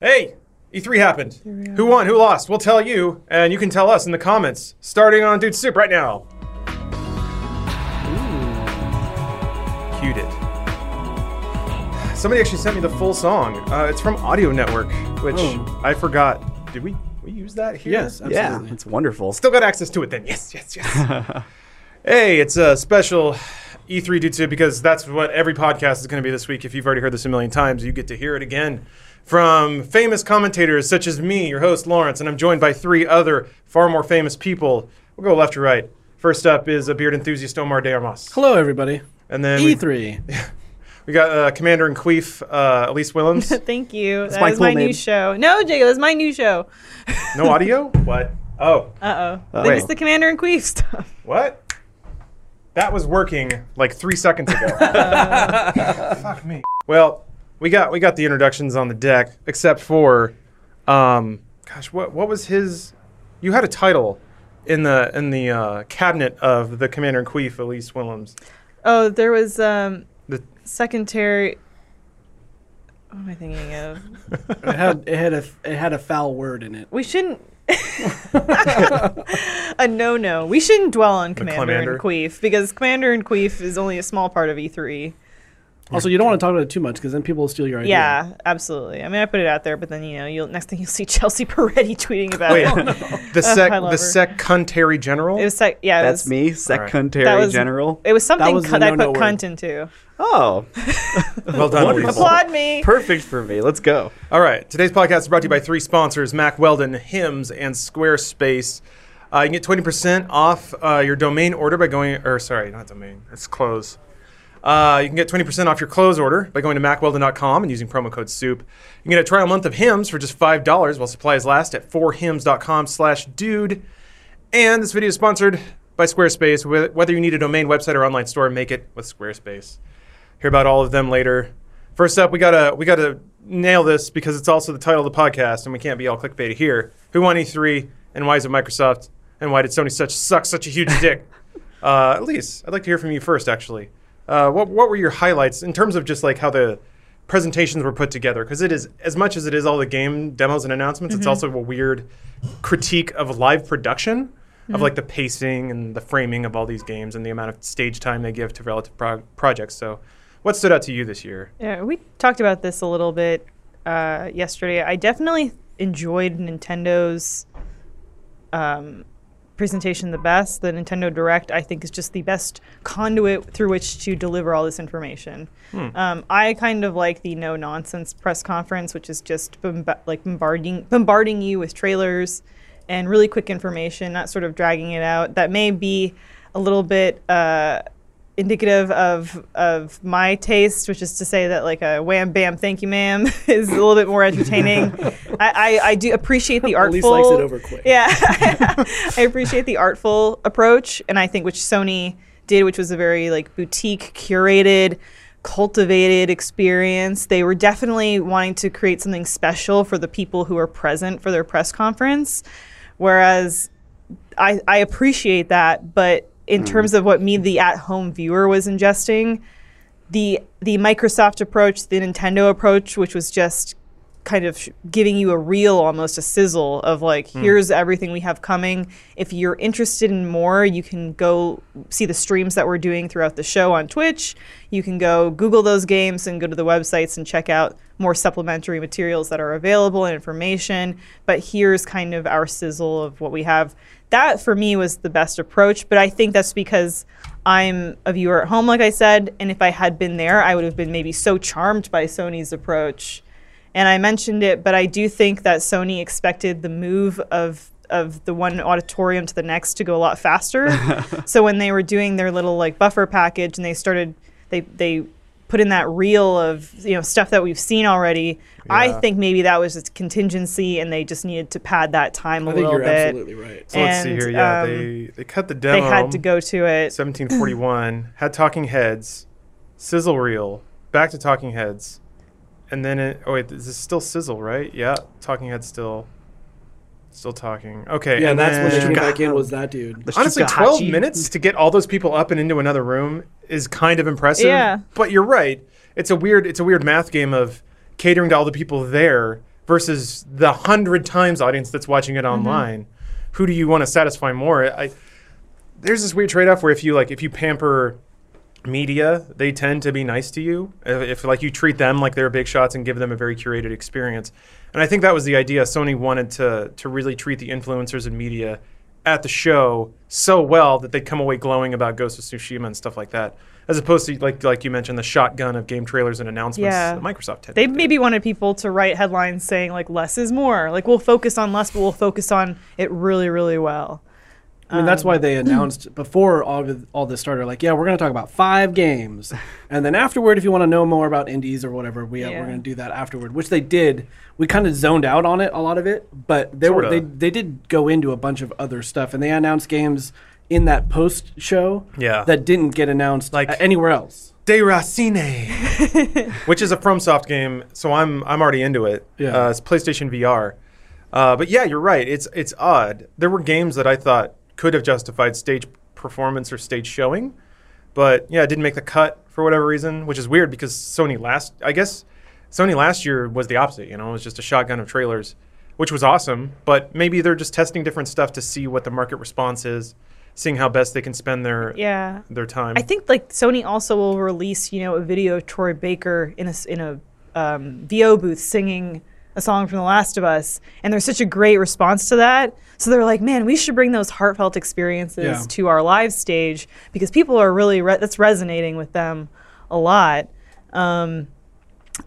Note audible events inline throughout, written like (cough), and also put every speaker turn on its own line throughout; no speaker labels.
Hey, E3 happened. Who won? Who lost? We'll tell you, and you can tell us in the comments. Starting on Dude Soup right now. Cued it. Somebody actually sent me the full song. Uh, it's from Audio Network, which
Oh.
I forgot. Did we we use that here?
Yes,
(laughs) Yeah,
absolutely.
it's wonderful.
Still got access to it then. Yes, yes, yes. (laughs) hey, it's a special E E3 Dude Soup because that's what every podcast is going to be this week. If you've already heard this a million times, you get to hear it again from famous commentators such as me, your host Lawrence, and I'm joined by three other far more famous people. We'll go left to right. First up is a beard enthusiast Omar De Armas.
Hello, everybody. E
And then we,
(laughs) E3.
we got uh, Commander in Queef, uh, Elise
(laughs)
Willems.
Thank you. That's
my
my,
cool name.
new show. No, Jacob, that's my new show.
No audio? what? Oh,
Uh oh.
wait.
It's the Commander and Queef stuff. (laughs)
what? That was working like three seconds ago. (laughs) Fuck me. Well, we got we got the introductions on the deck, except for, um, gosh, what what was his? You had a title in the in the uh, cabinet of the Commander in Queef, Elise Willems.
Oh, there was um,
The-
secondary. What am I thinking of?
it had it had a it had a foul word in it.
We shouldn't. (laughs) a no no. We shouldn't dwell on Commander,
Commander.
and Queef because Commander and Queef is only a small part of E E3.
Also, you don't want to talk about it too much because then people will steal your idea.
Yeah, absolutely. I mean, I put it out there, but then you know, you'll next thing you'll see (laughs) Chelsea Peretti tweeting about
Wait,
it. (laughs)
the sec
Oh, I love
the
her.
secondary general.
It was like yeah, it
That's
was,
me,
That
Secretary
was-
General.
It was something
was the
cunt I
no-no
put
word.
cunt into.
Oh,
well done. Elise.
Wonderful.
Applaud me.
perfect for me. Let's go.
All right. Today's podcast is brought to you by three sponsors Mac Weldon, Hims, and Squarespace. Uh, you can get 20% off uh, your domain order by going, or sorry, not domain, it's clothes. Uh, you can get 20% off your clothes order by going to macweldon.com and using promo code SOUP. You can get a trial month of Hims for just $5 while supplies last at 4hims.com slash dude. And this video is sponsored by Squarespace. Wh- Whether you need a domain, website, or online store, make it with Squarespace hear about all of them later. First up, we gotta we gotta nail this because it's also the title of the podcast, and we can't be all clickbait here. Who won E3, and why is it Microsoft, and why did Sony such suck such a huge dick? uh, Elise, I'd like to hear from you first, actually. Uh, what what were your highlights in terms of just like how the presentations were put together? Because it is as much as it is all the game demos and announcements,
Mm-hmm.
it's also a weird critique of live production.
Mm-hmm.
Of like the pacing and the framing of all these games and the amount of stage time they give to relative pro- projects. So, what stood out to you this year?
Yeah, we talked about this a little bit uh, yesterday. I definitely enjoyed Nintendo's um, presentation the best. The Nintendo Direct, I think, is just the best conduit through which to deliver all this information.
Hmm.
Um, I kind of like the no nonsense press conference, which is just bomba- like bombarding bombarding you with trailers and really quick information, not sort of dragging it out. That may be a little bit. Uh, indicative of of my taste, which is to say that like a wham bam thank you ma'am (laughs) is a little bit
(laughs)
more entertaining. I, I, I do appreciate the
At least
artful.
likes it over quick.
Yeah, (laughs) I appreciate the artful approach, and I think which Sony did, which was a very like boutique curated. Cultivated experience. They were definitely wanting to create something special for the people who are present for their press conference. Whereas I, I appreciate that, but in terms of what me, the at-home viewer, was ingesting, the the Microsoft approach, the Nintendo approach, which was just kind of sh- giving you a reel, almost a sizzle of like, here's everything we have coming. If you're interested in more, you can go see the streams that we're doing throughout the show on Twitch. You can go Google those games and go to the websites and check out more supplementary materials that are available and information. But here's kind of our sizzle of what we have. That for me was the best approach, but I think that's because I'm a viewer at home, like I said, and if I had been there, I would have been maybe so charmed by Sony's approach. And I mentioned it, but I do think that Sony expected the move of of the one auditorium to the next to go a lot faster. so when they were doing their little like buffer package and they started they they put in that reel of you know stuff that we've seen already, I think maybe that was just contingency and they just needed to pad that time a
I think
little
you're
bit.
absolutely right.
So let's see
And,
here. Yeah,
um,
they they cut the
They
demo. (clears throat)
had to go to it.
1741 had Talking Heads, sizzle reel, back to Talking Heads, and then it. Oh wait, this is still sizzle, right? Yeah, Talking Heads still, still talking. Okay,
Yeah,
and
that's when they
(laughs) then-
came back in was that dude.
Honestly, 12 minutes to get all those people up and into another room is kind of impressive.
Yeah.
But you're right. It's a weird it's a weird math game of catering to all the people there versus the hundred times audience that's watching it online. Who do you want to satisfy more? I, there's this weird trade-off where if you like if you pamper media, they tend to be nice to you. If, if like you treat them like they're big shots and give them a very curated experience, and I think that was the idea. Sony wanted to to really treat the influencers and media at the show so well that they'd come away glowing about Ghost of Tsushima and stuff like that, as opposed to like like you mentioned the shotgun of game trailers and announcements
Yeah.
that Microsoft tended.
They
to do.
maybe wanted people to write headlines saying like less is more. Like we'll focus on less, but we'll focus on it really, really well.
I mean, that's why they announced before all of all this started, like, yeah, we're going to talk about five games, and then afterward, if you want to know more about indies or whatever, we uh,
Yeah.
we're going to do that afterward, which they did. We kind of zoned out on it a lot of it, but they were
Sorta.
they they did go into a bunch of other stuff, and they announced games in that post show
Yeah.
that didn't get announced
Like-
like anywhere else.
De
(laughs)
Racine, which is a FromSoft game, so I'm I'm already into it.
Yeah.
Uh, it's PlayStation VR. Uh, but yeah, you're right. It's it's odd. There were games that I thought could have justified stage performance or stage showing, but yeah, it didn't make the cut for whatever reason, which is weird because Sony last I guess Sony last year was the opposite. You know, it was just a shotgun of trailers, which was awesome. But maybe they're just testing different stuff to see what the market response is, seeing how best they can spend their
Yeah.
their time.
I think like Sony also will release, you know, a video of Troy Baker in a s- in a um, VO booth singing a song from The Last of Us, and there's such a great response to that. So they're like, man, we should bring those heartfelt experiences
Yeah.
to our live stage because people are really re- that's resonating with them a lot. Um,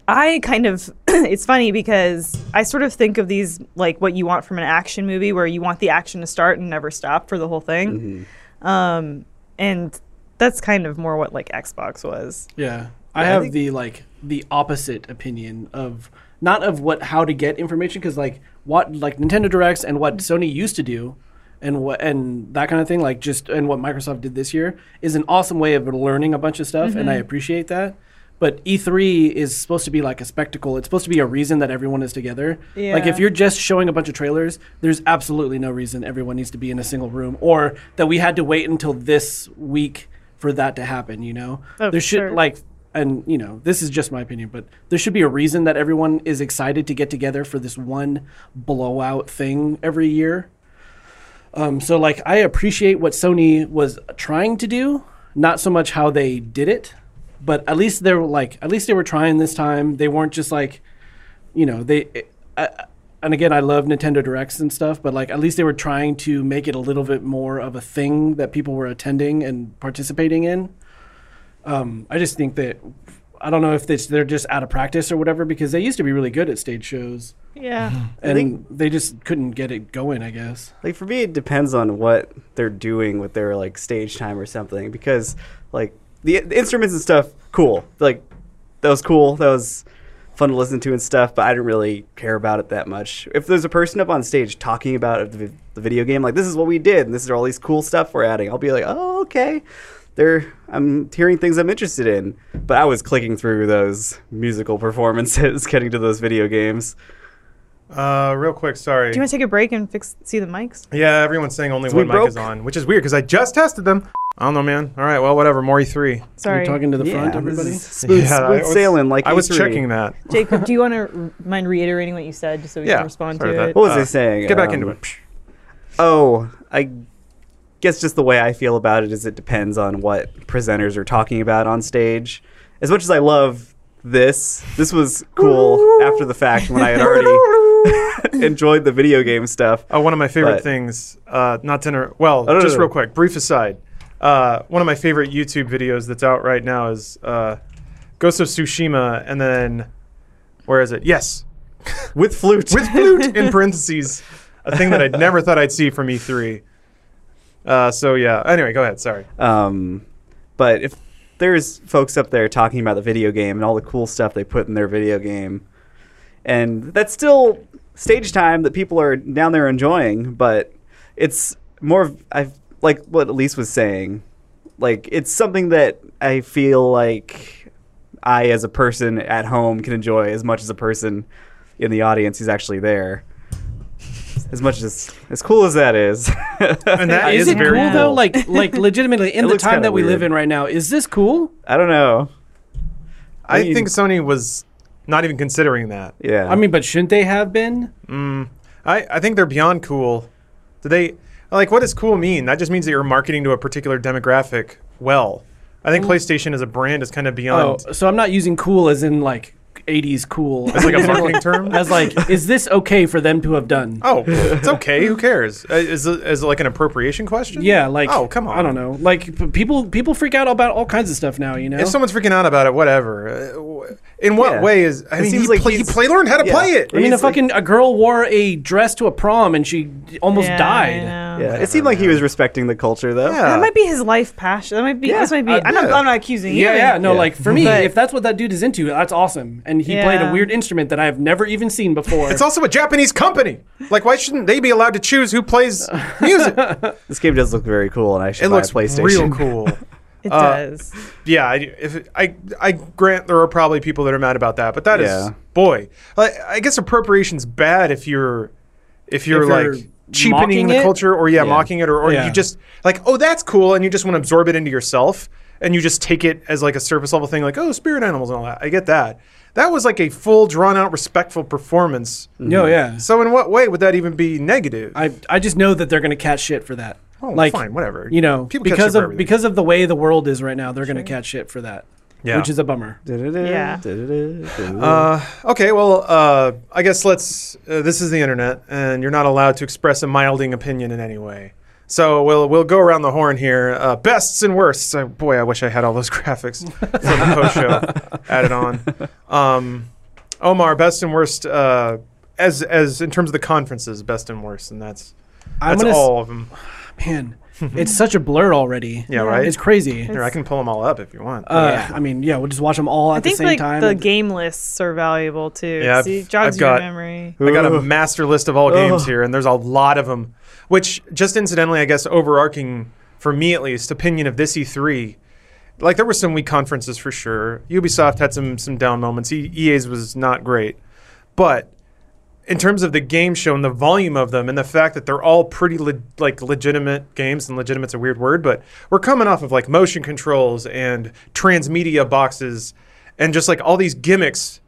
I kind of (clears throat) it's funny because I sort of think of these like what you want from an action movie where you want the action to start and never stop for the whole thing. Um, and that's kind of more what like Xbox was.
Yeah. I
Yeah, I
have
think-
the like the opposite opinion of not of what how to get information because like what like Nintendo Directs and what Sony used to do and what and that kind of thing like just and what Microsoft did this year is an awesome way of learning a bunch of stuff and I appreciate that. But E3 is supposed to be like a spectacle. It's supposed to be a reason that everyone is together. Like
Yeah.
if you're just showing a bunch of trailers, there's absolutely no reason everyone needs to be in a single room or that we had to wait until this week for that to happen, you know?
Oh,
there should
sure.
like and you know this is just my opinion but there should be a reason that everyone is excited to get together for this one blowout thing every year um, so like i appreciate what sony was trying to do not so much how they did it but at least they were like at least they were trying this time they weren't just like you know they I, I- and again i love nintendo directs and stuff but like at least they were trying to make it a little bit more of a thing that people were attending and participating in um, I just think that I don't know if it's, they're just out of practice or whatever because they used to be really good at stage shows
Yeah.
and
think-
they just couldn't get it going. I guess.
Like for me, it depends on what they're doing with their like stage time or something. Because like the, the instruments and stuff, cool. Like that was cool. That was fun to listen to and stuff. But I didn't really care about it that much. If there's a person up on stage talking about the, vi- the video game, like this is what we did, and this is all these cool stuff we're adding, I'll be like, oh okay. They're, I'm hearing things I'm interested in, but I was clicking through those musical performances, (laughs) getting to those video games.
Uh, real quick, sorry.
Do you want to take a break and fix see the mics?
yeah, everyone's saying only
So we
one mic is
broke?
on, which is weird because I just tested them. I don't know, man. All right, well, whatever. Maury three.
Sorry,
You're talking to the front,
this
everybody.
(laughs)
is Smooth,
I
smooth
was-
sailing, like E
I was
E3.
checking that.
(laughs) Jacob. Do you want to mind reiterating what you said just so we
Yeah,
can respond
sorry
to
about
it?
that.
What was
Uh,
I saying?
Get back
Um,
into it.
Oh, I guess just the way I feel about it is it depends on what presenters are talking about on stage. As much as I love this, this was cool after the fact when I had
(laughs)
already (laughs) enjoyed the video game stuff.
Uh, one of my favorite
But- Oh,
things, uh, not to inter- well,
no, no,
just
no.
real quick, brief aside. Uh, one of my favorite YouTube videos that's out right now is uh, Ghost of Tsushima, and then where is it? Yes,
With flute.
with
(laughs)
flute in parentheses, a thing that I never thought I'd see from E3. Uh, so yeah. Anyway, go ahead. Sorry.
Um, but if there's folks up there talking about the video game and all the cool stuff they put in their video game, and that's still stage time that people are down there enjoying, but it's more of, I've, like what Elise was saying, like it's something that I feel like I, as a person at home, can enjoy as much as a person in the audience who's actually there. As much as as cool as that is,
And
(laughs)
that
is
is
it
very
cool
cool.
though? Like,
(laughs)
like legitimately in
It
the
looks
time
kinda
that we live
weird.
in right now, is this cool?
I don't know.
I
mean-
think Sony was not even considering that.
Yeah.
I mean, but shouldn't they have been?
I, I think they're beyond cool. Do they like what does cool mean? That just means that you're marketing to a particular demographic well. I think PlayStation as a brand is kind of
Oh,
beyond
so I'm not using cool as in like 80s cool.
as
(laughs)
like a marketing term.
as like, is this okay for them to have done?
oh, it's okay. Who cares? Uh, Is it, is it like an appropriation question?
Yeah, like
oh come on.
I don't know. Like p- people people freak out about all kinds of stuff now, you know.
If someone's freaking out about it, whatever. Uh, w- In what
Yeah.
way is? I
It
mean,
seems
he,
like
play, he
he's-
play, learned how to
yeah.
play it.
I mean, a
He's like-
fucking a girl wore a dress to a prom and she almost
Yeah, I
died.
know.
yeah. It seemed like he was respecting the culture though.
Yeah.
That might be his life passion. That might be.
Yeah,
this might be.
I
I'm not.
bet.
I'm not accusing you.
Yeah, yeah, no,
Yeah.
like for me,
But-
if that's what that dude is into, that's awesome. And he played a
Yeah.
weird instrument that I have never even seen before.
It's also a Japanese company. Like, why shouldn't they be allowed to choose who plays music?
This game does look very cool, and I should
it
buy
looks
a PlayStation.
real cool.
It
Uh,
does.
yeah, I, if it- I I grant there are probably people that are mad about that, but that is
Yeah.
boy, I, I guess appropriation's bad if you're if you're
If you're
like cheapening
mocking
the
it?
culture or yeah,
Yeah.
mocking it or, or
Yeah.
you just like oh that's cool and you just want to absorb it into yourself and you just take it as like a surface level thing like oh spirit animals and all that. I get that. That was like a full drawn out respectful performance.
no, yeah.
So in what way would that even be negative?
I I just know that they're gonna catch shit for that.
Oh,
like
fine, whatever.
You know,
People catch shit
because
for
of
everything.
because of the way the world is right now, they're gonna catch shit for that.
Yeah.
which is a bummer.
(laughs)
Yeah.
Yeah.
Uh, okay, well, uh, I guess let's. Uh, this is the internet, and you're not allowed to express a milding opinion in any way. So we'll we'll go around the horn here. Uh, bests and worsts. Uh, boy, I wish I had all those (laughs) graphics from the post show added on. Um, Omar, best and worst. Uh, as as in terms of the conferences, best and worst, and that's
I'm
that's
gonna s-
all of them. (laughs)
Man, it's such a blur already.
Yeah, right?
It's crazy.
Here, I can pull them all up if you want.
Uh, I mean, yeah, we'll just watch them all at
I think
the same
like
time.
the
and-
game lists are valuable too.
Yeah, I've-
See, it jogs
I've
your
got-
memory.
I got a
Ooh.
master list of all games
Ugh.
here, and there's a lot of them. Which, just incidentally, I guess, overarching for me at least, opinion of this E3. Like there were some weak conferences for sure. Ubisoft had some some down moments. E- EA's was not great, but in terms of the game show and the volume of them, and the fact that they're all pretty le- like legitimate games, and legitimate's a weird word, but we're coming off of like motion controls and transmedia boxes, and just like all these gimmicks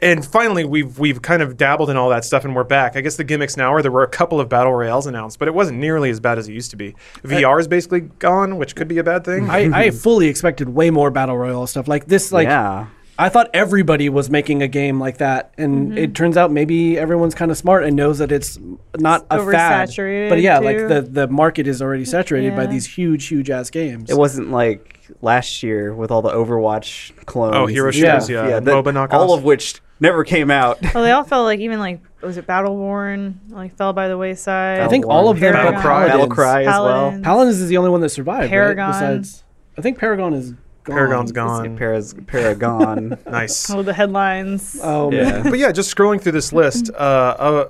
and finally we've we've kind of dabbled in all that stuff and we're back. I guess the gimmicks now are there were a couple of battle royales announced, but it wasn't nearly as bad as it used to be. VR is basically gone, which could be a bad thing.
I, I fully expected way more battle royale stuff like this. Like
yeah.
I thought everybody was making a game like that, and
Mm-hmm.
it turns out maybe everyone's kind of smart and knows that it's not a fad.
oversaturated,
But yeah,
too.
like the the market is already saturated by
Yeah.
these huge, huge ass games.
It wasn't like last year with all the Overwatch clones.
Oh,
and
Hero
stuff.
Shooters, yeah. MOBA knockoffs.
all of which never came out. (laughs)
Well, Oh, they all felt like even like was it Battleborn like fell by the wayside.
I think all of them
Paragon.
but
Battlecry.
Paladins.
Battle Cry as well.
Paladins.
Paladins is the only one that survived. right?
Paragon.
Besides, I think Paragon is gone.
Paragon's
Say
gone.
Paras-
(laughs)
Paragon.
nice.
(laughs) Oh, the headlines.
Oh man.
yeah.
but yeah, just scrolling through this list, uh, uh,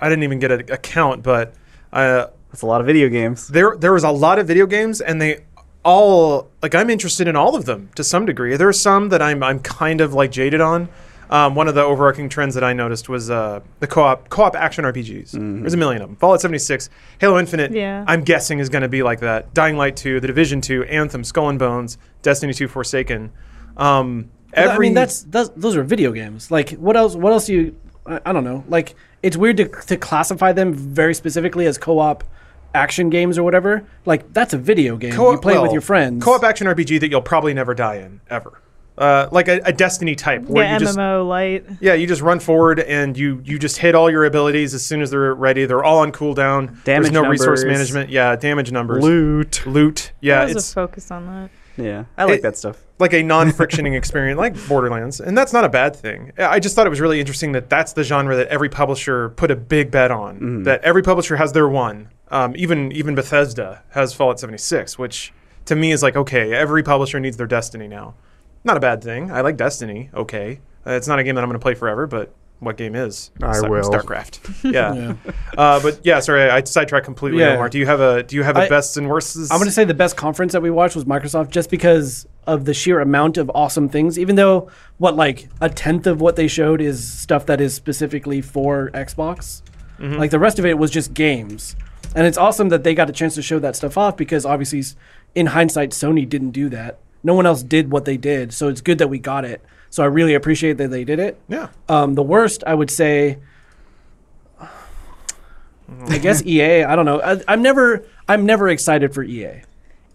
I didn't even get a, a count, but uh,
That's a lot of video games.
there there was a lot of video games and they all like I'm interested in all of them to some degree. There are some that I'm I'm kind of like jaded on. Um, one of the overarching trends that I noticed was uh, the co-op co-op action RPGs. There's a million of them. Fallout 76, Halo Infinite.
Yeah.
I'm guessing is going to be like that. Dying Light 2, The Division 2, Anthem, Skull and Bones, Destiny 2, Forsaken. Um,
But
every
I mean, that's, that's those are video games. Like, what else? What else do you? I, I don't know. Like, it's weird to to classify them very specifically as co-op action games or whatever. Like, that's a video game. you play
well,
with your friends.
Co-op action RPG that you'll probably never die in ever. Uh, like a, a Destiny type where
yeah,
you just
MMO light.
Yeah, you just run forward and you you just hit all your abilities as soon as they're ready. They're all on cooldown. There's
Damage
no resource
numbers.
management. Yeah, damage numbers.
Loot.
Loot. Yeah,
I was
it's
a focus on that.
Yeah. I like
It-
that stuff.
like a non-frictioning experience, like Borderlands, and that's not a bad thing. I I just thought it was really interesting that that's the genre that every publisher put a big bet on.
Mm-hmm.
That every publisher has their one. Um, even even Bethesda has Fallout 76, which to me is like okay, every publisher needs their Destiny now. Not a bad thing. I like Destiny. Okay, uh, it's not a game that I'm going to play forever, but what game is?
I
Star-
will.
(laughs)
Starcraft. Yeah. Uh, but yeah, sorry, I sidetracked completely.
Yeah.
Omar, do you have a do you have a
I-
bests and worsts?
I'm gonna say the best conference that we watched was Microsoft, just because of the sheer amount of awesome things. Even though what like a tenth of what they showed is stuff that is specifically for Xbox, like the rest of it was just games. And it's awesome that they got a chance to show that stuff off because obviously, s- in hindsight, Sony didn't do that. No one else did what they did, so it's good that we got it. So I really appreciate that they did it.
Yeah.
Um, the worst, I would say,
(laughs)
I guess EA. I don't know. I, I'm never, I'm never excited for E EA.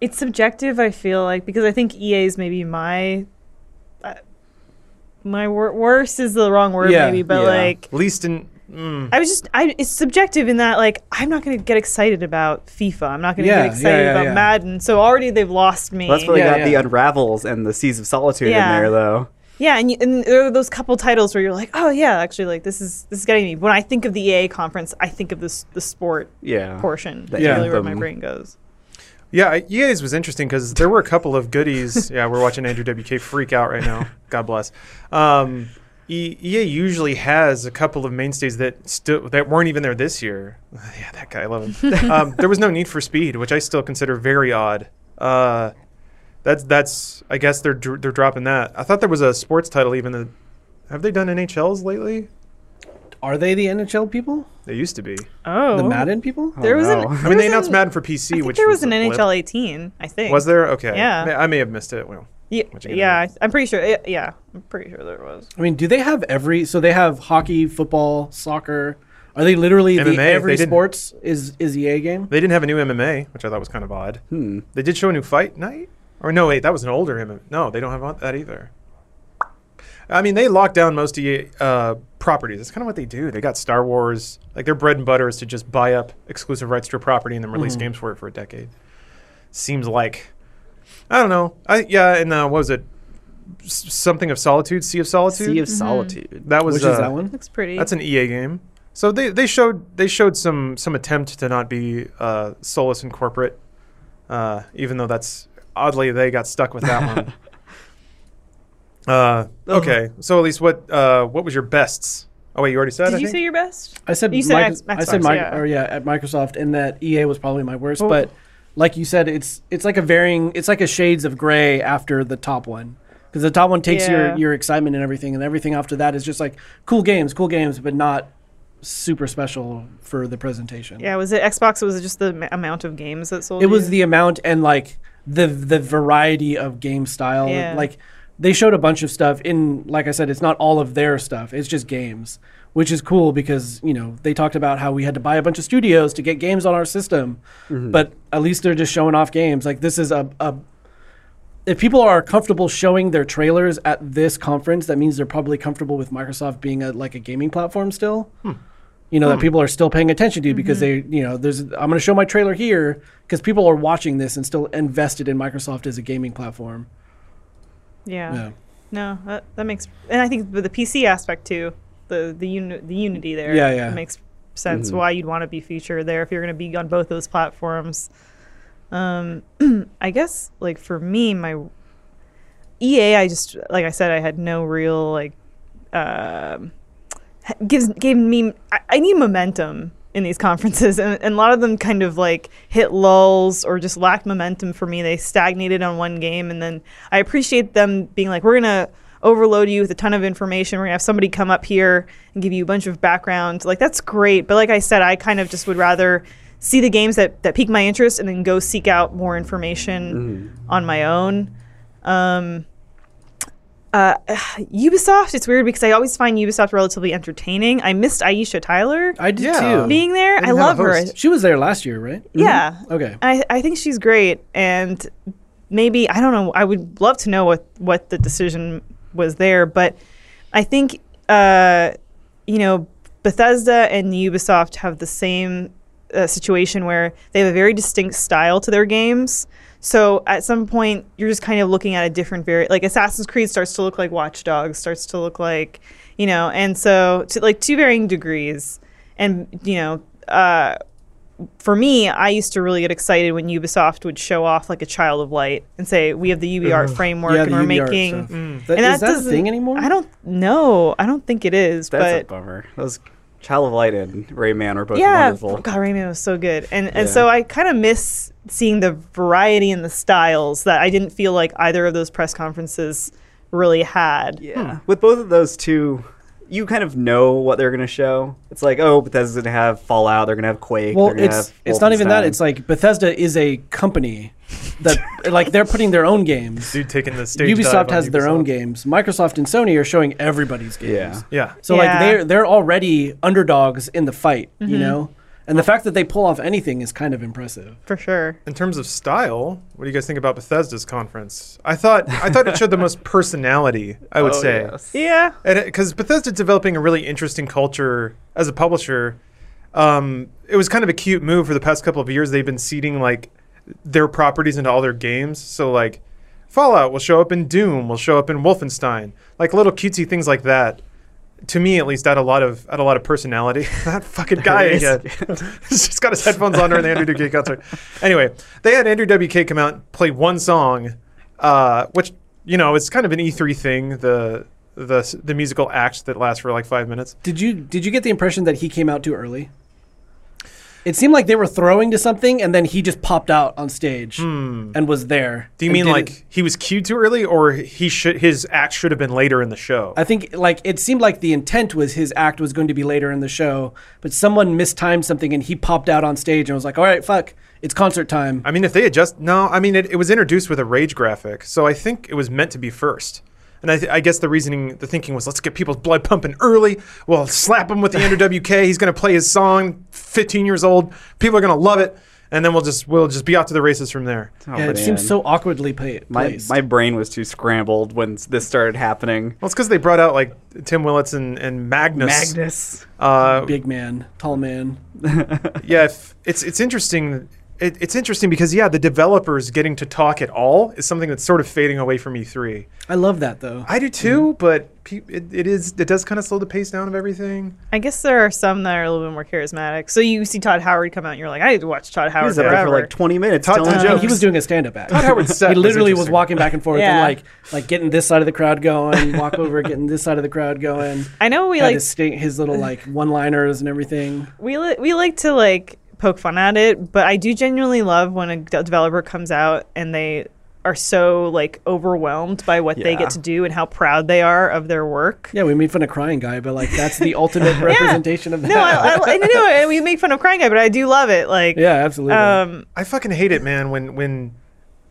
It's subjective, I feel like, because I think EA is maybe my uh, my wor- worst is the wrong word,
Yeah,
maybe, but
yeah.
like
Least in. Mm,
I was just I it's subjective in that like I'm not going to get excited about FIFA. I'm not going to
Yeah,
get
yeah,
excited
yeah,
about
yeah.
Madden. So already they've lost me.
Well, that's where they
Yeah,
got the
yeah.
unravels and the seas of solitude
Yeah.
in there, though.
Yeah, and, you, and there are those couple titles where you're like, oh yeah, actually, like this is this is getting me. When I think of the EA conference, I think of this the sport
Yeah.
portion. That's
Uh, The
really where my
anthem.
brain goes.
yeah, I- EA's was interesting because there were a couple of
(laughs)
goodies. yeah, we're watching Andrew WK freak out right now. God bless. Um, E- EA usually has a couple of mainstays that still that weren't even there this year. (sighs) yeah, that guy, I love
(laughs)
him. um, there was no Need for Speed, which I still consider very odd. Uh, that's that's I guess they're dr- they're dropping that. I thought there was a sports title even. That, have they done NHLs lately?
Are they the NHL people?
They used to be.
Oh,
The Madden people?
There was an.
no. I mean,
I
there
mean, they
was
announced
an-
Madden for PC,
I think
which
there was
a
an
blip.
NHL 18. I think
Was there? Okay.
Yeah.
May- I may have missed it. Well,
Ye-
What you
Yeah,
gonna
I- I'm pretty sure. It, yeah, I'm pretty sure there was.
I mean, do they have every? So they have hockey, football, soccer. Are they literally
MMA,
the
they
every
didn't-
sports is is EA game?
they didn't have a new MMA, which I thought was kind of odd.
Mm-hmm. Hmm.
They did show a new fight night, or no, wait, that was an older MMA. No, they don't have that either. I mean, they locked down most EA uh, properties. That's kind of what they do. They got Star Wars. Like their bread and butter is to just buy up exclusive rights to a property and then
Mm-hmm.
release games for it for a decade. Seems like I don't know. I yeah, and uh, what was it? S- something of Solitude, Sea of Solitude.
Sea of solitude.
that was
Which
uh,
is that one?
Looks pretty.
That's an EA game. So they, they showed they showed some some attempt to not be uh, soulless and corporate, uh, even though that's oddly they got stuck with that
(laughs)
one. Uh, okay, so at least what uh, what was your bests? Oh wait, you already said.
Did
I
you
think?
say your best?
I said,
You said
Micro-
X-
I said,
Xbox,
mi-
yeah. Oh.
or yeah, at Microsoft, and that EA was probably my worst. But like you said, it's it's like a varying, it's like a shades of gray after the top one, because the top one takes
Yeah.
your your excitement and everything, and everything after that is just like cool games, cool games, but not super special for the presentation.
Yeah, was it Xbox? Was it just the ma- amount of games that sold?
it was
you?
the amount and like the the variety of game style
Yeah.
like they showed a bunch of stuff in like i said it's not all of their stuff it's just games which is cool because you know they talked about how we had to buy a bunch of studios to get games on our system but at least they're just showing off games like this is a, a if people are comfortable showing their trailers at this conference that means they're probably comfortable with microsoft being a, like a gaming platform still you
Hmm.
know that people are still paying attention to because they
Mm-hmm.
you know there's i'm going to show my trailer here because people are watching this and still invested in microsoft as a gaming platform
yeah.
yeah
No, that, that makes, and I think the the PC aspect too, the the uni, the unity there,
Yeah, Mm-hmm. yeah.
makes sense why you'd want to be featured there if you're going to be on both those platforms. Um, (clears throat) I guess like for me, my EA, I just like I said, I had no real like um, h- gives gave me I, I need momentum in these conferences (laughs) and, and a lot of them kind of like hit lulls or just lacked momentum for me they stagnated on one game and then i appreciate them being like we're gonna overload you with a ton of information we're gonna have somebody come up here and give you a bunch of background like that's great but like i said i kind of just would rather see the games that that pique my interest and then go seek out more information on my own um, uh, Ubisoft, it's weird because I always find Ubisoft relatively entertaining. I missed Aisha Tyler
i did
Yeah.
too
being there.
They
I
didn't have
love
a
her.
host.
she was there last year right Mm-hmm.
Yeah.
okay
I, I think she's great. And maybe, I don't know, I would love to know what, what the decision was there. But I think, uh, you know, Bethesda and Ubisoft have the same uh, situation where they have a very distinct style to their games. So at some point, you're just kind of looking at a different vari Like Assassin's Creed starts to look like Watch Dogs, starts to look like, you know, and so to like two varying degrees. And, you know, uh, for me, I used to really get excited when Ubisoft would show off like a Child of Light and say, "We have the UBR framework,
yeah
and
the
we're
UBR
making." Mm.
stuff.
And
That, is that a
doesn't-
thing anymore
I don't know. I don't think it is,
That's a
but
bummer. Those Child of Light and Rayman were both
yeah,
wonderful.
God, Rayman was so good, and and
Yeah.
so I kind of miss seeing the variety and the styles that I didn't feel like either of those press conferences really had.
Yeah. With both of those two, you kind of know what they're going to show. It's like, oh, Bethesda's going to have Fallout. They're going to have Quake.
well
they're gonna
it's
have
it's not even that
Wolfenstein.
it's like bethesda is a company that like they're putting their own games.
Dude taking the stage. dive
Ubisoft
on
has their own
Ubisoft.
games. Microsoft and Sony are showing everybody's games.
Yeah.
Yeah.
So like
Yeah. Mm-hmm.
they're they're already underdogs in the fight, you know? And the fact that they pull off anything is kind of impressive.
for sure.
In terms of style, what do you guys think about Bethesda's conference? I thought I thought it showed the most personality. I
(laughs)
would
Oh,
say.
yes.
Yeah.
because Bethesda developing a really interesting culture as a publisher, um, it was kind of a cute move for the past couple of years. They've been seeding like their properties into all their games, so like Fallout will show up in Doom, will show up in Wolfenstein, like little cutesy things like that. To me, at least, add a lot of add a lot of personality. (laughs) that fucking guy
it is.
again. (laughs) He's just got his headphones on during the Andrew WK concert. Anyway, they had Andrew WK come out and play one song, uh, which you know it's kind of an E3 thing. The the the musical act that lasts for like five minutes.
Did you did you get the impression that he came out too early? It seemed like they were throwing to something and then he just popped out on stage and was there.
Hmm. Do you
and
mean
didn't-
like he was cued too early, or he should his act should have been later in the show?
I think like it seemed like the intent was his act was going to be later in the show, but someone mistimed something and he popped out on stage and was like, "All right, fuck, it's concert time."
I mean, if they adjust, no, I mean, it, it was introduced with a rage graphic, so I think it was meant to be first. And I, th- I guess the reasoning, the thinking was, let's get people's blood pumping early. We'll slap him with the Andrew
(laughs)
WK. He's going to play his song. 15 years old. People are going to love it, and then we'll just we'll just be off to the races from there.
Oh,
yeah, it
man.
seems so awkwardly pla-
My,
placed.
my brain was too scrambled when s- this started happening.
Well, it's because they brought out like Tim Willits and, and Magnus.
Magnus.
Uh,
big man, tall man.
yeah, if, it's it's interesting. It, it's interesting because yeah, the developers getting to talk at all is something that's sort of fading away from E Mm-hmm. E3.
I love that though.
I do too, but pe- it, it is it does kind of slow the pace down of everything.
I guess there are some that are a little bit more charismatic. So you see Todd Howard come out, and you're like, I need to watch Todd
He
Howard
was up there
forever.
for like 20 minutes
Todd-
telling
Todd-
And
jokes.
Um, he was doing a stand-up act.
Howard's set
he
was
literally was
interesting.
walking back and forth
Yeah.
and like like getting this side of the crowd
(laughs)
going, walk over, getting this side of the crowd going.
I know we
Had
like
his, sta- his little like one-liners and everything.
we li- we like to like poke fun at it, but I do genuinely love when a de- developer comes out and they are so like overwhelmed by what they
Yeah.
get to do and how proud they are of their work.
Yeah, we made fun of crying guy, but like that's the
(laughs)
ultimate representation of that.
No, I, I, I know, and we make fun of crying guy, but I do love it. Like,
yeah, absolutely.
um,
I fucking hate it, man. When when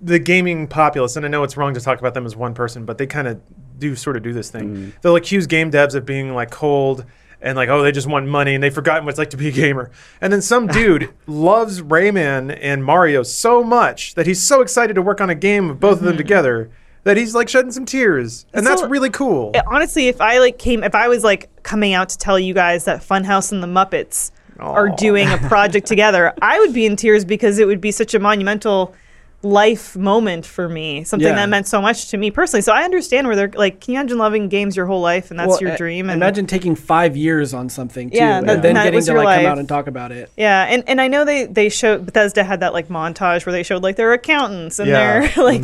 the gaming populace, and I know it's wrong to talk about them as one person, but they kind of do sort of do this thing.
Mm-hmm.
They'll accuse game devs of being like cold and like, oh, they just want money and they've forgotten what it's like to be a gamer. And then
(laughs)
some dude loves Rayman and Mario so much that he's so excited to work on a game of both of them together that he's like shedding some tears, and
Mm-hmm. So-
that's really cool.
honestly, if I like came, if I was like coming out to tell you guys that Funhouse and the Muppets are
Aw.
doing a project together,
(laughs)
I would be in tears because it would be such a monumental life moment for me, something
Yeah.
that meant so much to me personally. So I understand where they're like, can you imagine loving games your whole life and that's
Well,
your
a-
dream? And
Imagine taking five years on something too,
Yeah, that-
and then
that
getting
was
to
your
like come
life.
out and talk about it.
yeah, and, and I know they they showed Bethesda had that like montage where they showed like their accountants and
Yeah.
their (laughs) like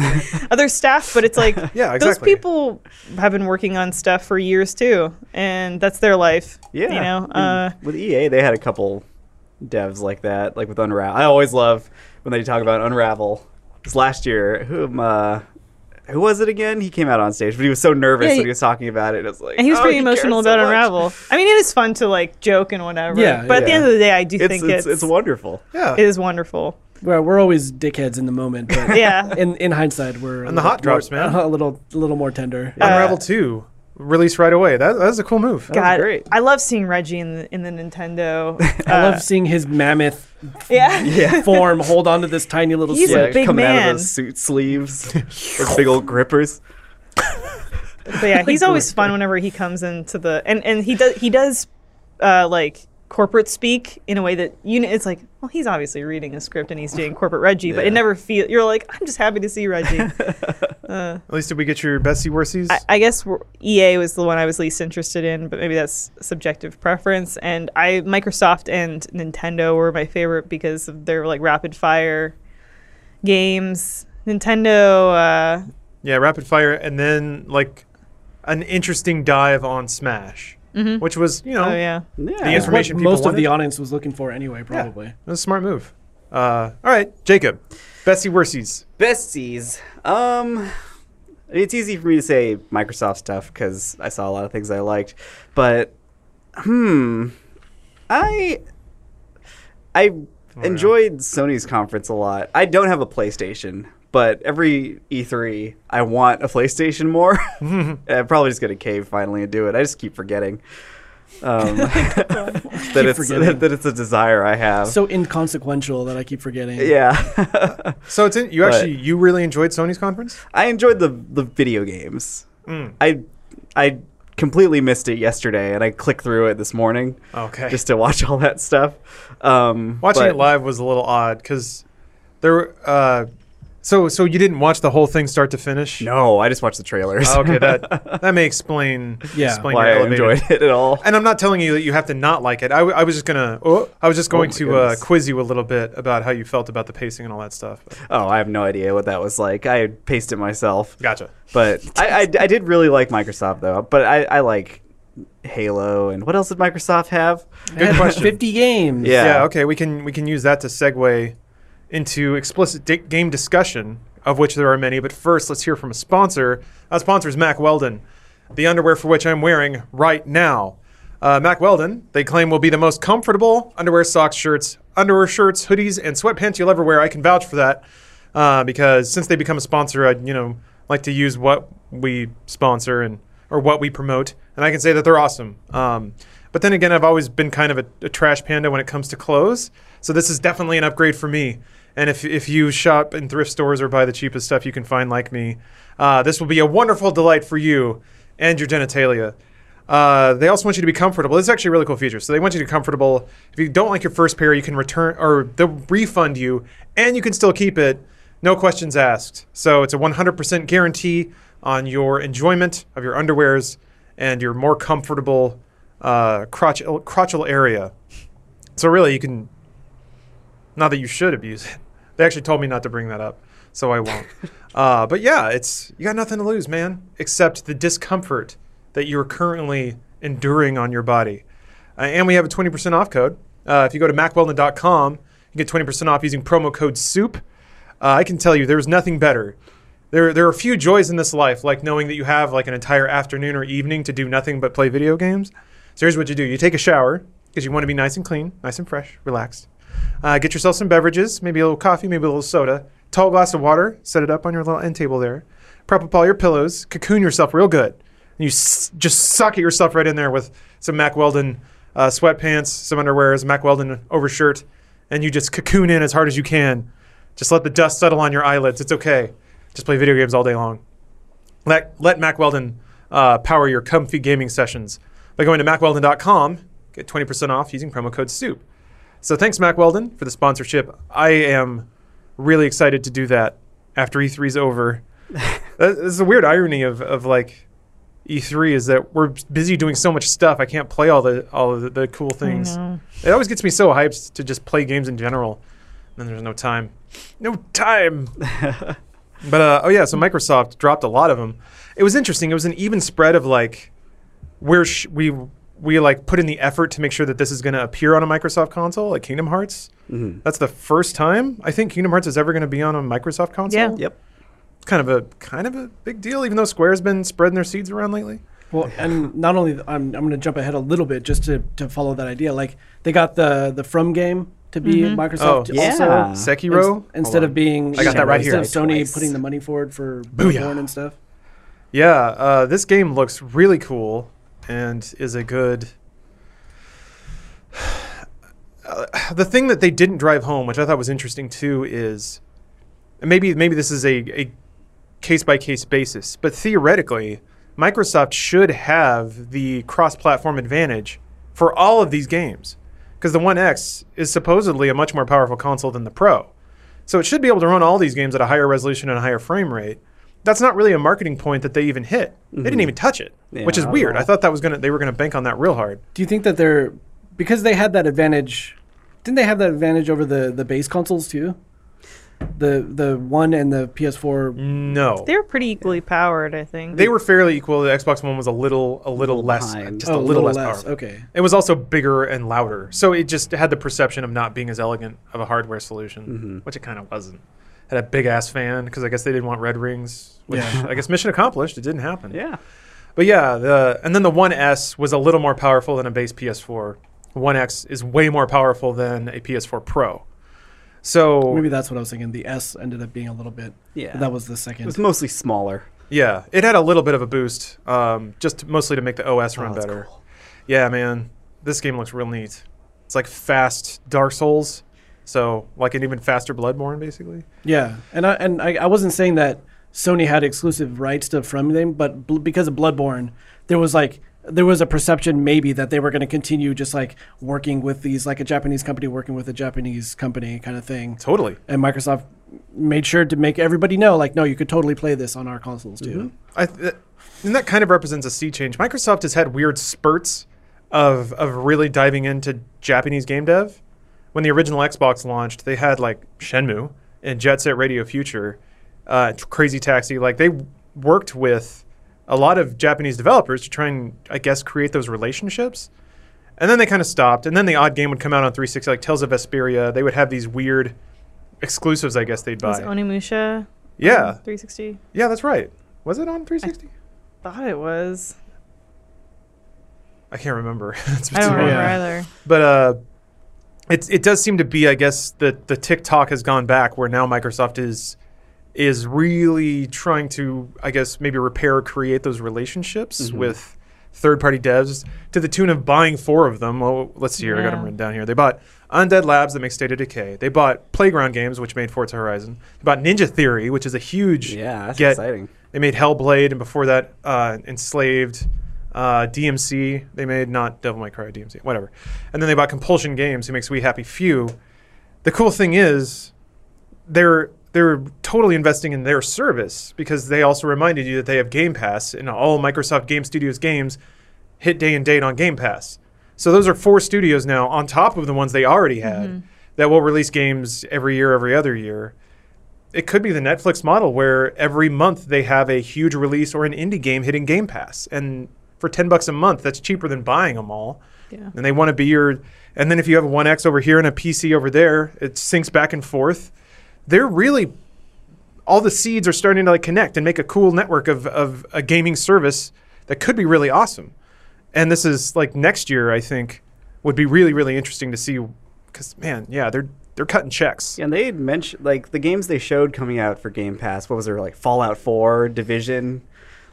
other staff, but it's like
Yeah,
those
exactly.
people have been working on stuff for years too, and that's their life.
Yeah. Mm.
you know.
I
Uh,
mean, with EA, they had a couple devs like that, like with Unravel. I always love when they talk about Unravel. Because last year, whom, uh, who was it again? He came out on stage, but he was so nervous
Yeah,
when
he-
he was talking about it. It was like,
And he was
oh,
pretty
cares
emotional
so
about
much.
Unravel. I mean, it is fun to like joke and whatever.
Yeah,
but at the
yeah.
end of the day, I do
It's,
think
it's,
it's,
it's wonderful.
yeah.
it is wonderful.
Well, we're always dickheads in the moment, (laughs) but
(laughs) Yeah.
in in hindsight, we're
And the hot drops, man.
(laughs)
(laughs)
a little a little more tender.
Uh,
Unravel 2 released right away. That, that was a cool move.
was
God,
great.
I love seeing Reggie in the, in the Nintendo.
(laughs) I
uh,
love seeing his mammoth
yeah.
Yeah.
form hold onto this tiny little
He's a
stick.
big
coming out
man.
of those
(laughs)
suit sleeves, those big old grippers.
But yeah, he's always fun whenever he comes into the and and he does he does uh, like corporate speak in a way that you know it's like well he's obviously reading a script and he's doing corporate Reggie, but it
Yeah.
never feel you're like I'm just happy to see Reggie.
At least did we get your best C worsies?
I, I guess we're- EA was the one I was least interested in, but maybe that's subjective preference. And I Microsoft and Nintendo were my favorite because of their like rapid fire games. Nintendo, uh,
Yeah, rapid fire, and then like an interesting dive on Smash, which was you know
oh yeah,
Yeah.
The information
what
people
most of the
wanted.
audience was looking for anyway, probably.
it was a smart move. Uh, all right, Jacob, Bessie Worsies.
Besties. Um, it's easy for me to say Microsoft stuff because I saw a lot of things I liked, but hmm, I
Oh,
I enjoyed Sony's conference a lot. I don't have a PlayStation, But every E3, I want a PlayStation
(laughs)
more. (laughs) I'm probably just gonna cave finally and do it. I just keep forgetting
(laughs)
um, (laughs) that it's
forgetting.
(laughs) that it's a desire I have.
so inconsequential that I keep forgetting. (laughs)
yeah, (laughs)
So it's in, you
But-
actually you really enjoyed Sony's conference.
I enjoyed the the video games.
Mm.
I I completely missed it yesterday, and I clicked through it this morning
Okay.
just to watch all that stuff. Um,
Watching
but-
it live was a little odd because there. were, Uh, so so you didn't watch the whole thing start to finish.
No, I just watched the trailers.
Oh,
(laughs)
okay, that that may explain
Yeah.
explain your
why I
elevator.
enjoyed it at
(laughs)
all.
And I'm not telling you that you have to not like it. I, w- I was just gonna. Oh, I was just going
my
to uh,
goodness.
quiz you a little bit about how you felt about the pacing and all that stuff. But-
Oh, I have no idea what that was like. I paced it myself,
gotcha. (laughs)
but I, I I did really like Microsoft though. But I I like Halo and what else did Microsoft have?
I had 50 games.
Yeah.
Yeah. Okay. We can we can use that to segue into explicit di- game discussion, of which there are many. But first, let's hear from a sponsor. Our sponsor is Mac Weldon, the underwear for which I'm wearing right now. Uh, Mac Weldon, they claim, will be the most comfortable underwear, socks, shirts, underwear shirts, hoodies, and sweatpants you'll ever wear. I can vouch for that uh, because since they become a sponsor, I you know like to use what we sponsor and or what we promote, and I can say that they're awesome. Um, but then again, I've always been kind of a, a trash panda when it comes to clothes, so this is definitely an upgrade for me. And if, if you shop in thrift stores or buy the cheapest stuff you can find, like me, uh, this will be a wonderful delight for you and your genitalia. Uh, they also want you to be comfortable. This is actually a really cool feature. So they want you to be comfortable. If you don't like your first pair, you can return or they'll refund you, and you can still keep it, no questions asked. So it's a 100% guarantee on your enjoyment of your underwears and your more comfortable uh, crotch crotchal area. So really, you can. Not that you should abuse it. (laughs) They actually told me not to bring that up, so I won't. uh, but yeah, it's you got nothing to lose, man, except the discomfort that you're currently enduring on your body. Uh, and we have a 20% off code. Uh, if you go to macweldon.com, you get 20% off using promo code SOUP. Uh, I can tell you, there's nothing better. There, there are few joys in this life, like knowing that you have like an entire afternoon or evening to do nothing but play video games. So here's what you do: you take a shower because you want to be nice and clean, nice and fresh, relaxed. Uh, get yourself some beverages, maybe a little coffee, maybe a little soda. Tall glass of water. Set it up on your little end table there. Prop up all your pillows. Cocoon yourself real good. And you s- just suck it yourself right in there with some Mac Weldon uh, sweatpants, some underwears, Mac Weldon overshirt, and you just cocoon in as hard as you can. Just let the dust settle on your eyelids. It's okay. Just play video games all day long. Let, let Mac Weldon uh, power your comfy gaming sessions by going to macweldon.com. Get 20% off using promo code SOUP. So thanks, Mac Weldon, for the sponsorship. I am really excited to do that after E3's over. That- This is a weird irony of, of like E3 is that we're busy doing so much stuff. I can't play all the all of the, the cool things. It always gets me so hyped to just play games in general. And then there's no time. No time. but uh, oh yeah, so Microsoft dropped a lot of them. It was interesting. It was an even spread of like where sh- we we like put in the effort to make sure that this is going to appear on a Microsoft console, like Kingdom Hearts. That's the first time I think Kingdom Hearts is ever going to be on a Microsoft console.
Yeah.
Yep.
Kind of a kind of a big deal, even though Square's been spreading their seeds around lately.
Well, and not only I'm, I'm going to jump ahead a little bit just to, to follow that idea. Like they got the the From game to be
Oh,
Microsoft
yeah.
also
Sekiro.
Ins- instead of being
I got that right
instead of
here.
Sony
Twice.
putting the money forward for
Booyah.
Bloodborne and stuff.
Yeah, uh, this game looks really cool and is a good. Uh, the thing that they didn't drive home, which I thought was interesting too, is and maybe maybe this is a case by case basis, but theoretically, Microsoft should have the cross platform advantage for all of these games because the One X is supposedly a much more powerful console than the Pro. So it should be able to run all these games at a higher resolution and a higher frame rate. That's not really a marketing point that they even hit. They didn't even touch it, which is
Yeah.
weird. I thought that was gonna they were gonna bank on that real hard.
Do you think that they're because they had that advantage? Didn't they have that advantage over the the base consoles too? The the one and the
Mm.
PS4.
No,
They're pretty equally powered, I think.
they were fairly equal. The Xbox One was a little a little less,
behind.
just a little, less, powerful.
Oh, Okay.
It was also bigger and louder, so it just had the perception of not being as elegant of a hardware solution, which it kind of wasn't. Had a big ass fan because I guess they didn't want red rings. Which
Yeah.
I guess mission accomplished. It didn't happen.
Yeah.
But yeah, the and then the 1S was a little more powerful than a base PS4. 1X is way more powerful than a PS4 Pro. So
Maybe that's what I was thinking. The S ended up being a little bit.
Yeah.
That was the
It was
second.
mostly smaller.
yeah, it had a little bit of a boost, um, just mostly to make the OS run
that's
better. Yeah, man, this game looks real neat. It's like fast Dark Souls, so like an even faster Bloodborne, basically.
Yeah, and I and I, I wasn't saying that Sony had exclusive rights to from them, but bl- because of Bloodborne, there was like there was a perception maybe that they were going to continue just like working with these like a Japanese company working with a Japanese company kind of thing.
Totally.
And Microsoft made sure to make everybody know like no, you could totally play this on our consoles too.
I th- and that kind of represents a sea change. Microsoft has had weird spurts of of really diving into Japanese game dev. When the original Xbox launched, they had like Shenmue and Jet Set Radio Future, uh, t- Crazy Taxi. Like they worked with a lot of Japanese developers to try and I guess create those relationships. And then they kind of stopped. And then the odd game would come out on 360, like Tales of Vesperia. They would have these weird exclusives, I guess they'd
Was
buy.
Onimusha? Um,
Yeah,
360.
yeah, that's right. Was it on 360?
Thought it was.
I can't remember. (laughs) It's been
I don't
too long.
remember
Yeah.
either.
But uh, it it does seem to be, I guess, that the TikTok has gone back, where now Microsoft is is really trying to, I guess, maybe repair or create those relationships
Mm-hmm.
with third party devs to the tune of buying four of them. Oh, let's see here. I got them
Yeah.
written down here. They bought Undead Labs that makes State of Decay. They bought Playground Games, which made Forza Horizon. They bought Ninja Theory, which is a huge
Yeah, that's
get.
exciting.
They made Hellblade, and before that, uh, Enslaved, uh, DMC. They made not Devil May Cry, DMC, whatever. And then they bought Compulsion Games, who makes We Happy Few. The cool thing is, they're they're totally investing in their service because they also reminded you that they have Game Pass and all Microsoft Game Studios games hit day and date on Game Pass. So those are four studios now on top of the ones they already had that will release games every year, every other year it could be the Netflix model where every month they have a huge release or an indie game hitting Game Pass. And for 10 bucks a month, that's cheaper than buying them all.
Yeah.
And they want to be your. And then if you have a 1X over here and a PC over there, it syncs back and forth. They're really. All the seeds are starting to like connect and make a cool network of, of a gaming service that could be really awesome. And this is like next year, I think, would be really, really interesting to see. Because, man, yeah, they're. They're cutting checks.
Yeah, and they had mentioned like the games they showed coming out for Game Pass. What was there like Fallout Four, Division,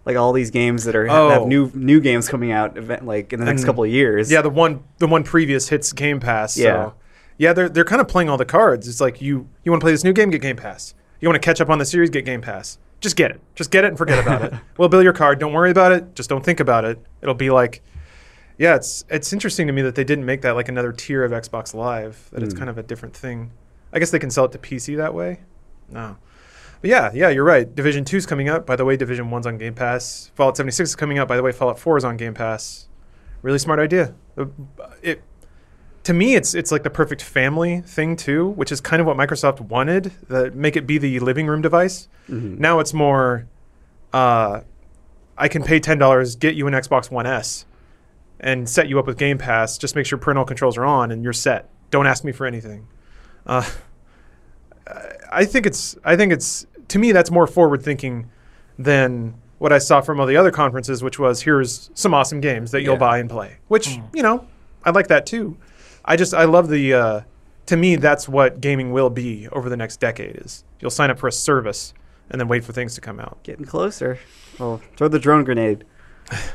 like all these games that are
Oh.
have new new games coming out event, like in the next
And-
couple of years.
Yeah, the one the one previous hits Game Pass.
Yeah.
So. Yeah, they're they're kind of playing all the cards. It's like you you want to play this new game, get Game Pass. You want to catch up on the series, get Game Pass. Just get it. Just get it and forget about it. We'll bill your card. Don't worry about it. Just don't think about it. It'll be like yeah, it's it's interesting to me that they didn't make that like another tier of Xbox Live. That it's kind of a different thing. I guess they can sell it to PC that way. No, but yeah, yeah, you're right. Division Two's coming up. By the way, Division One's on Game Pass. Fallout 76 is coming up. By the way, Fallout 4 is on Game Pass. Really smart idea. Uh, It to me, it's it's like the perfect family thing too, which is kind of what Microsoft wanted. The, make it be the living room device. Now it's more. Uh, I can pay ten dollars, get you an Xbox One S, and set you up with Game Pass. Just make sure parental controls are on, and you're set. Don't ask me for anything. Uh, I think it's I think it's to me that's more forward thinking than what I saw from all the other conferences, which was here's some awesome games that you'll
Yeah.
buy and play. Which you know I like that too. I just I love the uh, to me that's what gaming will be over the next decade is you'll sign up for a service and then wait for things to come out.
getting closer. Well, throw the drone grenade.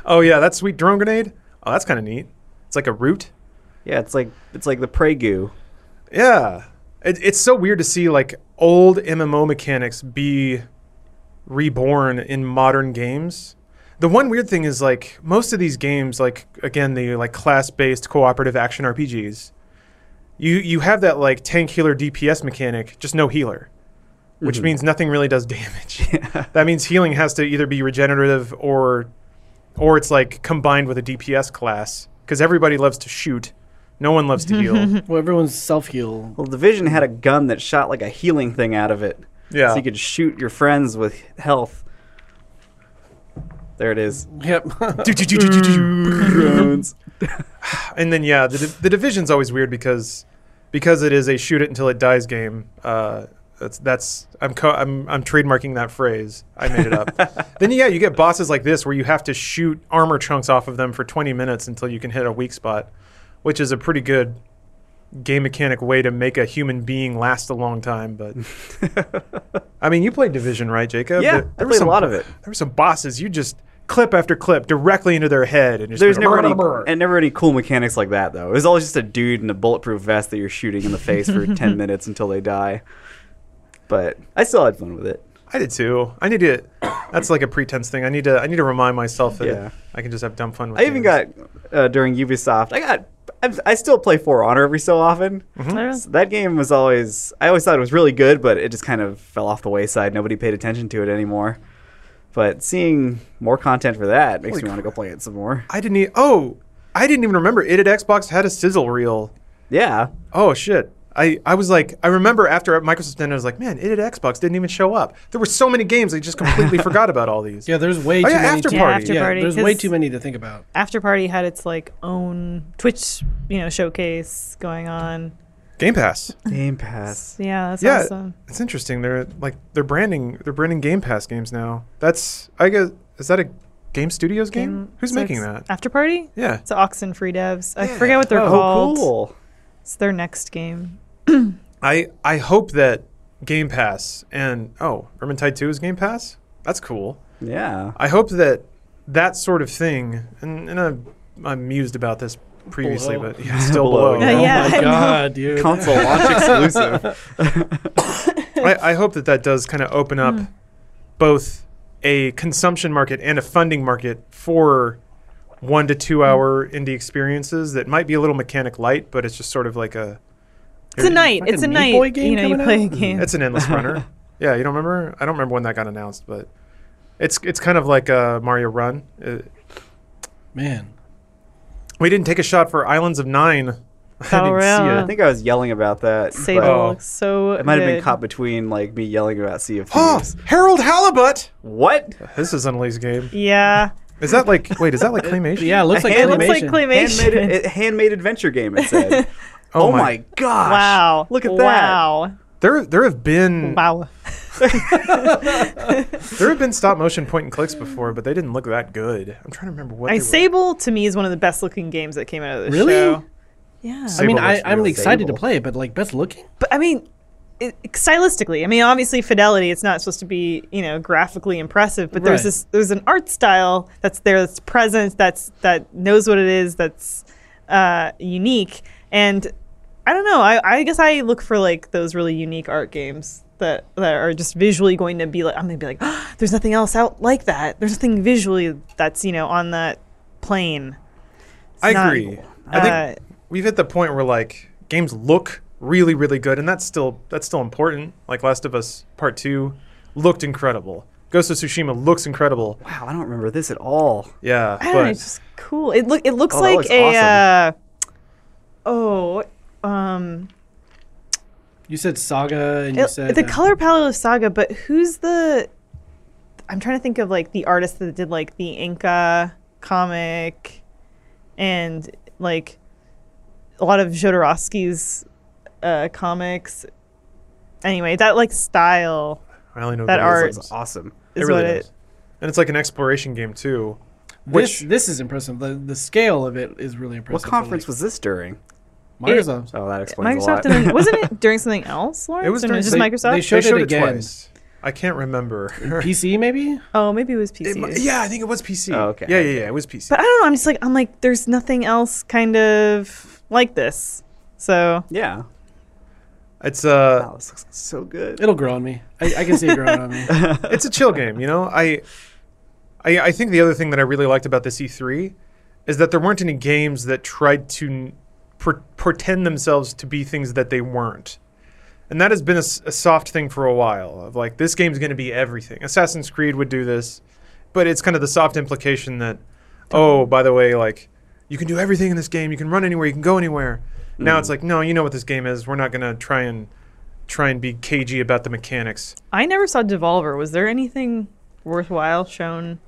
Oh yeah, that sweet drone grenade. Oh, that's kind of neat. It's like a root.
Yeah, it's like it's like the prey goo.
Yeah, it, it's so weird to see like old MMO mechanics be reborn in modern games. The one weird thing is like most of these games, like again the like class-based cooperative action RPGs, you you have that like tank healer DPS mechanic, just no healer, which
Mm-hmm.
means nothing really does (laughs) damage. That means healing has to either be regenerative or or it's like combined with a DPS class because everybody loves to shoot, no one loves to heal.
(laughs)
Well, everyone's self heal.
Well, Division had a gun that shot like a healing thing out of it.
Yeah.
so you could shoot your friends with health. There it is.
(laughs)
Yep.
Drones.
and then yeah, the, di- the division's always weird because because it is a shoot it until it dies game. Uh, that's that's I'm co- I'm I'm trademarking that phrase. I made it
(laughs)
up. then yeah, you get bosses like this where you have to shoot armor chunks off of them for 20 minutes until you can hit a weak spot, which is a pretty good game mechanic way to make a human being last a long time.
(laughs)
But I mean, you played Division, right, Jacob?
Yeah,
There-
I
there were
played a
some-
lot of it.
There were some bosses you just clip after clip directly into their head, and just
There's
go,
never
"Brr,
any
brr, brr."
and never any cool mechanics like that though. It was always just a dude in a bulletproof vest that you're shooting in the face (laughs) for ten minutes until they die. But I still had fun with it.
I did too. I need to. That's like a pretense thing. I need to. I need to remind myself that
Yeah.
I can just have dumb fun. with
I even
games.
got uh, during Ubisoft. I got. I've, I still play For Honor every so often. So that game was always. I always thought it was really good, but it just kind of fell off the wayside. Nobody paid attention to it anymore. But seeing more content for that makes
Holy
me want to go play it some more.
I didn't. E- oh, I didn't even remember. It at Xbox had a sizzle reel.
Yeah,
Oh shit. I, I was like I remember after Microsoft ended, I was like, man, it at Xbox didn't even show up. There were so many games, I just
(laughs)
completely forgot about all these.
Yeah, there's way
Oh,
too
yeah,
many.
After
to-
Yeah, Party.
After
yeah,
Party,
there's way
'cause-
too many to think about.
After Party had its like own Twitch, you know, showcase going on.
Game Pass.
Game Pass.
Yeah, that's
yeah,
awesome.
it's interesting. They're like they're branding they're branding Game Pass games now. That's I guess is that a Game Studios game? Who's
so
making
it's
that?
After Party?
Yeah,
It's Oxen Free Devs. I
Yeah.
forget what they're
oh,
called.
cool.
It's their next game.
I I hope that Game Pass and oh, Vermintide Two is Game Pass. That's cool.
Yeah.
I hope that that sort of thing, and, and I'm, I'm mused about this previously,
Below.
but yeah, still
Below,
below.
yeah.
Yeah.
oh
I
my
know.
god, dude.
Console launch exclusive.
I, I hope that that does kind of open up
Hmm.
both a consumption market and a funding market for one to
Hmm.
two hour indie experiences that might be a little mechanic light, but it's just sort of like a
It's a night.
fucking
It's a
Meat
night.
Boy game
you know, you
coming
play
out?
a game.
it's an endless
(laughs)
runner. Yeah, you don't remember? I don't remember when that got announced, but it's it's kind of like a Mario Run. Uh,
Man.
we didn't take a shot for Islands of Nine. (laughs) I
Oh,
didn't
really?
see
I
it.
think I was yelling about that.
Sable
Oh.
looks so.
but It might have been
good.
caught between like me yelling about Sea of
Oh,
Thieves.
Harold Halibut.
What?
This is Annalise game.
Yeah.
Is that like wait? Is that
(laughs)
like claymation?
Yeah, it looks like
It
It
animation.
looks like claymation.
Handmade, it, handmade adventure game.
(laughs)
It said. oh, my. gosh!
wow.
Look at that.
Wow.
There there have been
Wow. (laughs)
there have been stop motion point and clicks before, but they didn't look that good. I'm trying to remember what.
I
they were.
Sable to me is one of the best looking games that came out of this
Really?
show. Yeah.
I mean,
Sable
I,
looks
I'm
really
excited
Sable.
to play it, but like best looking.
But I mean, it, stylistically, I mean, obviously fidelity. It's not supposed to be, you know, graphically impressive. But
Right.
there's this, there's an art style that's there, that's present, that's that knows what it is, that's uh, unique. And I don't know. I, I guess I look for like those really unique art games that that are just visually going to be like. I'm gonna be like, "Ah, there's nothing else out like that. There's nothing visually that's you know on that plane. Uh,
I
not-
agree. I think we've hit the point where like games look really really good, and that's still that's still important. Like Last of Us Part Two looked incredible. Ghost of Tsushima looks incredible.
Wow, I don't remember this at all.
Yeah,
I don't know.
but
It's just cool. It look. It looks
Oh, that
like
looks
a.
awesome.
Uh, oh, um,
You said Saga, and you
it-
said
the
uh,
color palette of Saga, but who's the? I'm trying to think of like the artist that did like the Inca comic, and like a lot of Jodorowsky's uh, comics. Anyway, that like style
I only know
that
those
art-
ones.
It's awesome.
is
It really
what
does. and it's like an exploration game too.
This
Which
this is impressive. The the scale of it is really
What
impressive.
conference was this during?
was Microsoft?
Oh, that explains
Microsoft
a lot.
and
(laughs)
then, wasn't it during something else, Lawrence?
was
Or
during-
just
they-
Microsoft.
they
they
showed,
showed
it
it
again.
twice. I can't remember.
PC maybe.
oh, maybe it was
(laughs)
PC.
It mu- yeah, I think it was PC.
Oh, okay,
Yeah,
okay.
yeah, yeah. It was PC.
But I don't know. I'm just like I'm like there's nothing else kind of like this. So
Yeah.
It's uh,
Wow, this looks so good.
It'll grow on me. I, I can see it growing on me.
it's a chill game, you know. I, I, I think the other thing that I really liked about this E3 is that there weren't any games that tried to n- pre- pretend themselves to be things that they weren't, and that has been a, s- a soft thing for a while. Of like, this game's going to be everything. Assassin's Creed would do this, but it's kind of the soft implication that, oh, by the way, like you can do everything in this game. You can run anywhere. You can go anywhere. Now it's like, no, you know what this game is. We're not going to try and try and be cagey about the mechanics.
I never saw Devolver. Was there anything worthwhile shown?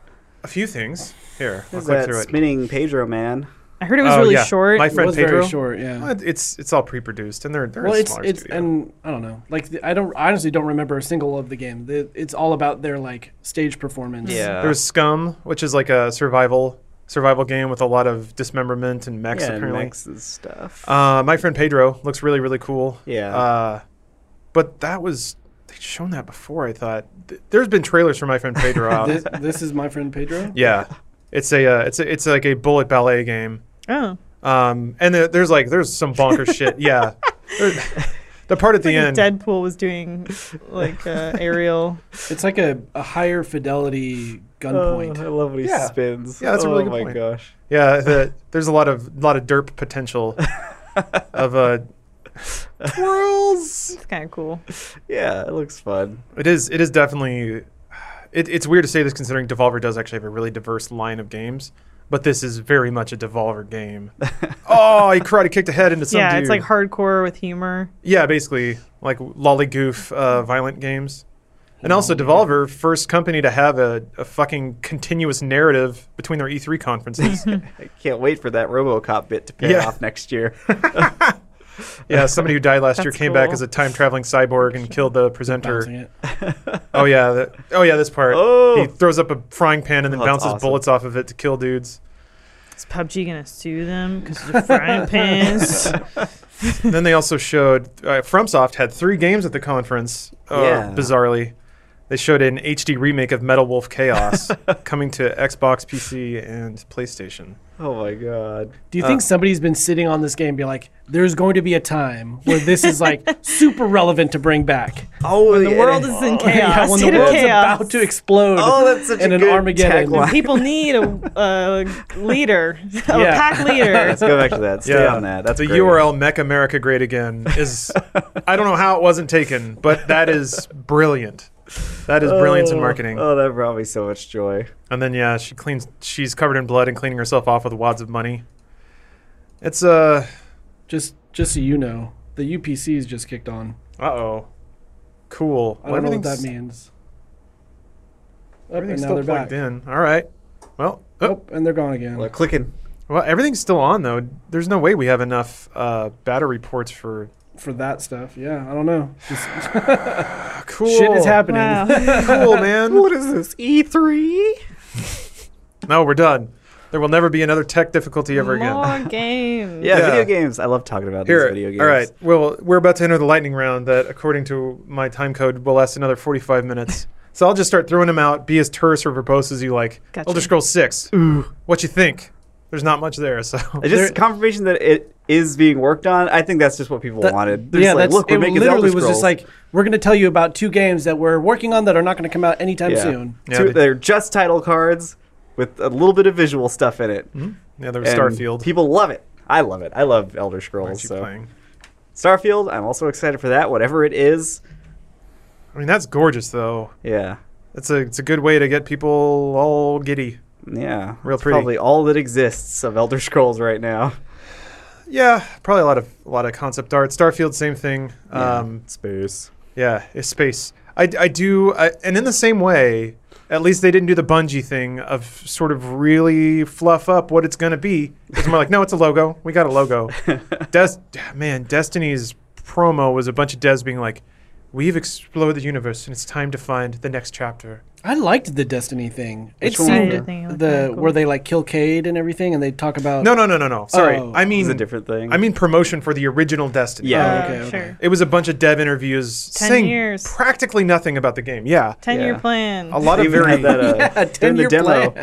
a few things. Here, I'll
There's
click
that
through it.
spinning Pedro man.
I heard it was
Oh,
really
yeah.
short.
My
It
friend
was
Pedro.
very short. Yeah.
Well, it- it's it's all pre-produced, and they're they're
well,
a
it's
smaller
it's
studio.
and I don't know. Like the, I don't I honestly don't remember a single of the game. The, it's all about their like stage performance.
There's Scum, which is like a survival survival game with a lot of dismemberment and mechs
yeah,
apparently.
mechs and stuff.
Uh, my friend Pedro looks really really cool.
Yeah.
Uh, but that was they'd shown that before. I thought Th- there's been trailers for my friend Pedro.
(laughs) This,
out.
this is my friend Pedro.
Yeah, it's a uh, it's a, it's like a bullet ballet game.
Oh,
Um, and there, there's like there's some bonkers shit. Yeah, There- the part at
the
the end.
Deadpool was doing
(laughs)
like uh, aerial.
It's like a, a higher fidelity gunpoint.
Oh, I love when he
Yeah.
spins.
Yeah, that's a
oh
really good
my
point.
gosh.
Yeah, the, there's a lot of lot of derp potential of uh, (laughs) twirls.
It's kind of cool.
Yeah, it looks fun.
It is it is definitely it, it's weird to say this considering Devolver does actually have a really diverse line of games, but this is very much a Devolver game. oh, he karate kicked a head into some
yeah,
dude.
it's like hardcore with humor.
Yeah, basically like lollygoof uh, violent games. And also, Devolver, first company to have a, a fucking continuous narrative between their E3 conferences.
I can't wait for that RoboCop bit to pay
Yeah.
off next year.
yeah, somebody who died
(laughs)
last year
That's
came back
cool.
as a time traveling cyborg and killed the presenter.
Bouncing it.
Oh yeah, that, oh yeah, this part.
Oh.
He throws up a frying pan and then
Oh, that's
bounces
awesome.
bullets off of it to kill
(laughs)
dudes.
Is PUBG gonna sue them because
(laughs)
they're frying pans?
then they also showed uh, FromSoft had three games at the conference. Uh,
Yeah.
Bizarrely, they showed an HD remake of Metal Wolf
(laughs)
Chaos coming to Xbox, PC, and PlayStation.
oh my god. Uh,
Do you think somebody's been sitting on this game, and be like, "There's going to be a time where this is
(laughs)
like super relevant to bring back."
Oh,
the world is
(laughs)
in chaos.
when
state
the
of
world's
chaos.
about to explode,
(laughs) Oh, that's such
in
a
an
good
Armageddon.
(laughs)
tagline.
People need a,
(laughs)
a leader, (laughs) a
Yeah.
pack
(laughs)
leader.
Let's go back to that. Stay on that. That's
the
great.
URL "Make America Great Again"
(laughs)
is. I don't know how it wasn't taken, but that is brilliant. That is brilliance in
Oh,
marketing.
Oh, that brought me so much joy.
And then yeah, she cleans. She's covered in blood and cleaning herself off with wads of money. It's uh
just just so you know, the UPC is just kicked on.
uh oh, cool.
I don't know what that
Everything's-
means. Up, and
Everything's
now
still
they're
plugged
back.
in. All right. Well, oh,
Oh, and they're gone again.
Well, clicking.
well, everything's still on though. There's no way we have enough uh, battery ports for.
For that stuff, yeah, I don't know. Just (laughs)
cool.
shit is happening.
Wow.
(laughs)
Cool, man.
What is this? E E3?
no, we're done. There will never be another tech difficulty ever again.
More games.
Yeah,
Yeah.
video games. I love talking about
Here,
these video games.
all right. Well, we're about to enter the lightning round that, according to my time code, will last another 45 minutes. so I'll just start throwing them out. Be as terse or verbose as you like.
Gotcha.
Elder Scrolls 6. Ooh. What you think? There's not much there, so.
It's Just confirmation that it is being worked on. I think that's just what people
That-
wanted. They're just like,
that's-
look, we're
it
making
literally
Elder
was just
Scrolls.
like we're going to tell you about two games that we're working on that are not going to come out anytime
yeah.
soon.
Yeah,
Two-
they-
they're just title cards with a little bit of visual stuff in it.
Hmm? Yeah, there was
And
Starfield.
People love it. I love it. I love Elder Scrolls.
Aren't you
So
playing?
Starfield. I'm also excited for that. Whatever it is.
I mean, that's gorgeous, though.
Yeah.
It's a it's a good way to get people all giddy.
Yeah.
Real
It's
pretty.
Probably all that exists of Elder Scrolls right now.
Yeah, probably a lot of a lot of concept art. Starfield, same thing. Yeah. Um,
Space.
yeah, it's space. I, I do, I, and in the same way, at least they didn't do the Bungie thing of sort of really fluff up what it's gonna be. It's more like, no, it's a logo. We got a
(laughs)
logo. Des, man, Destiny's promo was a bunch of devs being like, "We've explored the universe, and it's time to find the next chapter."
I liked the Destiny thing. It
Which one was
seemed
that?
Thing, it
the
looked kinda cool.
where they like kill Cade and everything, and they talk about
No, no, no, no, no. Sorry,
Oh.
I mean
It's a different thing.
I mean promotion for the original Destiny.
Yeah.
Uh,
okay, okay.
sure.
It was a bunch of dev interviews
10
saying
years.
practically nothing about the game. Yeah.
Ten-year
Yeah.
plan.
A lot of
even
very
had
(laughs)
that uh,
Yeah,
during the
10-year
demo (laughs)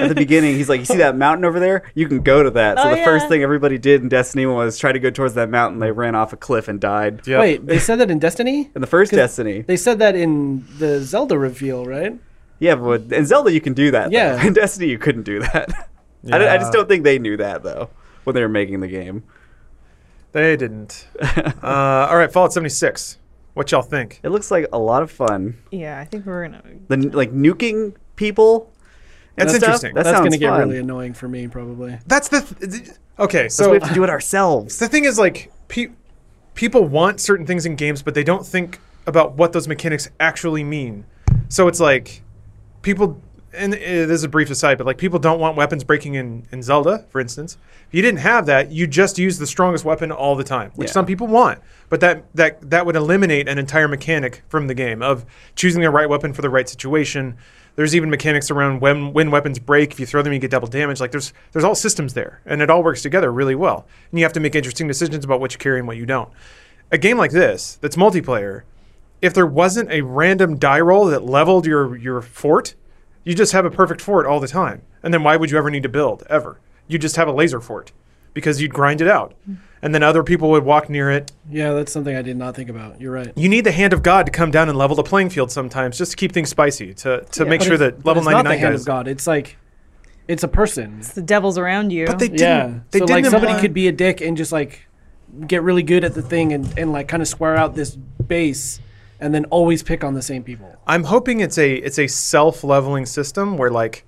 at the beginning. He's like, "You see that mountain over there? You can go to that." So
Oh,
the first
yeah.
thing everybody did in Destiny was try to go towards that mountain. They ran off a cliff and died.
Yep.
Wait, they said
(laughs)
that in Destiny?
In the first
'Cause
Destiny,
They said that in the Zelda reveal, right?
yeah, but in Zelda you can do that. though.
Yeah.
(laughs) in Destiny you couldn't do that. I, don't- I
Yeah.
just don't think they knew that though when they were making the game.
They didn't. uh, all right, Fallout 76. What y'all think?
It looks like a lot of fun.
yeah, I think we're gonna.
The n- like nuking people. and
That's
stuff,
interesting.
That
That's
sounds
gonna get
fun.
really annoying for me, probably.
That's the. Th- th- okay,
So
so
we have to do it
(laughs)
ourselves.
the thing is, like, pe- people want certain things in games, but they don't think about what those mechanics actually mean. So it's like, people. And uh, this is a brief aside, but like people don't want weapons breaking in, in Zelda, for instance. If you didn't have that, you just use the strongest weapon all the time, which
Yeah.
some people want. But that that that would eliminate an entire mechanic from the game of choosing the right weapon for the right situation, There's even mechanics around when when weapons break. If you throw them, you get double damage. Like there's there's all systems there, and it all works together really well. And you have to make interesting decisions about what you carry and what you don't. A game like this that's multiplayer, if there wasn't a random die roll that leveled your your fort, you just have a perfect fort all the time. And then why would you ever need to build ever? You just have a laser fort because you'd grind it out, and then other people would walk near it,
Yeah, that's something I did not think about. You're right.
you need the hand of God to come down and level the playing field sometimes, just to keep things spicy, to, to make
But
sure
it's-
that
but
level
it's not the
ninety nine
hand of
guys.
God. It's like it's a person.
the devil's around you.
But they didn't.
Yeah.
They
so
didn't
like somebody
imply-
could be a dick and just like get really good at the thing and, and like kind of square out this base and then always pick on the same people.
I'm hoping it's a it's a self leveling system where like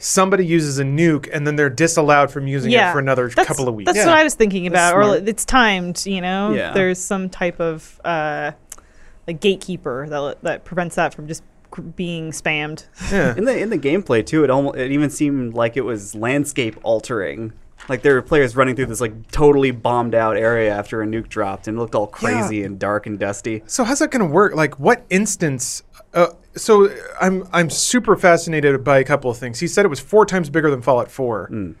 somebody uses a nuke and then they're disallowed from using it for another
That's-
couple of weeks.
That's
Yeah.
what I was thinking
That's
about. Or
smart.
like, it's timed, you know.
Yeah.
There's some type of uh, like gatekeeper that that prevents that from just c- being spammed.
Yeah.
In the in the gameplay too, it almost it even seemed like it was landscape altering. Like there were players running through this like totally bombed out area after a nuke dropped, and it looked all crazy
Yeah.
and dark and dusty.
So how's that going to work? Like, what instance? Uh, so I'm I'm super fascinated by a couple of things. He said it was four times bigger than Fallout Four.
Mm,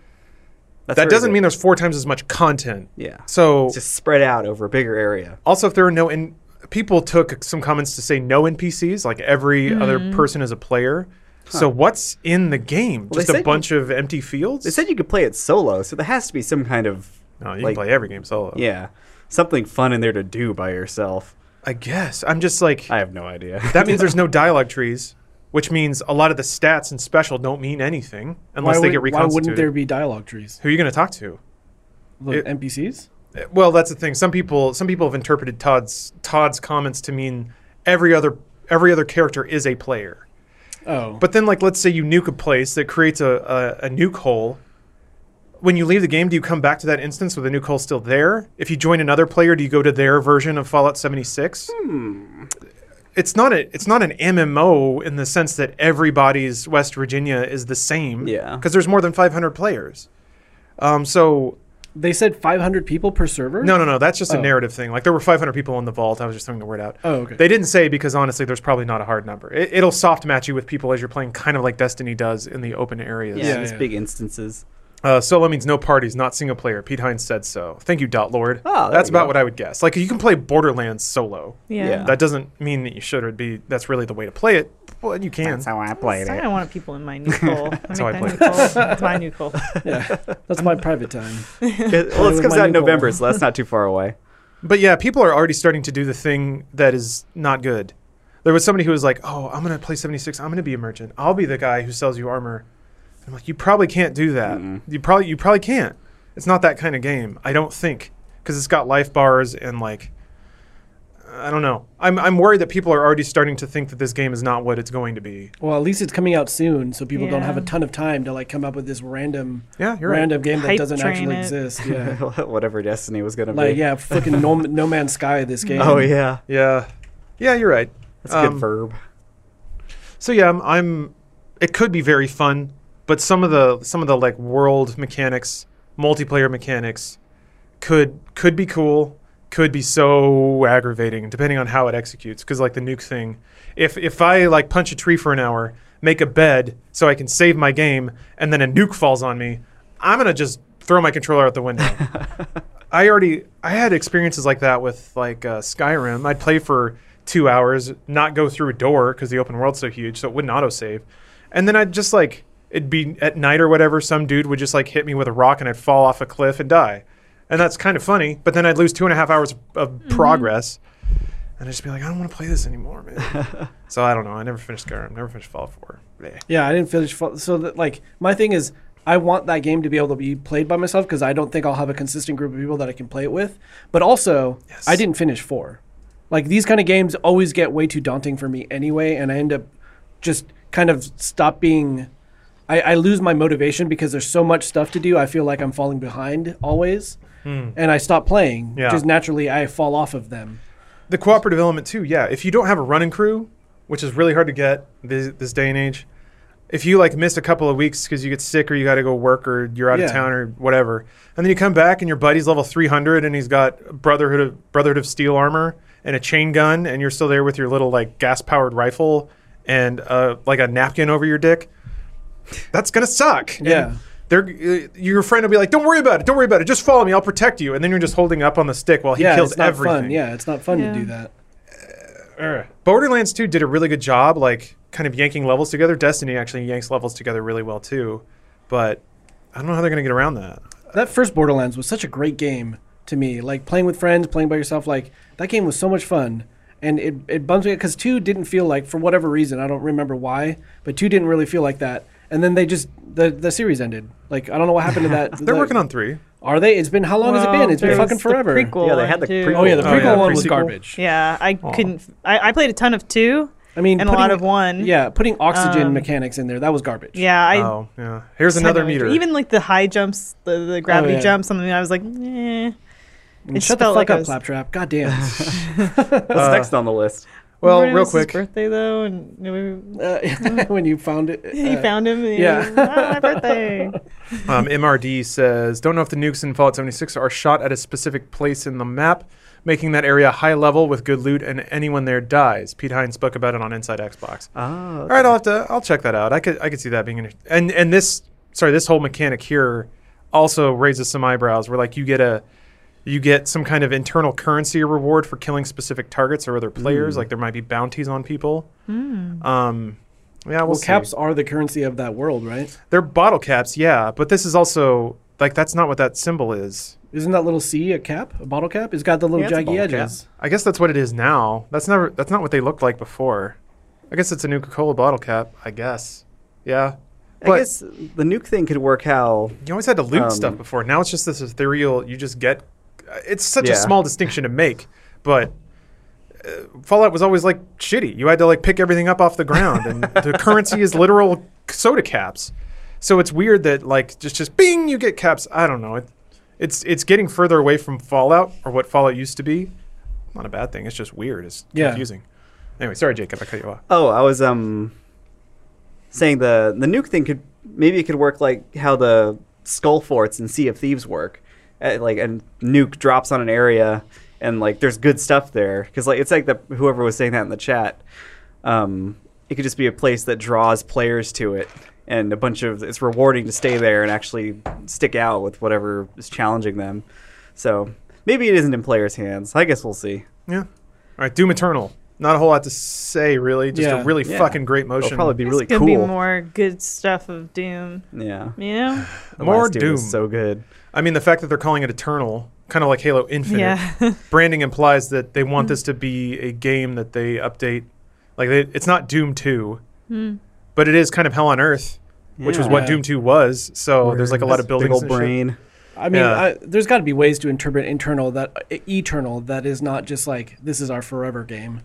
That's
That
sort of
doesn't
it.
mean there's four times as much content.
yeah.
So
It's just spread out over a bigger area.
Also, if there are no in- people took some comments to say no NPCs, like every
Mm-hmm.
other person is a player. So what's in the game?
Well, they
Just a
said-
bunch of empty fields?
They said you could play it solo, so there has to be some kind of
no, you
like-
can play every game solo.
yeah something fun in there to do by yourself.
I guess. I'm just like
I have no idea. (laughs)
that means there's no dialogue trees, which means a lot of the stats and special don't mean anything unless
why,
they
would-
get
why
reconstituted.
wouldn't there be dialogue trees?
Who are you going to talk to?
The
It-
NPCs?
Uh, Well, that's the thing. Some people some people have interpreted Todd's Todd's comments to mean every other every other character is a player.
Oh.
But then, like, let's say you nuke a place that creates a, a, a nuke hole. When you leave the game, do you come back to that instance with the nuke hole still there? If you join another player, do you go to their version of Fallout 76? It's not a it's not an MMO in the sense that everybody's West Virginia is the same.
Yeah.
Because there's more than 500 players. Um. So
they said 500 people per server?
no, no, no. That's just a
Oh.
narrative thing. Like there were 500 people in the vault. I was just throwing the word out.
Oh, okay.
They didn't say because honestly, there's probably not a hard number. It, it'll soft match you with people as you're playing, kind of like Destiny does in the open areas.
yeah,
Yeah,
these
yeah.
big instances.
Uh, solo means no parties, not single player. Pete Hines said so. Thank you, Dot Lord.
Oh, there
that's
we go.
about what I would guess. Like you can play Borderlands solo.
Yeah.
Yeah.
That doesn't mean that you should. It'd be that's really the way to play it. Well, you can.
how I
I kind of wanted people in my nuke hole. That's
how I play it.
It's my nuke hole.
That's my private time.
well,
with
this comes
my
out in
new
November,
goal.
so that's not too far (laughs) away.
But yeah, people are already starting to do the thing that is not good. There was somebody who was like, "Oh, I'm gonna play 76. I'm gonna be a merchant. I'll be the guy who sells you armor." I'm like, "You probably can't do that. You probably you probably can't. It's not that kind of game. I don't think because it's got life bars and like." I don't know. I'm, I'm worried that people are already starting to think that this game is not what it's going to be.
Well, at least it's coming out soon, so people don't
Yeah.
have a ton of time to like come up with this random,
Yeah, you're right.
random game that
Hype
doesn't
train
actually
it.
exist. Yeah,
Whatever Destiny was gonna
like
be.
yeah, fucking no, no Man's Sky. This game.
Oh yeah,
Yeah, yeah, you're right.
that's a good
Um,
verb.
So yeah, I'm, I'm. It could be very fun, but some of the some of the like world mechanics, multiplayer mechanics, could could be cool, could be so aggravating depending on how it executes. Because like the nuke thing, if if I like punch a tree for an hour, make a bed so I can save my game, and then a nuke falls on me, I'm gonna just throw my controller out the window. I already I had experiences like that with like uh, Skyrim. I'd play for two hours, not go through a door because the open world's so huge, so it wouldn't autosave. And then I'd just like it'd be at night or whatever. Some dude would just like hit me with a rock and I'd fall off a cliff and die. And that's kind of funny. But then I'd lose two and a half hours of progress, and I'd just be like, I don't want to play this anymore, man. so I don't know. I never finished Skyrim. Never finished Fallout 4.
Yeah, I didn't finish. Fall- So that, like, my thing is, I want that game to be able to be played by myself because I don't think I'll have a consistent group of people that I can play it with. But also,
Yes.
I didn't finish four. Like these kind of games always get way too daunting for me anyway, and I end up just kind of stop being. I, I lose my motivation because there's so much stuff to do. I feel like I'm falling behind always, and I stop playing.
Hmm. Yeah.
Just naturally, I fall off of them.
The cooperative element too, yeah. If you don't have a running crew, which is really hard to get this, this day and age, if you like miss a couple of weeks because you get sick or you got to go work or you're out
Yeah.
of town or whatever, and then you come back and your buddy's level 300 and he's got Brotherhood of Brotherhood of Steel armor and a chain gun and you're still there with your little like gas powered rifle and uh, like a napkin over your dick, that's gonna suck. And
Yeah.
They're, uh, your friend will be like, "Don't worry about it. Don't worry about it. Just follow me. I'll protect you." And then you're just holding up on the stick while he
yeah,
kills
it's not
everything.
fun. Yeah, it's not fun
Yeah.
to do that.
Ugh. Borderlands 2 did a really good job, like kind of yanking levels together. Destiny actually yanks levels together really well too, but I don't know how they're gonna get around that.
That first Borderlands was such a great game to me. Like playing with friends, playing by yourself, like that game was so much fun. And it, it bums me because two didn't feel like for whatever reason I don't remember why, but two didn't really feel like that. And then they just the the series ended. Like I don't know what happened to that.
(laughs) They're working on three.
Are they? It's been how long has it been? It's been
Well,
fucking
there's the
forever.
prequel
Yeah, they had the
one, too.
Oh yeah, the
Oh,
prequel
yeah,
one was
prequel.
garbage.
Yeah, I couldn't. I, I played a ton of two.
I mean,
and a lot of one.
Yeah, putting oxygen
Um,
mechanics in there that was garbage.
Yeah, I.
oh yeah. Here's
had
another
no idea.
meter.
Even like the high jumps, the, the gravity
yeah.
jumps, something I was like, eh.
And
it
shut the fuck
felt like I
up,
was-
Claptrap. God damn. (laughs)
(laughs)
What's next on the list?
well,
Remember
real
it was his
quick.
birthday though, and we,
uh, when you found it,
he
uh,
found him. And
yeah.
yeah, ah, my birthday.
Um, MRD says, don't know if the nukes in Fallout 76 are shot at a specific place in the map, making that area high level with good loot, and anyone there dies. Pete Hines spoke about it on Inside Xbox.
Oh,
All right, I'll have to. I'll check that out. I could. I could see that being interesting. And and this. Sorry, this whole mechanic here also raises some eyebrows. Where like you get a, you get some kind of internal currency or reward for killing specific targets or other players.
Hmm.
Like there might be bounties on people. Um, yeah, we'll,
well,
see.
caps are the currency of that world, right?
They're bottle caps, yeah. But this is also like that's not what that symbol is.
Isn't that little C a cap? A bottle cap? It's got the little
Yeah, it's a
jaggy
bottle cap.
edges.
I guess that's what it is now. That's never. That's not what they looked like before. I guess it's a new Coca-Cola bottle cap. I guess. Yeah.
I guess the nuke thing could work how
You always had to loot
Um,
stuff before. Now it's just this ethereal. You just get. It's such
Yeah.
a small distinction to make, but uh, Fallout was always like shitty. You had to like pick everything up off the ground, and
(laughs)
the currency is literal soda caps. So it's weird that like just just bing, you get caps. I don't know. It, it's it's getting further away from Fallout or what Fallout used to be. Not a bad thing. It's just weird. It's
Yeah.
confusing. Anyway, sorry, Jacob. I cut you off.
Oh, I was um saying the the nuke thing could maybe it could work like how the skull forts in Sea of Thieves work. Uh, like a nuke drops on an area and like there's good stuff there because like it's like the whoever was saying that in the chat. Um, it could just be a place that draws players to it and a bunch of it's rewarding to stay there and actually stick out with whatever is challenging them. So maybe it isn't in players' hands. I guess we'll see.
Yeah. All right. Doom Eternal. Not a whole lot to say really. Just
Yeah.
a really
Yeah.
fucking great motion.
It'll probably be really
There's
cool.
gonna be more good stuff of Doom.
yeah.
You
(sighs)
know?
The
More
last Doom.
Doom.
was so good.
I mean, the fact that they're calling it Eternal, kind of like Halo Infinite,
Yeah. (laughs) Oh,
branding implies that they want this to be a game that they update. Like, they, it's not Doom 2, but it is kind of Hell on Earth, which was what
Yeah.
Doom 2 was. So there's like a lot of buildings.
Big old
and shit.
brain.
I mean,
Yeah.
I, there's got to be ways to interpret internal that e- eternal that is not just like this is our forever game.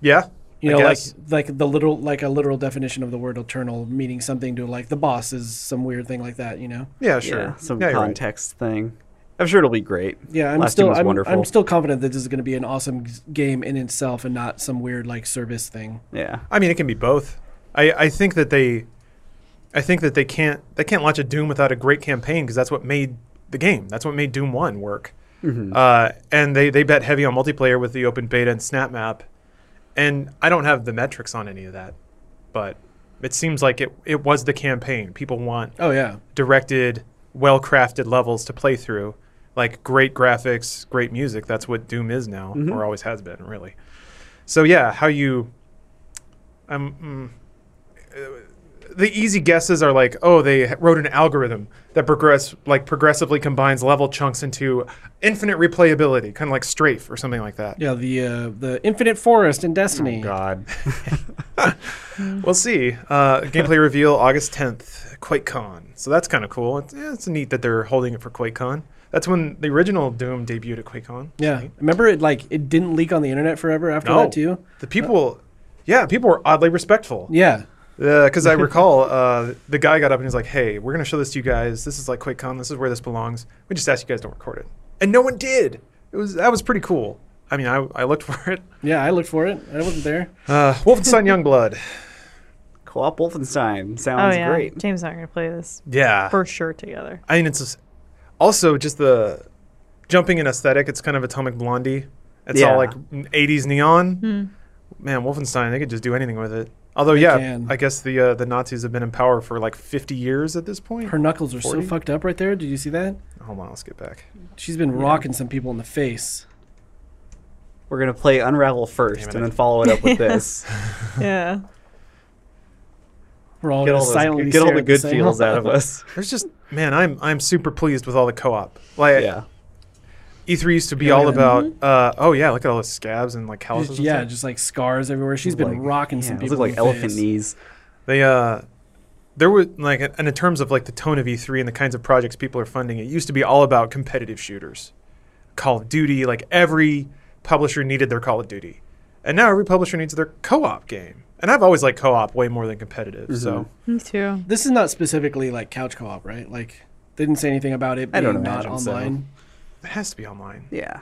Yeah.
You
I
know, like
guess.
like the literal like a literal definition of the word eternal meaning something to like the boss is some weird thing like that. You know.
Yeah, sure.
Yeah, some
Yeah, you're right.
context thing. I'm sure it'll be great.
Yeah, I'm
Last Doom
still
was
I'm,
wonderful.
I'm still confident that this is going to be an awesome g- game in itself and not some weird like service thing.
Yeah.
I mean, it can be both. I, I think that they, I think that they can't they can't launch a Doom without a great campaign because that's what made the game. That's what made Doom One work. Uh, and they they bet heavy on multiplayer with the open beta and snap map. And I don't have the metrics on any of that, but it seems like it it was the campaign. People want
Oh yeah,
directed, well crafted levels to play through, like great graphics, great music. That's what Doom is now, or always has been, really. So yeah, how you, um, mm, uh, the easy guesses are like, oh, they h- wrote an algorithm that progress like progressively combines level chunks into infinite replayability, kind of like Strafe or something like that.
yeah. The uh, the infinite forest in Destiny.
Oh, God.
We'll see. Uh, gameplay reveal August 10th, QuakeCon. So that's kind of cool. It's, yeah, it's neat that they're holding it for QuakeCon. That's when the original Doom debuted at QuakeCon.
Yeah, remember it like it didn't leak on the internet forever after
No.
that too.
The people, yeah, people were oddly respectful.
Yeah,
Because I recall uh, the guy got up and he was like, hey, we're going to show this to you guys. This is like QuakeCon. This is where this belongs. We just asked you guys don't record it. And no one did. It was That was pretty cool. I mean, I, I looked (laughs) for it.
yeah. I looked for it. I wasn't there.
Uh, Wolfenstein Youngblood.
(laughs) Co-op Wolfenstein
Oh
sounds
yeah,
great.
James and I are gonna play this
Yeah.
for sure
(sighs)
together.
I mean, it's just- also just the jumping in aesthetic. It's kind of Atomic Blondie. It's
Yeah.
all like n- 80s neon. Man, Wolfenstein, they could just do anything with it. Although, yeah,
can.
I guess the uh, the Nazis have been in power for like 50 years at this point.
Her knuckles are so
40?
fucked up right there. Did you see that?
Hold on, let's get back.
She's been rocking some people in the face.
We're gonna play Unravel first,
Damn it,
and
I-
then follow it
(laughs)
up with this.
yeah.
We're all
Get
gonna
all,
silently
those, get all
stare
the
at
good
same- (laughs)
feels out of us.
There's just man, I'm I'm super pleased with all the co-op. Like
Yeah.
E3 used to be
Yeah,
all
yeah.
about. Uh, oh yeah, look at all the scabs and like calluses.
Just,
and
yeah,
stuff.
just like scars everywhere. She's been
Like,
rocking some
yeah, those
people. in
look like
the
elephant
face.
knees.
They uh, there were like, and in terms of like the tone of E3 and the kinds of projects people are funding, it used to be all about competitive shooters, Call of Duty. Like every publisher needed their Call of Duty, and now every publisher needs their co-op game. And I've always liked co-op way more than competitive. So
Mm-hmm.
Me too.
This is not specifically like couch co-op, right? Like they didn't say anything about it
I
being
don't
not
imagine so.
online.
it has to be online.
Yeah.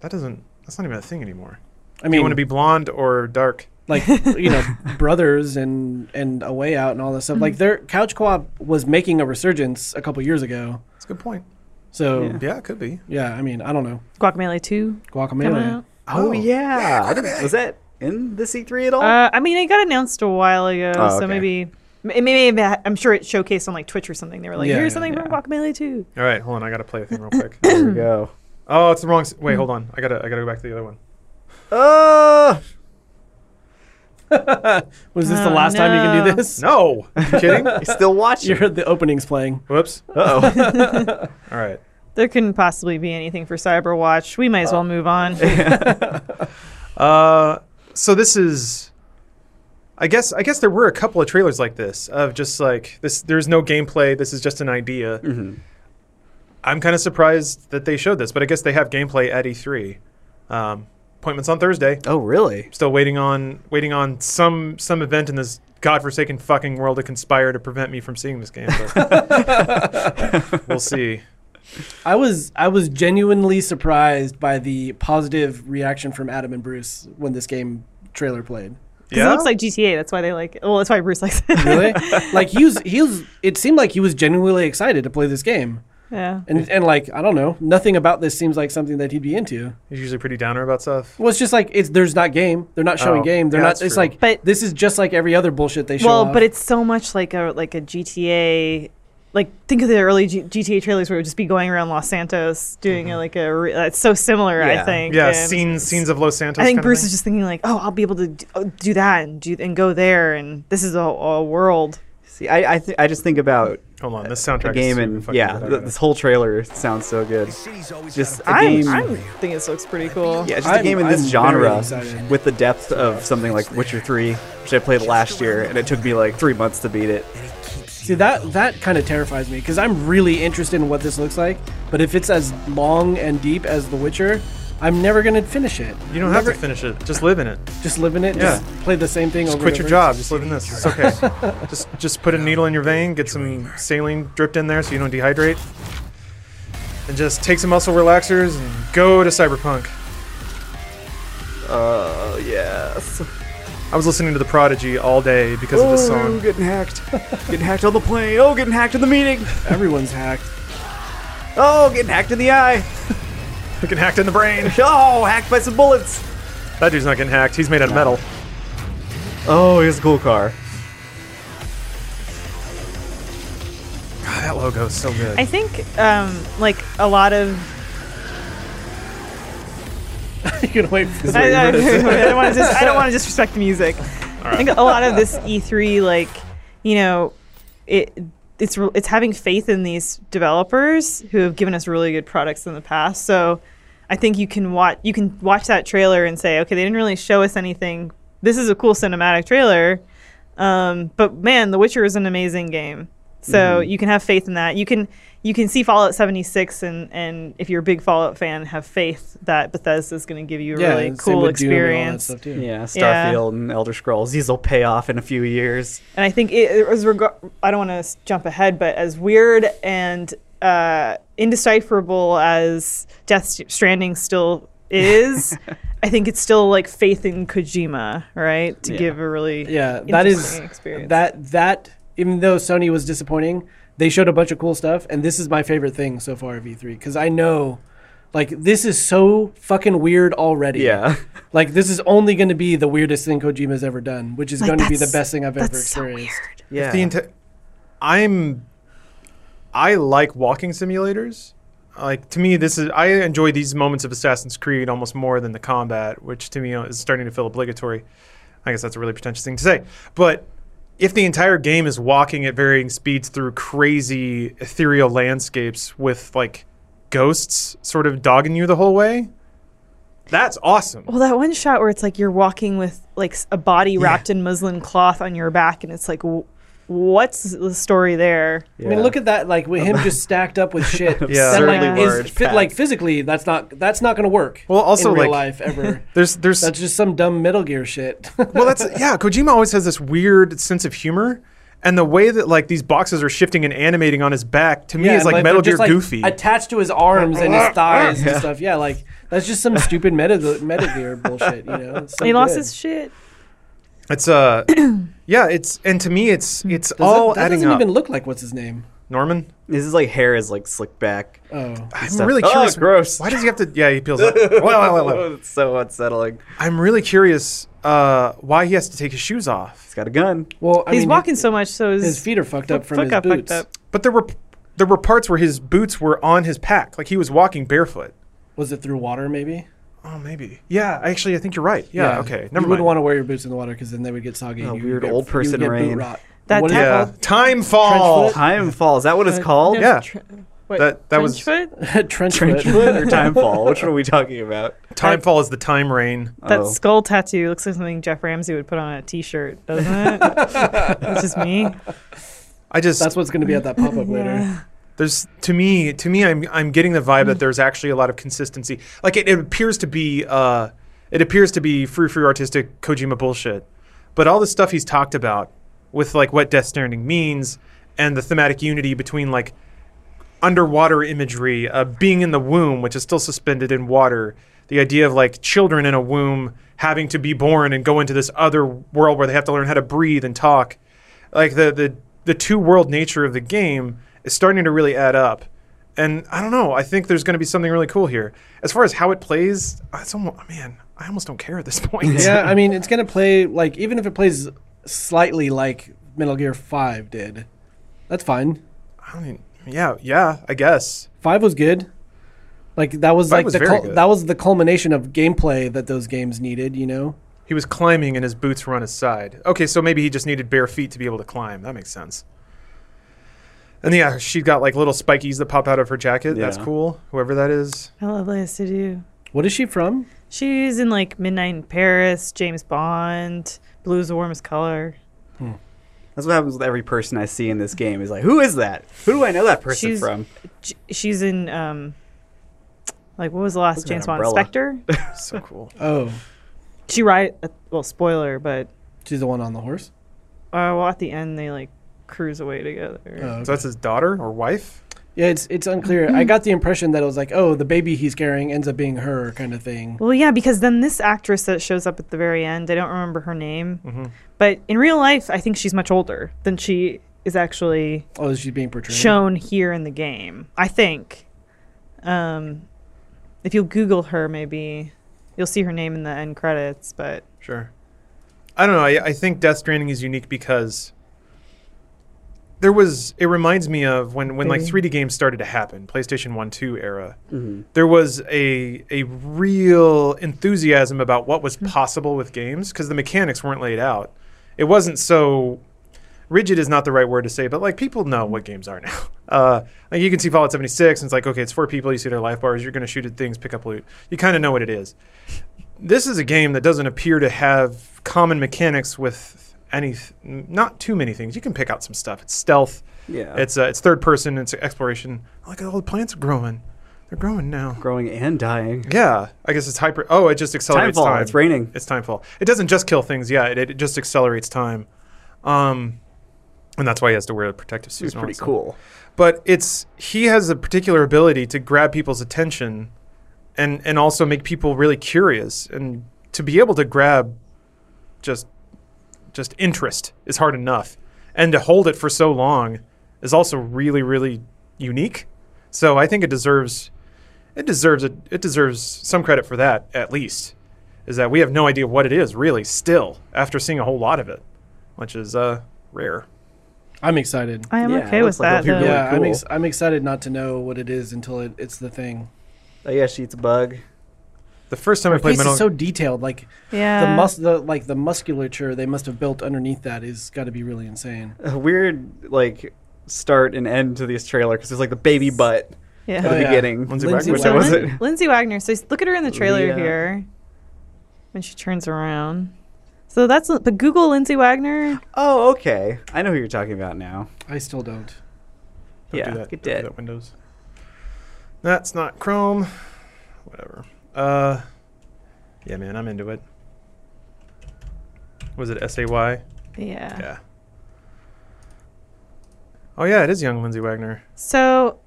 That doesn't. That's not even a thing anymore.
I
Do
mean,
you want to be blonde or dark?
(laughs)
like you know, brothers and and a way out and all that stuff.
Mm.
Like their couch co-op was making a resurgence a couple years ago.
That's a good point.
So yeah,
Yeah.
Yeah, it could be.
I mean, I don't know.
Guacamole 2 coming
Guacamole.
out.
Oh.
Oh, yeah. I didn't- was that in the C3 at all?
Uh, I mean, it got announced a while ago,
Oh,
so
okay.
maybe. It may may have- I'm sure it showcased on like Twitch or something. They were like,
Yeah,
"Here's
yeah,
something from
yeah.
Guacamole 2."
All right, hold on. I gotta play a thing real quick. (coughs)
Here we go.
oh, it's the wrong. s- Wait,
Mm.
hold on. I gotta. I gotta go back to the other one.
Oh,
Was this the
Oh,
last time you can do
no.
this? (laughs)
No, you kidding?
(laughs) you're still
You
watching.
heard the openings playing.
Whoops.
Oh,
All right.
There couldn't possibly be anything for Cyberwatch. We might as well move on.
Uh, so this is. I guess I guess there were a couple of trailers like this of just like this. There's no gameplay. This is just an idea. I'm kind of surprised that they showed this, but I guess they have gameplay at E3. Um, appointments on Thursday.
oh, really?
Still waiting on waiting on some some event in this godforsaken fucking world to conspire to prevent me from seeing this game. But
(laughs)
we'll see.
I was I was genuinely surprised by the positive reaction from Adam and Bruce when this game trailer played.
'Cause It looks like GTA. That's why they like. It. Well, that's why Bruce likes it. (laughs)
Really? like he was he was it seemed like he was genuinely excited to play this game.
yeah.
And and like I don't know, nothing about this seems like something that he'd be into.
He's usually pretty downer about stuff.
Well, it's just like it's there's not game. They're not showing
Oh,
game. They're
yeah,
not.
that's
It's
true.
like
But-
this is just like every other bullshit they show.
Well,
off.
but it's so much like a like a GTA. Like think of the early G- GTA trailers where it would just be going around Los Santos doing a, like a. Re- that's so similar, I
Yeah.
think.
Yeah,
and-
scenes scenes of Los Santos.
I think
kinda
Bruce
thing.
is just thinking like, oh, I'll be able to d- uh, do that and do and go there, and this is a, a world.
See, I I, th- I just think about
Hold on, this soundtrack
a game
is
and yeah, th- this whole trailer sounds so good. Just a
I
game.
I think this looks pretty cool.
yeah, just
I'm-
a game in
I'm
this
very
genre
excited.
with the depth of something like Witcher 3, which I played last year, and it took me like three months to beat it.
see that that kind of terrifies me because I'm really interested in what this looks like. But if it's as long and deep as The Witcher, I'm never gonna finish it.
you don't have to finish it. Just live in it.
Just live in it. Just play the same thing
Just
over.
quit
and
your
over.
job. Just live in this. It's okay. (laughs) just just put a needle in your vein. Get some saline dripped in there so you don't dehydrate. And just take some muscle relaxers and go to cyberpunk.
Oh yes.
I was listening to the Prodigy all day because of this
Oh,
song.
getting hacked. getting hacked on the plane. Oh, getting hacked in the meeting.
Everyone's
(laughs)
hacked.
Oh, getting hacked in the eye.
Getting hacked in the brain.
Oh, hacked by some bullets.
That dude's not getting hacked. He's made out of metal.
Oh, here's a cool car.
God, that logo is so good.
I think um, like a lot of.
you can wait. For
I, (laughs) I- I don't want to. I don't (laughs) want to disrespect the music. I think a lot of this E3, like you know, it it's re- it's having faith in these developers who have given us really good products in the past. So I think you can watch you can watch that trailer and say, okay, they didn't really show us anything. This is a cool cinematic trailer, um, but man, The Witcher is an amazing game. So
Mm-hmm.
you can have faith in that. You can you can see Fallout 76 and and if you're a big Fallout fan, have faith that Bethesda is going to give you a
yeah,
really
and same
cool
with Doom and all that
experience.
stuff, too.
Yeah,
Yeah.
Starfield and Elder Scrolls. These will pay off in a few years.
And I think it, it was reg- I don't want to jump ahead, but as weird and uh, indecipherable as Death Stranding still is,
(laughs)
I think it's still like faith in Kojima, right? To
Yeah.
give a really
yeah that is
interesting experience.
that that even though sony was disappointing they showed a bunch of cool stuff and this is my favorite thing so far of e3 because E i know Like this is so fucking weird already.
Yeah.
(laughs) Like this is only going to be the weirdest thing Kojima's ever done, which is
Like,
going to be the
that's-
best thing I've ever
That's so
experienced.
weird.
Yeah.
The inte- I'm I like walking simulators. Like to me, this is I enjoy these moments of Assassin's Creed almost more than the combat, which to me uh, is starting to feel obligatory. I guess that's a really pretentious thing to say, but if the entire game is walking at varying speeds through crazy ethereal landscapes with like ghosts sort of dogging you the whole way, that's awesome.
Well, that one shot where it's like you're walking with like s- a body wrapped in muslin cloth on your back, and it's like, w- what's the story there?
I mean, look at that, like with him just stacked up with shit.
(laughs) Yeah.
that, like,
Absurdly
is
large
fit,
pack.
like physically, that's not that's not gonna work.
Well, also,
in real
like- (laughs)
life ever.
There's there's
that's just some dumb Metal Gear shit.
(laughs) well that's yeah kojima always has this weird sense of humor and the way that like these boxes are shifting and animating on his back to me
Yeah,
is
and,
like
they're
metal gear
just, like,
goofy
attached to his arms and
(laughs)
his thighs and stuff. Yeah, like that's just some stupid Metal, Metal Gear bullshit. You know, It's so
he lost
good.
his shit.
it's
(clears throat)
uh yeah it's and to me it's it's
Does
all
it- that
adding
Hmm. doesn't
up
even look like what's his name.
norman
His is like hair is like slicked back.
Oh,
i'm
stuff.
really
Oh,
curious
gross.
why does he have to yeah he peels up Whoa, whoa, whoa, (laughs) whoa.
it's so unsettling.
i'm really curious uh why he has to take his shoes off
He's got a gun.
well, I
He's
mean,
walking so much, so his,
His feet are fucked up from
foot
his
got
boots.
fucked up.
but there were there were parts where his boots were on his pack like he was walking barefoot
Was it through water? Maybe.
oh maybe yeah actually i think you're right yeah, okay never
you wouldn't
mind
want to wear your boots in the water because then they would get soggy.
Oh,
and you
weird
get-
old
you
person
get boot
rain.
rot.
That
What is
tap-
yeah time fall
Trench foot?
(laughs) Time fall. Is that what it's called?
Oh, Yeah. That- that
trench
was-
foot?
(laughs) trench
Trench
foot.
foot or
(laughs)
time fall? Which one are we talking about?
time fall is the time rain
That
Oh.
skull tattoo looks like something Jeff Ramsey would put on a T-shirt, doesn't it? It's just me.
I just
(laughs) That's what's going to be at that pop up later.
(laughs) Yeah.
there's to me to me I'm I'm getting the vibe that there's actually a lot of consistency. Like it, it appears to be uh it appears to be free free artistic Kojima bullshit. But all the stuff he's talked about with like what Death Stranding means and the thematic unity between like underwater imagery, uh, being in the womb, which is still suspended in water, the idea of like children in a womb having to be born and go into this other world where they have to learn how to breathe and talk, like the the the two world nature of the game is starting to really add up. And I don't know. I think there's going to be something really cool here. As far as how it plays, it's almost man. I almost don't care at this (laughs) point.
yeah, I mean, it's going to play like even if it plays slightly like Metal Gear Five did. That's fine.
I mean, yeah, yeah. I guess.
Five was good. Like that was
Five
like
was
the
very
cul-
good.
that was the culmination of gameplay that those games needed. You know.
He was climbing and his boots were on his side. Okay, so maybe he just needed bare feet to be able to climb. That makes sense. And yeah, she's got like little spikies that pop out of her jacket. That's
Yeah.
cool. Whoever that is.
I love Leia Sadu.
What is she from?
She's in like Midnight in Paris, James Bond, Blue's the warmest color.
That's what happens with every person I see in this game. Is like, who is that? Who do I know that person
She's-
from?
Sh- she's in um like what was the last
Looks like
James
an
Bond
umbrella.
Spectre?
So cool.
Oh,
she ride uh, well spoiler, but
she's the one on the horse.
uh, well at the end they like cruise away together.
Oh, okay.
So that's his daughter or wife?
yeah, it's it's unclear. I got the impression that it was like, oh, the baby he's carrying ends up being her kind of thing.
Well, yeah, because then this actress that shows up at the very end, I don't remember her name, but in real life, I think she's much older than she is actually
Oh, is she being portrayed?
shown here in the game. I think. Um, if you'll Google her, maybe you'll see her name in the end credits. But
Sure. I don't know. I, I think Death Stranding is unique because there was. It reminds me of when when like 3D games started to happen, PlayStation One, Two era. There was a a real enthusiasm about what was possible with games because the mechanics weren't laid out. It wasn't so rigid is not the right word to say, but like people know what games are now. (laughs) Uh, like you can see Fallout 76, and it's like, okay, it's four people. You see their life bars. You're going to shoot at things, pick up loot. You kind of know what it is. This is a game that doesn't appear to have common mechanics with any, not too many things. You can pick out some stuff. It's stealth.
Yeah.
It's uh, it's third person. It's exploration. Oh, Look at all the plants are growing. They're growing now.
Growing and dying.
Yeah, I guess it's hyper. Oh, it just accelerates
Timefall,
time.
it's raining.
It's timefall. It doesn't just kill things. Yeah, it, it just accelerates time. Um, and that's why he has to wear a protective suit.
She's
and all
pretty
that stuff.
cool.
But it's he has a particular ability to grab people's attention, and and also make people really curious. And to be able to grab, just, just interest is hard enough, and to hold it for so long is also really really unique. So I think it deserves it deserves a, it deserves some credit for that at least. Is that we have no idea what it is really still after seeing a whole lot of it, which is uh, rare.
I'm excited.
I am
Yeah,
okay
it
with
looks
that.
like it'll be
though.
really
yeah, I'm, ex-
cool.
I'm excited not to know what it is until it, it's the thing.
Oh yeah, she eats a bug.
The first time I played
Piece
Metal
is so detailed, like
yeah.
the mus- the like the musculature they must have built underneath that is got to be really insane.
a weird like start and end to this trailer because there's like the baby butt
Yeah.
at
Oh,
the
yeah.
beginning.
Lindsay
Lindsay
Which
So
I
Wagner.
Lin-
wasn't.
Lindsay Wagner. So look at her in the trailer
Yeah.
here when she turns around. So that's but Google Lindsay Wagner.
Oh, okay. I know who you're talking about now.
I still don't.
Don't
yeah,
do that. Don't
get
do
dead.
that, Windows. That's not Chrome. Whatever. Uh, yeah, man, I'm into it. Was it S A Y?
Yeah.
Yeah. Oh yeah, it is young Lindsay Wagner.
So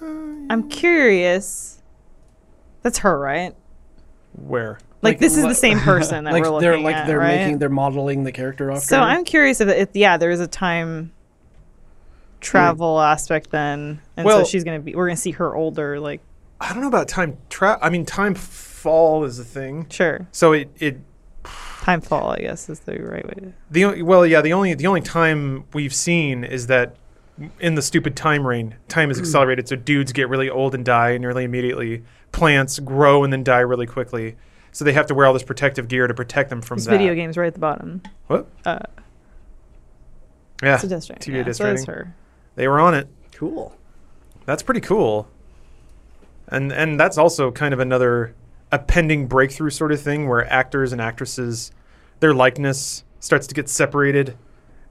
I'm curious. That's her, right?
Where?
Like,
Like,
this is
what-
the same person that
like
we're looking
they're like
at,
they're
right?
making they're modeling the character after.
so
her.
I'm curious if, if yeah, there is a time travel aspect then, and so
Well-
she's gonna be we're gonna see her older. Like
I don't know about time trap. I mean, time fall is a thing.
sure,
So it, it
time fall I guess is the right way. to...
the only, well yeah the only the only time we've seen is that in the stupid time reign time
Hmm.
is accelerated so dudes get really old and die nearly immediately plants grow and then die really quickly so they have to wear all this protective gear to protect them from
There's
that.
video games right at the
(laughs)
bottom.
What?
Uh,
Yeah,
it's a distract.
TV
yeah,
disc
so that's
rating.
her.
they were on it.
Cool.
That's pretty cool. And and that's also kind of another appending breakthrough sort of thing where actors and actresses their likeness starts to get separated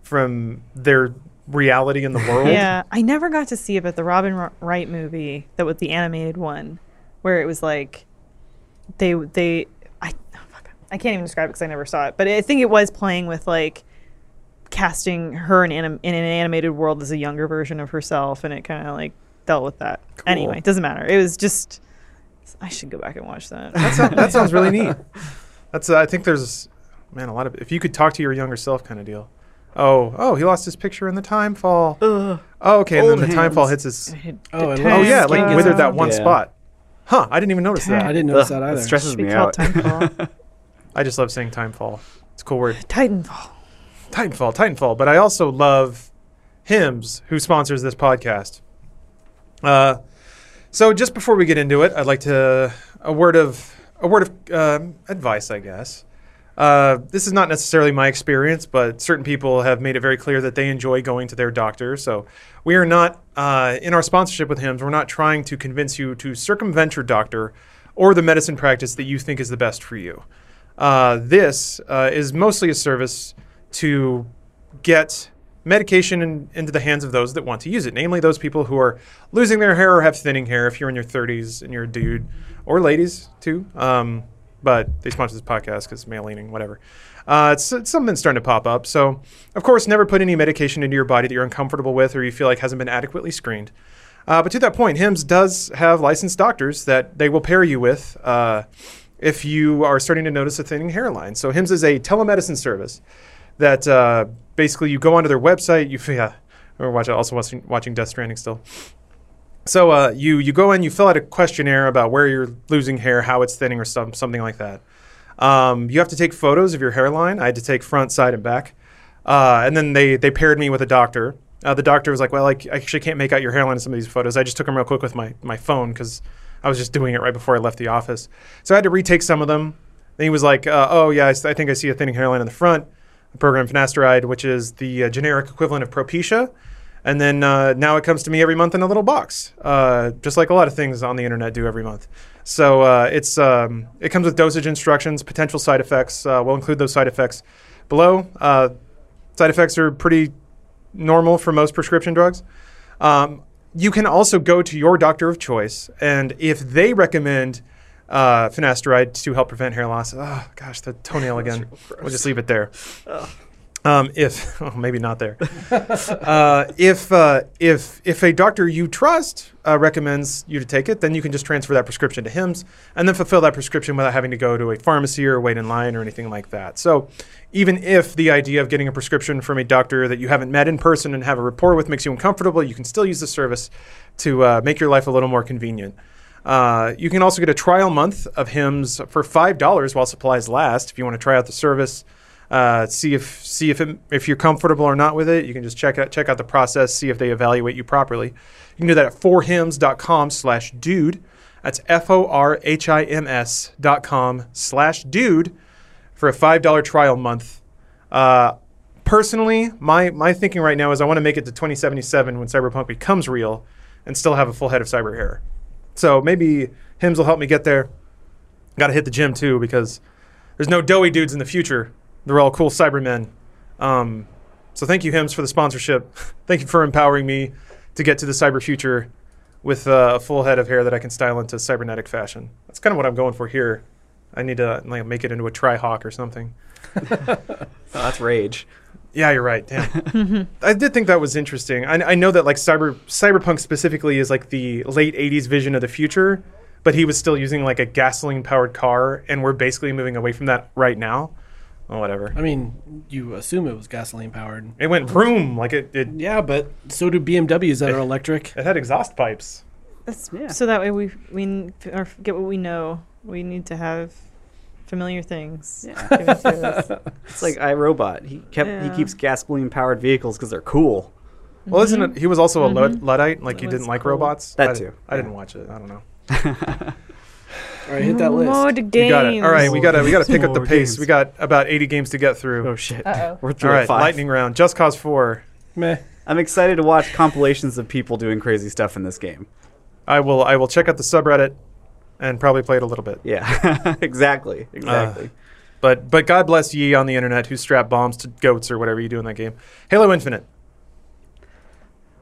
from their reality in the world.
Yeah, I never got to see it, but the Robin Ro- Wright movie that was the animated one, where it was like, they they I oh, fuck. I can't even describe it because I never saw it, but I think it was playing with like casting her in, anim- in an animated world as a younger version of herself, and it kind of like dealt with that. Anyway,
Cool.
it doesn't matter. It was just I should go back and
(laughs)
watch that.
That, sound, that sounds really neat. That's uh, I think there's man a lot of if you could talk to your younger self kind of deal. Oh, oh, he lost his picture in the time fall.
Ugh.
Oh, okay, and
Old
then the time fall
hands.
hits his
Oh, I
Oh
Time
yeah, like
fall.
withered that one
Yeah.
spot. Huh, I didn't even notice
I
that.
didn't notice
Ugh,
that either.
stresses
Be
me
called
out.
(laughs)
Timefall.
I just love saying time fall. It's a cool word.
Titanfall.
Titanfall, Titanfall. But I also love Hims, who sponsors this podcast. Uh, so just before we get into it, I'd like to a word of a word of um, advice, I guess. Uh, this is not necessarily my experience, but certain people have made it very clear that they enjoy going to their doctor. So we are not uh, in our sponsorship with Hims. We're not trying to convince you to circumvent your doctor or the medicine practice that you think is the best for you. Uh, this uh, is mostly a service to get medication in, into the hands of those that want to use it, namely those people who are losing their hair or have thinning hair. If you're in your 30s and you're a dude, or ladies too, um, but they sponsor this podcast because male leaning, whatever. Uh, it's, it's something that's starting to pop up. So, of course, never put any medication into your body that you're uncomfortable with or you feel like hasn't been adequately screened. Uh, but to that point, Hims does have licensed doctors that they will pair you with uh, if you are starting to notice a thinning hairline. So Hims is a telemedicine service that uh, basically you go onto their website. You (laughs) yeah, we're watching, also watching, watching Death Stranding still. So uh, you you go in, you fill out a questionnaire about where you're losing hair, how it's thinning, or some, something like that. Um, you have to take photos of your hairline. I had to take front, side, and back. Uh, and then they they paired me with a doctor. Uh, the doctor was like, "Well, I, c- I actually can't make out your hairline in some of these photos. I just took them real quick with my my phone because I was just doing it right before I left the office. So I had to retake some of them." Then he was like, uh, "Oh yeah, I, s- I think I see a thinning hairline in the front." Program finasteride, which is the uh, generic equivalent of Propecia, and then uh, now it comes to me every month in a little box, uh, just like a lot of things on the internet do every month. So uh, it's um, it comes with dosage instructions, potential side effects. Uh, we'll include those side effects below. Uh, side effects are pretty normal for most prescription drugs. Um, you can also go to your doctor of choice, and if they recommend uh, finasteride to help prevent hair loss, oh gosh, the toenail again. We'll just leave it there. Um, if (laughs) oh, maybe not there. uh, if uh, if if a doctor you trust uh, recommends you to take it, then you can just transfer that prescription to Hims and then fulfill that prescription without having to go to a pharmacy or wait in line or anything like that. So, even if the idea of getting a prescription from a doctor that you haven't met in person and have a rapport with makes you uncomfortable, you can still use the service to uh, make your life a little more convenient. Uh, you can also get a trial month of hymns for five dollars while supplies last. If you want to try out the service, uh, see if see if it, if you're comfortable or not with it. You can just check out check out the process, see if they evaluate you properly. You can do that at forhims.com/dude. That's f o r h i m s dot com slash dude for a five dollar trial month. Uh, personally, my my thinking right now is I want to make it to 2077 when Cyberpunk becomes real, and still have a full head of cyber hair. So maybe Hims will help me get there. Got to hit the gym too because there's no doughy dudes in the future. They're all cool Cybermen. Um, so thank you Hims for the sponsorship. (laughs) thank you for empowering me to get to the cyber future with uh, a full head of hair that I can style into cybernetic fashion. That's kind of what I'm going for here. I need to like, make it into a trihawk or something.
Oh, that's rage.
Yeah, you're right. Damn.
Mm-hmm.
I did think that was interesting. I, I know that like cyber cyberpunk specifically is like the late '80s vision of the future, but he was still using like a gasoline powered car, and we're basically moving away from that right now. Oh, whatever.
I mean, you assume it was gasoline powered.
It went vroom like it. It,
Yeah, but so do BMWs
(laughs)
that are electric.
it had exhaust pipes.
That's,
Yeah.
So that way we we n- or get what we know. We need to have familiar things. given to
(laughs)
us.
It's like iRobot. He kept
Yeah.
he keeps gasoline powered vehicles because they're cool.
Well, isn't it? He was also a Lud- Luddite. Like he
Mm-hmm. That
didn't
was
like
cool.
robots.
That
I-
too,
I
yeah.
didn't watch it. I don't know.
All right, hit that
More
list.
games.
You got it. All right, we gotta we gotta pick up the
More
pace.
games.
We got about 80 games to get through.
Oh shit.
Uh-oh.
(laughs) We're through
All
at
right,
five.
lightning round. Just Cause 4.
Meh.
I'm excited to watch compilations of people doing crazy stuff in this game.
I will I will check out the subreddit and probably play it a little bit.
Yeah, (laughs) exactly, exactly.
But but God bless ye on the internet who strap bombs to goats or whatever you do in that game. Halo Infinite.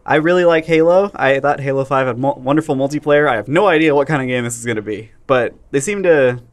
I really like Halo. I thought Halo Five had mul- wonderful multiplayer. I have no idea what kind of game this is going to be, but they seem to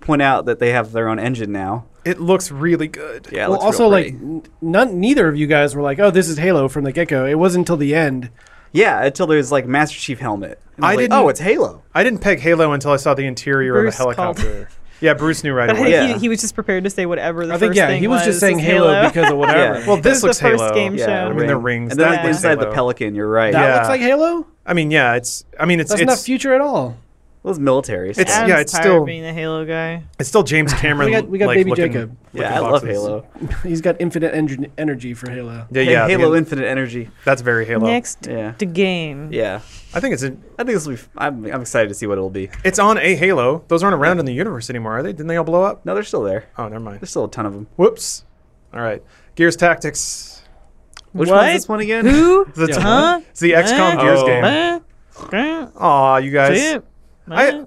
point out that they have their own engine now.
It looks really good.
Yeah. it
well,
looks
also
real
like
pretty.
n- none, neither of you guys were like, "Oh, this is Halo" from the get go. It wasn't until the end.
yeah, until there's like Master Chief helmet. And
I
was like,
didn't-
Oh, it's Halo.
I didn't peg Halo until I saw the interior
Bruce
of a
called.
helicopter. Yeah, Bruce
(laughs)
knew right
But I
away.
think
Yeah.
he, he was just prepared to say whatever the
I think
first
yeah,
thing
he was just saying
is
Halo, because of
(laughs)
whatever.
Yeah.
Well, this,
This is
looks
the first
Halo.
game
Yeah,
show.
I mean the rings.
And then
that
Yeah.
looks
inside the
Halo.
Pelican, you're right.
that
Yeah.
looks like Halo.
I mean, yeah, it's. I mean, it's.
That's
it's
not future at all. (laughs)
Those military.
It's-
stuff.
Adam's
yeah, it's
tired
still-
of being the Halo guy.
It's still James Cameron.
We got- we got
like,
Baby
looking-
Jacob.
looking
yeah, I love
boxes.
Halo.
He's got infinite en- energy for Halo.
Yeah,
Hey,
yeah.
Halo
the-
Infinite Energy.
That's very Halo.
Next,
Yeah.
the game.
Yeah,
I think it's. A,
I think this will be. F- I'm, I'm excited to see what it'll be.
it's on a Halo. Those aren't around in the universe anymore, are they? Didn't they all blow up?
No, they're still there.
Oh, never mind.
There's still a ton of them.
Whoops. All right. Gears Tactics.
Which
what?
one's this one again?
Who?
The
Yeah.
huh?
It's the XCOM Gears
Oh.
game.
game.
Aw, you guys. I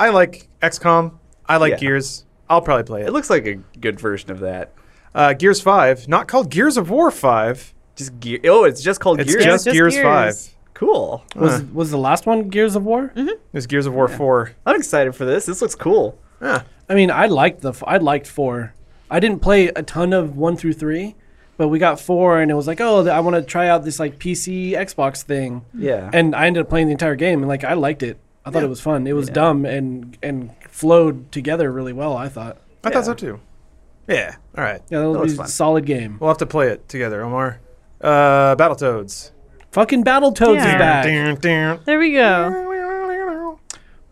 I like XCOM. I like
Yeah.
Gears. I'll probably play
It
it.
looks like a good version of that.
Uh, Gears Five, not called Gears of War Five.
Just gear. Oh, it's just called
It's
Gears.
just,
just
Gears,
Gears.
Five.
cool.
Was was the last one Gears of War?
Mm-hmm.
It was Gears of War Four.
I'm excited for this. This looks cool.
Ah,
I mean, I liked the f- I liked four. I didn't play a ton of one through three, but we got four, and it was like, oh, th- I want to try out this like PC Xbox thing.
Yeah.
And I ended up playing the entire game, and like I liked it. I thought it was fun. It was dumb and and flowed together really well. I thought.
I
Yeah.
thought so too. Yeah. All right.
Yeah, that
That
was
looks
a
fun.
solid game.
We'll have to play it together, Omar. Uh, Battletoads.
Fucking Battletoads is
Yeah.
back.
there we go.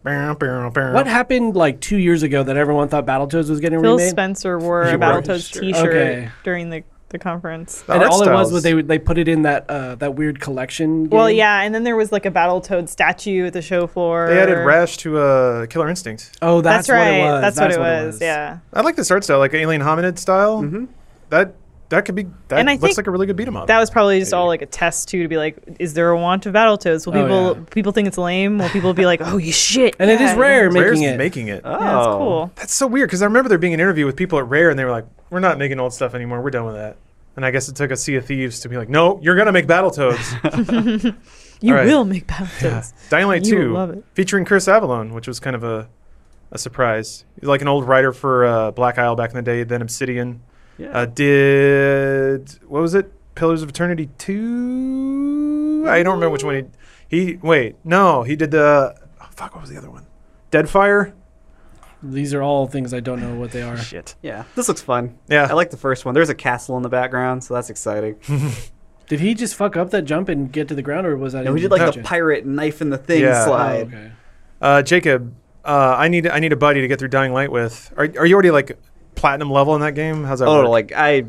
What happened like two years ago that everyone thought Battletoads was getting
Phil
remade?
Spencer wore a
Sure.
Battletoads
Sure.
T-shirt
Okay.
during the, the conference.
The
and
art
all it was
styles.
was they would- they put it in that uh, that weird collection.
Well,
game.
yeah, and then there was like a Battletoad statue at the show floor.
They added Rash to uh, Killer Instinct.
Oh, that's,
That's,
What
right.
it was.
That's, what, it, was. Yeah,
I like this art style, like Alien Hominid style. Mm-hmm. That that could be. That
And I
looks
think
like a really good beat 'em up.
that was probably just all like a test too to be like, is there a want of Battletoads? Will
Oh,
people
yeah.
people think it's lame? Will people be like, oh, you shit?
And it
yeah,
is rare making
Rare's
it.
making it.
Oh,
Yeah, that's
(laughs)
cool.
That's so weird because I remember there being an interview with people at Rare and they were like, "We're not making old stuff anymore. We're done with that." And I guess it took a Sea of Thieves to be like, "No, you're gonna make
(laughs)
Battletoads."
You
All right.
will make Battletoads.
Dying Light
You will
2,
love it.
featuring Chris Avalon, which was kind of a a surprise. He's like an old writer for uh, Black Isle back in the day, then Obsidian.
Yeah.
Uh, did what was it? Pillars of Eternity 2. I don't remember which one he he wait no he did the oh, fuck what was the other one? Deadfire.
These are all things I don't know what they are.
Shit.
yeah. This looks fun.
Yeah.
I like the first one. There's a castle in the background, so that's exciting.
Did he just fuck up that jump and get to the ground, or was that?
and we
in
did like the
Gotcha.
pirate knife in the thing
Yeah.
Oh,
slide.
okay.
Uh, Jacob, uh, I need I need a buddy to get through Dying Light with. Are, are you already like platinum level in that game? How's that?
Oh,
work?
like I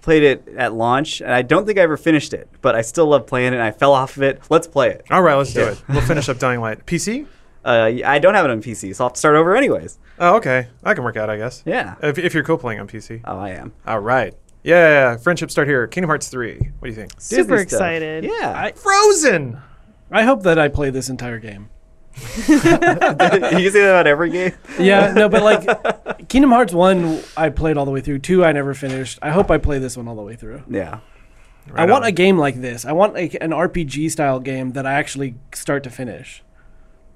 played it at launch, and I don't think I ever finished it, but I still love playing it. and I fell off of it. Let's play it.
all right, let's do it. We'll finish up Dying Light. PC?
Uh, I don't have it on PC, so I'll have to start over anyways.
Oh, okay, that can work out, I guess.
Yeah.
If, if you're co-playing on PC.
Oh, I am.
All right. Yeah, friendship start here. Kingdom Hearts three. What do you think?
Disney
Super
stuff.
excited.
Yeah.
Frozen.
I hope that I play this entire game.
(laughs) you can say that about every game.
Yeah, no, but like Kingdom Hearts 1, I played all the way through. 2, I never finished. I hope I play this one all the way through.
Yeah.
Right
I want
on.
a game like this. I want like an RPG style game that I actually start to finish.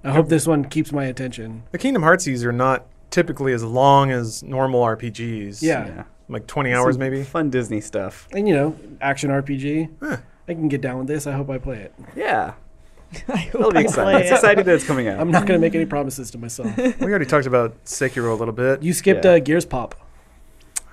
I hope this one keeps my attention.
the Kingdom Heartsies are not typically as long as normal RPGs.
Yeah.
Yeah.
like 20 hours
(laughs)
Some
maybe.
Fun Disney stuff.
And you know, action RPG.
Huh.
I can get down with this. I hope I play it.
Yeah.
(laughs) I hope
That'll be
I
exciting.
play
It's
it.
exciting that it's coming out.
I'm not going to make any promises to
(laughs)
myself.
We already talked about Sekiro a little bit.
You skipped
Yeah.
uh, Gears Pop.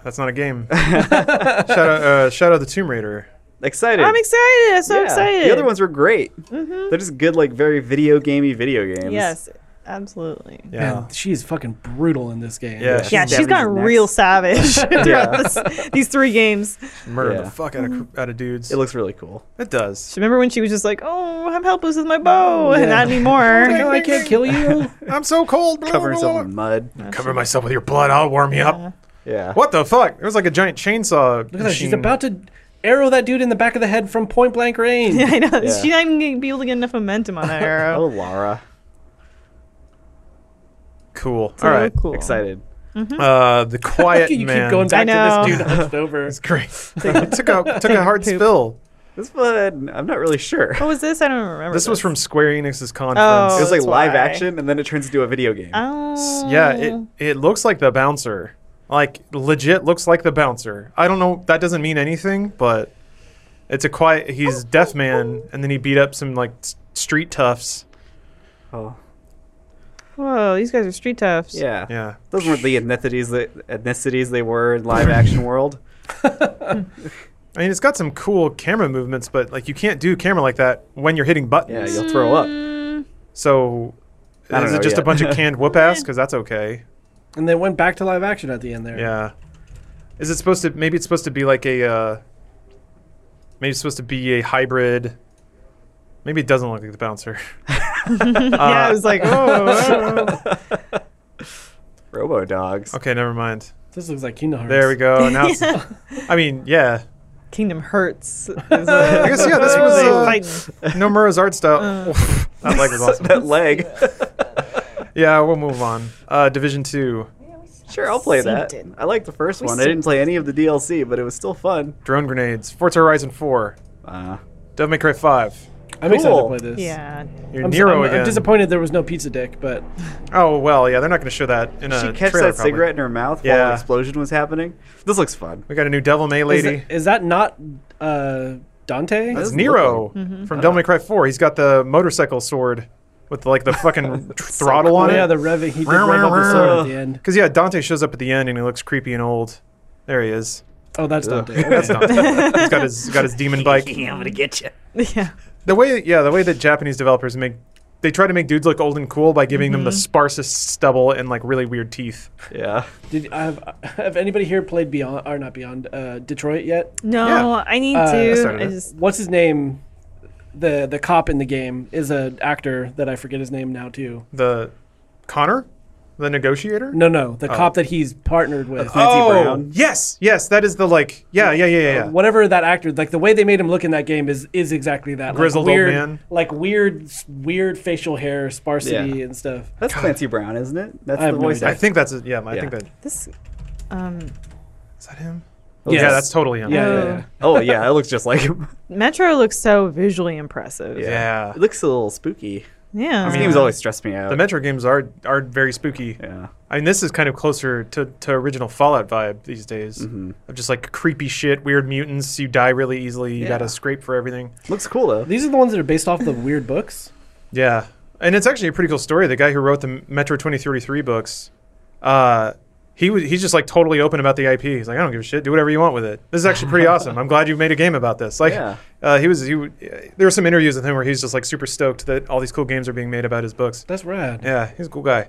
That's not a
(laughs)
game. shout out, uh, shout out the Tomb Raider.
excited.
I'm excited. I'm so
Yeah.
excited. Mm-hmm.
The other ones were great. They're just good, like very video gamey video games.
Yes, absolutely. Yeah,
Yeah.
Man, she is fucking brutal in this game.
Yeah. Yeah.
she's
Savage's
gotten
next.
real (laughs) savage throughout
(laughs) Yeah.
this, these three games. Do
murder
Yeah.
the fuck out of cr- out of dudes.
It looks really cool.
it does.
you remember when she was just like, "Oh, I'm helpless with my bow,"
Yeah.
and (laughs) not
Oh
anymore.
No, I can't kill you.
I'm so cold.
Oh,
Blah,
Cover
blah,
yourself
blah.
in mud.
Cover myself with your blood. I'll warm you up.
Yeah.
What the fuck? There was like a giant chainsaw.
Look at that. She's
machine.
about to arrow that dude in the back of the head from point blank range.
(laughs) Yeah, I know.
Yeah.
She's not even gonna be able to get enough
(laughs)
momentum on that
Oh,
arrow.
Lara.
Cool.
It's a
All
little
right.
cool.
Excited.
Uh,
(laughs)
the quiet
you
man.
keep going back
I
to this
know.
dude hunched over.
It's great. (laughs) took a took a hard
Poop.
spill.
This one, I'm not really sure.
Oh,
(laughs)
What was this? I don't remember.
This was from Square Enix's
it
Oh,
conference.
was like
that's
live
why.
action, and then it turns into a video
Uh,
game.
Oh.
yeah, it it looks like the bouncer. Like legit looks like the bouncer. I don't know. That doesn't mean anything, but it's a quiet. He's deaf man, and then he beat up some like s- street toughs.
oh.
Whoa, these guys are street toughs.
Yeah.
Yeah.
Those weren't the ethnicities that ethnicities they were in
(laughs)
live action world.
I mean, it's got some cool camera movements, but like you can't do camera like that when you're hitting
Yeah,
buttons.
you'll throw up.
So
I don't
Mm. is
know
it just a
yet.
bunch of canned whoop ass? Because that's okay.
And they went back to live action at the end there.
Yeah. Is it supposed to? Maybe it's supposed to be like a. Uh, maybe it's supposed to be a hybrid. Maybe it doesn't look like the bouncer.
(laughs) (laughs) yeah,
Uh,
I was like, oh,
(laughs) Robo dogs.
(laughs) Okay, never mind.
This looks like Kingdom Hearts.
There we go. Oh, Now,
(laughs)
it's- (laughs) I mean, yeah.
Kingdom
(laughs)
Hurts.
I guess yeah. This
They (laughs)
was
fight.
(laughs) uh, Nomura's art
Uh.
style. that leg was awesome.
(laughs)
(laughs)
that leg.
Yeah, we'll move on. Uh, Division two,
Sure, I'll play that.
Seated.
I liked the first one. I didn't play any of the DLC, but it was still fun.
drone grenades, Forza Horizon four,
Uh,
Devil May Cry five.
I'm excited to
Cool.
play this.
Yeah. (laughs)
You're
I'm,
Nero
I'm,
again.
I'm disappointed there was no pizza dick, but
Oh well, yeah. They're not going to show that in a
she catch
Uh, trailer,
that
probably.
cigarette in her mouth while
Yeah.
an explosion was happening. This looks fun.
We got a new Devil May
is,
lady.
that- is that not uh, Dante?
That's
doesn't look
Nero from Devil May Cry 4. He's got the motorcycle sword with like the fucking tr- throttle
oh
on
yeah,
it.
the revving.
(laughs)
He did
Rah,
rev up
rah,
the sword
rah.
at the end.
Because yeah, Dante shows up at the end and he looks creepy and old. There he is.
Oh, that's Dante.
(laughs) That's Dante. he's got his he's got his demon bike.
I'm gonna get you.
Yeah.
The way yeah, the way that Japanese developers make they try to make dudes look old and cool by giving them the sparsest stubble and like really weird teeth.
Yeah.
Did have have anybody here played Beyond or not Beyond uh, Detroit yet?
No,
Yeah.
I need
Uh, I
to.
started
I
it.
just,
What's his name? The the cop in the game is an actor that I forget his name now too.
The Connor, the negotiator.
No, no,
Oh.
the cop that he's partnered with.
Clancy Brown.
yes, yes, that is the like yeah yeah yeah yeah. yeah.
whatever that actor like the way they made him look in that game is is exactly that
Grizzled old
like, weird,
man.
like weird weird facial hair sparsity and stuff
That's Clancy Brown, isn't it? That's
I have
the
no
voice
idea.
I
actor.
think that's a, yeah. I
Yeah.
think that
this, um,
is that him.
Yes.
Yeah, that's totally him.
yeah, yeah,
Oh.
yeah.
Oh yeah, it looks just like him. (laughs)
Metro looks so visually impressive.
Yeah.
Yeah.
It looks a little spooky.
Yeah.
These games always stress me out.
The Metro games are are very spooky.
yeah.
I mean, this is kind of closer to, to original Fallout vibe these days
Mm-hmm.
of just like creepy shit, weird mutants. You die really easily. You got to
Yeah.
scrape for everything.
Looks cool though.
these are the ones that are based off the weird books
Yeah, and it's actually a pretty cool story. The guy who wrote the Metro 2033 books, uh, He was he's just like totally open about the IP. He's like, I don't give a shit. Do whatever you want with it. This is actually pretty awesome. I'm glad you made a game about this. Like,
Yeah.
uh, he was he. w- There were some interviews with him where he's just like super stoked that all these cool games are being made about his books.
That's rad.
Yeah, he's a cool guy.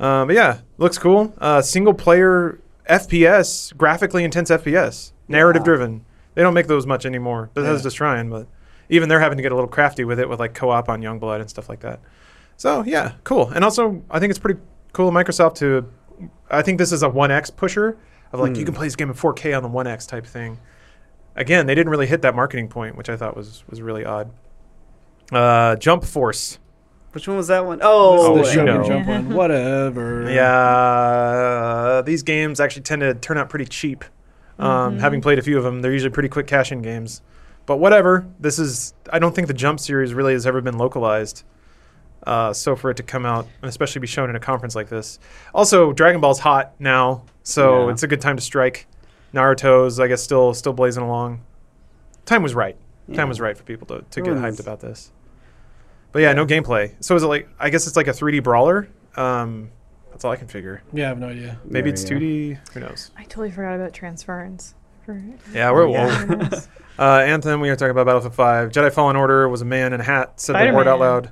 Um, but yeah, looks cool. Uh, single player FPS, graphically intense FPS, narrative driven. They don't make those much anymore. Bethesda's trying, but even they're having to get a little crafty with it with like co op on Youngblood and stuff like that. So yeah, cool. And also, I think it's pretty cool of Microsoft to. I think this is a 1X pusher of like, you can play this game in 4K on the 1X type thing. Again, they didn't really hit that marketing point, which I thought was, was really odd. Uh, Jump Force.
Which one was that one? Oh,
Oh,
the
wait.
show
no.
and jump one. Whatever.
Yeah, uh, these games actually tend to turn out pretty cheap. Um, Having played a few of them, they're usually pretty quick cash-in games. But whatever. This is. I don't think the Jump series really has ever been localized. Uh, so for it to come out and especially be shown in a conference like this. Also, Dragon Ball's hot now, so
Yeah.
it's a good time to strike. Naruto's, I guess, still still blazing along. Time was right. Time was right for people to, to get
Everyone's-
hyped about this. But yeah, no gameplay. So is it like? I guess it's like a 3D brawler. Um, that's all I can figure.
Yeah, I have no idea.
Maybe
Yeah,
it's
yeah.
2D. Who knows?
I totally forgot about transference. For-
Yeah, we're
Yeah.
woke. (laughs) Uh, Anthem. We are talking about Battlefield 5. Jedi Fallen Order was a man in a hat. Said the word out
Spider-Man.
loud.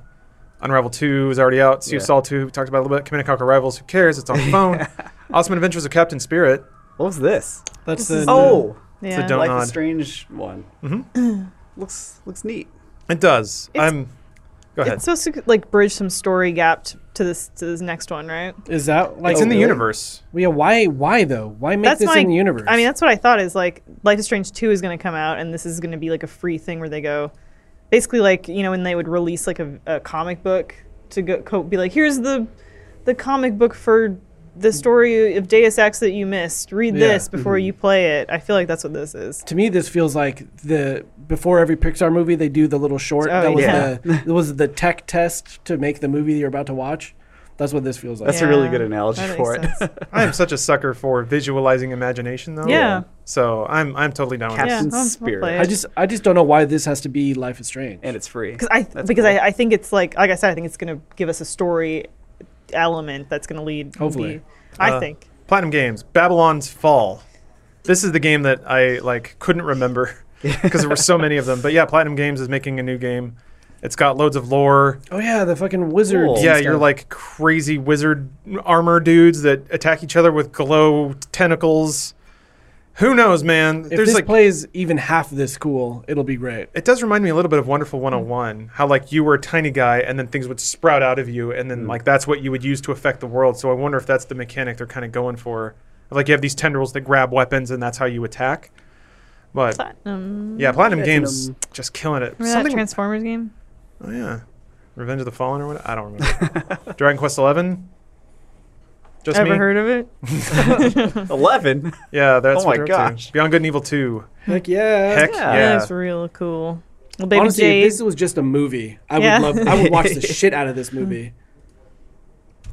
Unravel 2 is already out. Sea of
Yeah.
Saul 2. We talked about it a little bit. Command and Conquer Rivals. Who cares? It's on the phone. (laughs) awesome Adventures of Captain Spirit.
What was this?
That's
This
the
is-
Oh,
yeah.
don't
like
nod.
the strange one. Mm-hmm. (clears throat) looks looks neat.
It does.
It's-
I'm. Go ahead.
It's supposed to like bridge some story gap t- to this to this next one, right?
Is that like Oh,
It's in the
really?
universe.
Well, Yeah, why? Why though? Why make this
my-
in the universe?
I mean, that's what I thought is like Life is Strange 2 is going to come out and this is going to be like a free thing where they go basically like, you know, when they would release like a, a comic book to go co- be like, here's the the comic book for the story of Deus Ex that you missed. Read
Yeah. mm-hmm.
this before you play it. I feel like that's what this is.
to me, this feels like the before every Pixar movie they do the little short.
Oh,
that was
yeah.
the that was the tech test to make the movie you're about to watch. That's what this feels like.
That's a really good analogy
that makes
for it.
(laughs)
sense.
I am such a sucker for visualizing imagination, though.
Yeah.
So I'm I'm totally down with
Yeah,
this.
Captain
I'll- I'll
Spirit.
play it.
I just I just don't know why this has to be Life is Strange.
(laughs) And
(laughs)
it's free.
Cause I
That's
because
cool.
I, I think it's like like I said I think it's gonna give us a story element that's gonna lead
Hopefully.
the- I
Uh,
think
Platinum Games, Babylon's Fall. This is the game that I like couldn't
(laughs)
remember because there were so many of them. But yeah, Platinum Games is making a new game. It's got loads of lore.
oh yeah, the fucking wizard.
Cool.
and
yeah,
stuff.
you're like crazy wizard armor dudes that attack each other with glow tentacles. Who knows, man?
If
There's
this
like
plays even half this cool, it'll be great.
it does remind me a little bit of Wonderful 101, how like you were a tiny guy and then things would sprout out of you and
Mm.
then like that's what you would use to affect the world. So I wonder if that's the mechanic they're kind of going for. Like you have these tendrils that grab weapons and that's how you attack. But
Platinum.
yeah, Platinum
Platinum.
Games just killing it.
Remember that
Something,
Transformers game?
oh yeah, Revenge of the Fallen or what? I don't remember.
(laughs)
Dragon Quest Eleven. Just
Ever
me.
heard of it?
Eleven.
Yeah, that's
Oh
what
my
they're up to.
gosh.
Beyond Good and Evil Two.
Heck yeah.
Heck
yeah.
yeah.
That was real cool. Well, Baby
Honestly,
Jade.
if this was just a movie, I
Yeah.
would love. I would
(laughs)
watch the shit out of this movie.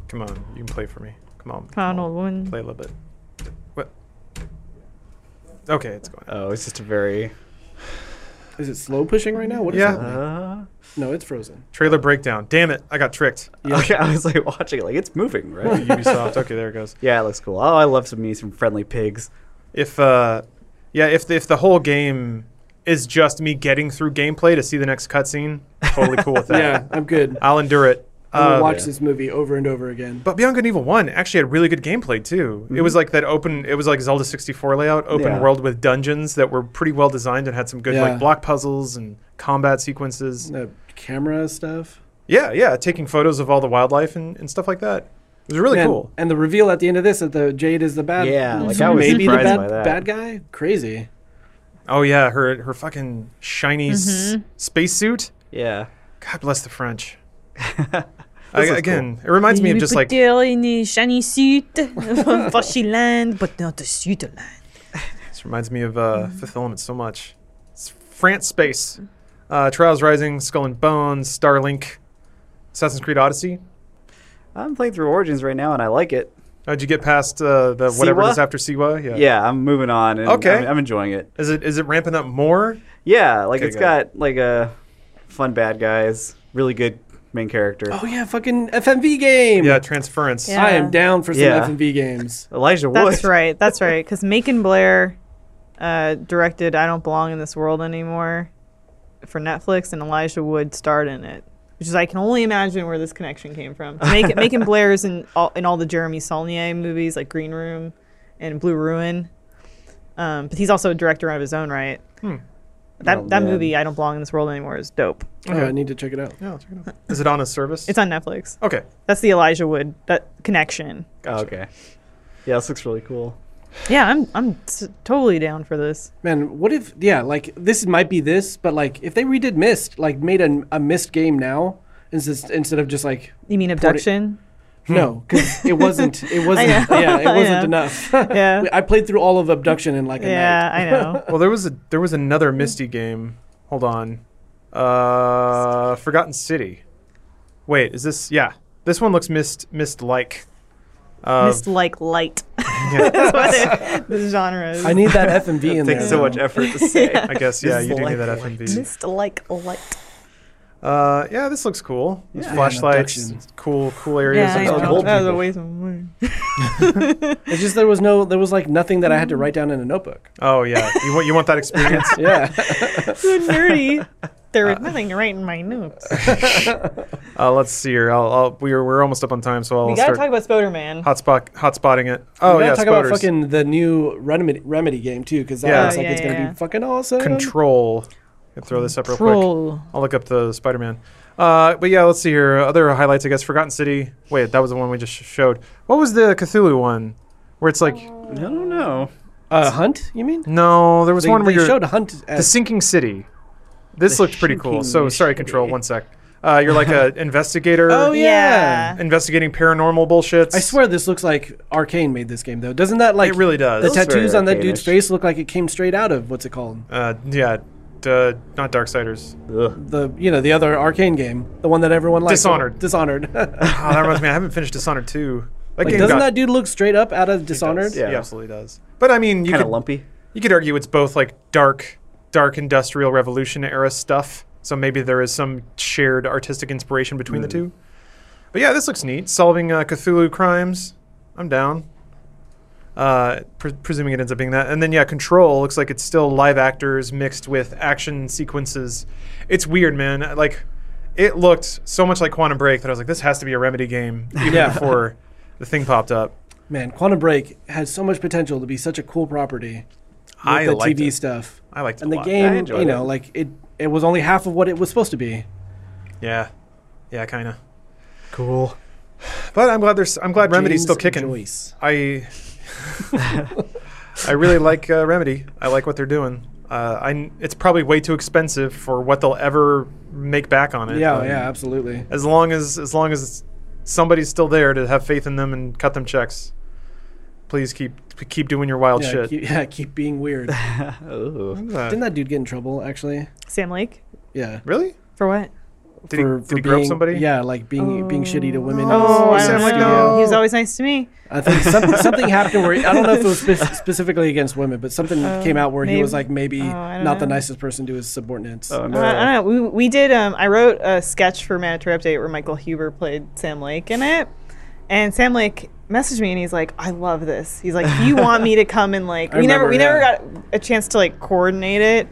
Come on, you can play for me. Come on,
Come on, old woman.
play a little bit. What? Okay, it's going.
Oh, it's just a very.
Is it slow pushing right now? What is
Yeah.
happening?
Uh,
No, it's frozen.
Trailer breakdown. Damn it, I got tricked. (laughs)
Okay, I was like watching it, like it's moving, (laughs) right?
Ubisoft. Okay, there it goes.
yeah, it looks cool. Oh, I love some me some friendly pigs.
If uh, yeah, if the, if the whole game is just me getting through gameplay to see the next cutscene, totally cool
(laughs)
with that.
Yeah, I'm good.
I'll endure it.
I'm gonna
Uh,
watch this movie over and over again.
But Beyond Good and Evil One actually had really good gameplay too. It
Mm-hmm.
was like that open. It was like Zelda 64 layout, open
Yeah.
world with dungeons that were pretty well designed and had some good
Yeah.
like block puzzles and combat sequences.
The camera stuff.
Yeah, yeah, taking photos of all the wildlife and, and stuff like that. It was really
Man,
cool.
And the reveal at the end of this that the Jade is the bad.
Yeah, like, I was
maybe the
surprised
bad,
by that.
bad guy. Crazy.
Oh yeah, her her fucking shiny s- spacesuit.
Yeah.
God bless the French. I,
This is
again, it reminds me of just like
in a shiny suit, (laughs) Foshy land, but not the suit land.
This reminds me of uh, Fifth Element so much. It's France Space, uh, Trials Rising, Skull and Bones, Starlink, Assassin's Creed Odyssey.
I'm playing through Origins right now, and I like it.
How'd you get past uh, the whatever it
Siwa?
is after Siwa? Yeah.
Yeah, I'm moving on. And
Okay.
I'm, I'm enjoying it.
Is it is it ramping up more?
Yeah, like
Okay,
it's
good.
got like a fun bad guys, really good main character.
Oh yeah, fucking FMV game.
Yeah, Transference.
Yeah.
I am down for some
Yeah.
FMV games.
Elijah Wood.
That's right.
(laughs)
That's right. Because Macon Blair uh, directed "I Don't Belong in This World Anymore" for Netflix, and Elijah Wood starred in it, which is I can only imagine where this connection came
(laughs)
from. Macon, Macon Blair is in all, in all the Jeremy Saulnier movies, like Green Room and Blue Ruin, um, but he's also a director of his own right.
Hmm.
That
Oh,
that
man.
movie "I Don't Belong in This World Anymore" is dope.
Oh, I need to check it out.
Yeah, I'll check it out. Is it on a service?
It's on Netflix.
okay.
That's the Elijah Wood that connection.
Oh, okay. Yeah, this looks really cool.
Yeah, I'm I'm s- totally down for this.
Man, what if yeah, like this might be this, but like if they redid Mist, like made a, a Mist game now instead instead of just like
You mean abduction?
Hmm.
no, because it
(laughs)
wasn't it wasn't
know.
yeah it
(laughs) I
wasn't
know.
enough. (laughs)
Yeah.
I played through all of Abduction in like a
Yeah,
night.
I (laughs) know.
Well, there was a there was another Misty game. Hold on. Uh, Forgotten City. Wait, is this? Yeah, this one looks mist mist like. Uh,
Missed like light.
(laughs) yeah,
(laughs) That's what the genre is.
I need that
(laughs)
FMV in there.
Takes so much effort to
(laughs)
say.
I guess yeah,
Mist
you do need
like
that
light.
FMV.
Missed like light.
Uh, yeah, this looks cool. There's flashlights,
abduction.
cool cool areas.
I
of
know.
town.
old
That was a
people.
waste of money.
It's just there was no there was like nothing that I had to write down in a notebook.
Oh yeah, you want you want that
(laughs)
experience?
Yeah.
So
(laughs)
nerdy. There was nothing to write in my notes.
Uh, let's see here. I'll, I'll we're we're almost up on time, so I'll
we gotta
start
talk about Spider-Man.
hotspot hotspotting it. (laughs) Oh
we
yeah,
gotta talk about
Spoders.
fucking the new remedy, remedy game too, because that
Yeah.
looks
Oh,
like
yeah,
it's gonna
yeah.
be fucking awesome.
control. I'll throw this up real quick.
Troll.
I'll look up the Spider Man. Uh, but yeah, let's see here. Other highlights, I guess. Forgotten City. Wait, that was the one we just sh- showed. What was the Cthulhu one? Where it's like,
I don't know.
Uh, Hunt, you mean?
no, there was
They,
one where
they
you're
showed Hunt
the
as
sinking city. This
The
looked pretty cool. So
Sinking
sorry, Control.
City.
One sec. Uh, you're like
(laughs)
a investigator,
Oh,
Yeah.
investigating paranormal bullshits.
I swear this looks like Arcane made this game though. Doesn't that like
it really
the
does.
That's very
tattoos on that dude's
Arcane-ish.
face look like it came straight out of what's it called?
uh, yeah, uh, not Darksiders.
Ugh.
The you know the other Arcane game, the one that everyone likes.
Dishonored.
Dishonored. (laughs) like,
Oh, that reminds me. I haven't finished Dishonored two. That game
doesn't
got-
that dude look straight up out of Dishonored?
Yeah.
Yeah.
He absolutely does. But I mean, you
Kind
could
of lumpy.
You could argue it's both like dark, dark industrial revolution era stuff. So maybe there is some shared artistic inspiration between the
Hmm.
two. But yeah, this looks neat. Solving uh, Cthulhu crimes. I'm down. Uh, pre- presuming it ends up being that. And then yeah, Control looks like it's still live actors mixed with action sequences. It's weird, man. Uh, Like it looked so much like Quantum Break that I was like, this has to be a Remedy game even
Yeah.
before the thing popped up.
Man, Quantum Break has so much potential to be such a cool property. With
I
the
liked
TV
it.
stuff.
I liked it a
and the
lot.
I
game,
enjoyed
you know,
it.
like it it was only half of what it was supposed to be.
Yeah, yeah, kind of.
Cool.
But I'm glad there's. I'm glad Remedy's
James
still kicking.
Joyce.
I (laughs) I really like uh, Remedy. I like what they're doing. Uh, I kn- it's probably way too expensive for what they'll ever make back on it.
Yeah,
but
yeah, absolutely.
As long as as long as somebody's still there to have faith in them and cut them checks, please keep keep doing your wild
Yeah
shit.
keep, yeah, keep
(laughs)
being weird.
Ooh.
Uh,
Didn't that dude get in trouble actually?
Sam Lake?
Yeah.
really?
For what?
Did he, did he grope
being-
somebody?
Yeah, like being
Oh.
being shitty to women.
no.
in
Oh,
the
I
Sam
don't
Lake,
know.
no.
He was always nice to me.
I
(laughs)
think something, something happened where I don't know if it was spe- specifically against women, but
(laughs)
something came out where he was
Oh, maybe.
like maybe
Oh, I
not
don't
the
know.
nicest person to his subordinates.
Oh
Uh,
no.
I don't know. We, we did. Um, I wrote a sketch for Mandatory Update where Michael Huber played Sam Lake in it, and Sam Lake messaged me and he's like, "I love this." He's like,
(laughs)
"You want me to come and like?"
I
We never we
remember,
never
yeah.
got a chance to like coordinate it.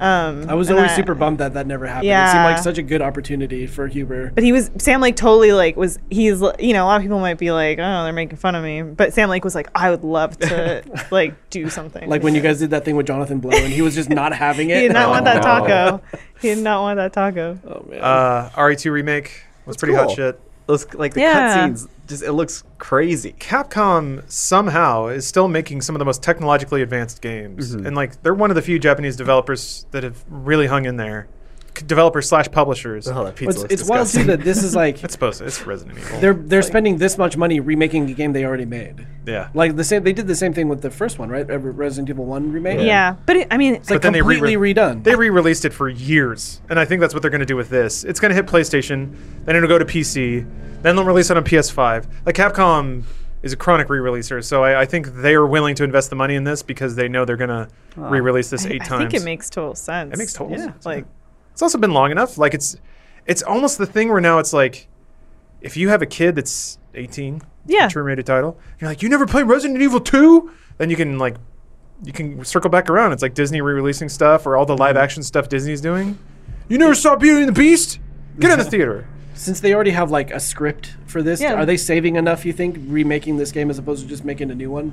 Um,
I was
and
always
I-
super bummed that that never happened. It seemed
Yeah.
like such a good opportunity for Huber.
But he was Sam Lake totally like was he's you know a lot of people might be like oh they're making fun of me but Sam Lake was like I would
(laughs)
love to like do something
Like when you guys did that thing with Jonathan Blow, and he was just not having it.
(laughs) he did not want that
Oh.
taco he did not want that taco
Oh man.
Uh, RE2 remake was pretty hot
cool.
shit.
Those like the
Yeah.
cutscenes. Just it looks crazy.
Capcom somehow is still making some of the most technologically advanced games, and like they're one of the few Japanese developers that have really hung in there. C- Developers slash publishers.
Oh, that pizza
It's,
looks
it's wild too
disgusting.
that this is like
It's supposed to. It's Resident Evil.
they're they're spending this much money remaking a game they already made.
yeah.
Like the same, they did the same thing with the first one, right? Uh, Resident Evil One remake.
yeah, but it, I mean
it's like
But then they
completely
re-
redone.
They re-released it for years, and I think that's what they're going to do with this. It's going to hit PlayStation, then it'll go to PC, then they'll release it on PS5. Like Capcom is a chronic re-releaser, so I, I think they are willing to invest the money in this because they know they're going to re-release this eight
I
times.
think it makes total sense
It makes total
yeah
sense,
like
It's also been long enough. Like it's it's almost the thing where now it's like, if you have a kid that's 18,
Yeah.
mature rated title, you're like, you never played Resident Evil 2? Then you can like, you can circle back around. It's like Disney re-releasing stuff or all the live action stuff Disney's doing. You never saw Beauty and the Beast? Get out of the theater.
Since they already have like a script for this,
Yeah.
are they saving enough? You think remaking this game as opposed to just making a new one?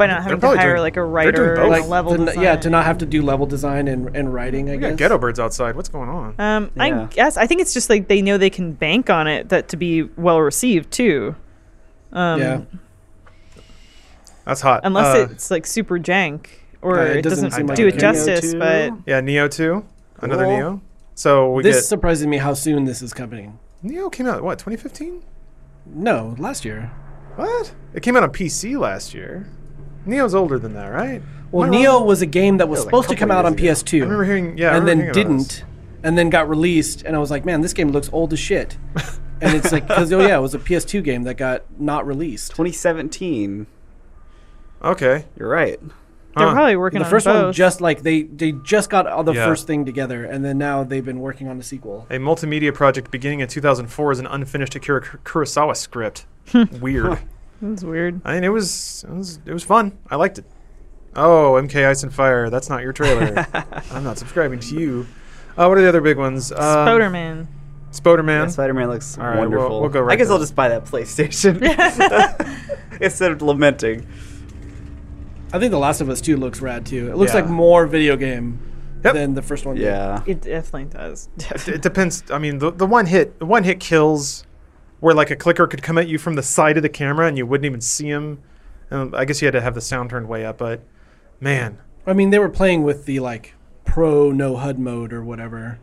by not having to
probably
hire
doing-
like a
they're doing
writer
both.
and a
Like,
level
to n-
design.
yeah, to not have to do level design and, and writing. I
We
guess
got ghetto birds outside. What's going on?
Um,
Yeah.
I guess I think it's just like they know they can bank on it that to be well received too. Um,
yeah,
That's hot.
Unless
Uh,
it's like super jank or
Uh, it
it
doesn't
doesn't,
seem
like
do
it.
it justice.
Neo
But
2?
yeah, Neo 2, another
Cool.
Neo. So we
this
get
surprises me how soon this is coming.
Neo came out what 2015?
No, last year.
What? It came out on PC last year. Neo's older than that, right?
Well,
Am I
Neo
wrong?
was a game that was
Yeah, like a
supposed to
couple
come out
years
on
ago.
I
PS2.
remember hearing. Yeah, I
and
remember
then
hearing about this.
didn't, and then got released, and I was like, man, this game looks old
(laughs)
as shit. And it's like, because oh yeah, it was a PS2 game that got not released.
2017.
Okay.
You're right.
they're
Huh.
probably working
the
on
first
both.
one just like they they just got all the
Yeah.
first thing together, and then now they've been working on a sequel.
A multimedia project beginning in 2004 is an unfinished Akira Kur- Kurosawa script.
Hmm.
Weird.
That's weird.
I mean, it was, it was it was fun. I liked it. Oh, MK Ice and Fire. That's not your
(laughs)
trailer. I'm not subscribing to you. Uh, what are the other big ones? Um,
Spider-Man.
Spider-Man.
Spider-Man looks
All right, we'll-
wonderful.
we'll go right
I guess
there.
I'll just buy that
(laughs)
PlayStation (laughs) instead of lamenting.
I think The Last of Us 2 looks rad too. It looks
Yeah.
like more video game
Yep.
than the first one. did.
Yeah.
It definitely does. (laughs)
D- it depends. I mean, the, the one hit, the one hit kills, where like a clicker could come at you from the side of the camera and you wouldn't even see him. And I guess you had to have the sound turned way up, but man,
I mean, they were playing with the like pro no HUD mode or whatever.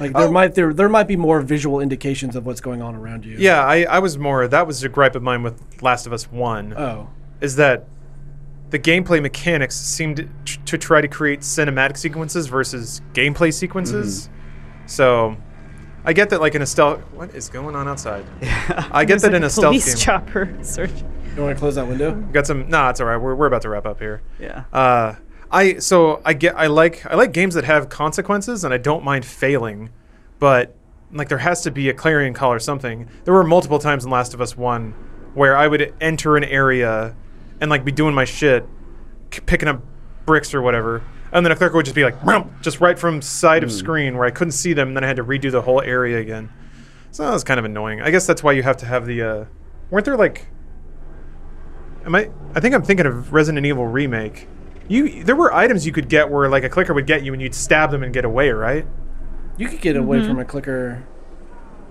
Like there
Oh.
might there there might be more visual indications of what's going on around you.
yeah, I, I was more. That was a gripe of mine with Last of Us One.
Uh,
Oh.
is that the gameplay mechanics seemed t- to try to create cinematic sequences versus gameplay sequences.
Mm-hmm.
So I get that, like in a stealth. What is going on
(laughs)
outside? I get
There's,
that
like,
in a stealth
police
game.
chopper (laughs) search.
You want to close that window?
Got some. Nah, it's all right. We're, we're about to wrap up here.
Yeah.
Uh, I so I get I like I like games that have consequences, and I don't mind failing, but like there has to be a clarion call or something. There were multiple times in Last of Us One where I would enter an area and like be doing my shit, c- picking up bricks or whatever, and then a clerk would just be like, "Rump," just right from side of screen where I couldn't see them, and then I had to redo the whole area again. So that was kind of annoying. I guess that's why you have to have the. Uh, weren't there like? Am I? I think I'm thinking of Resident Evil remake. You there were items you could get where like a clicker would get you and you'd stab them and get away, right?
You could get away from a clicker.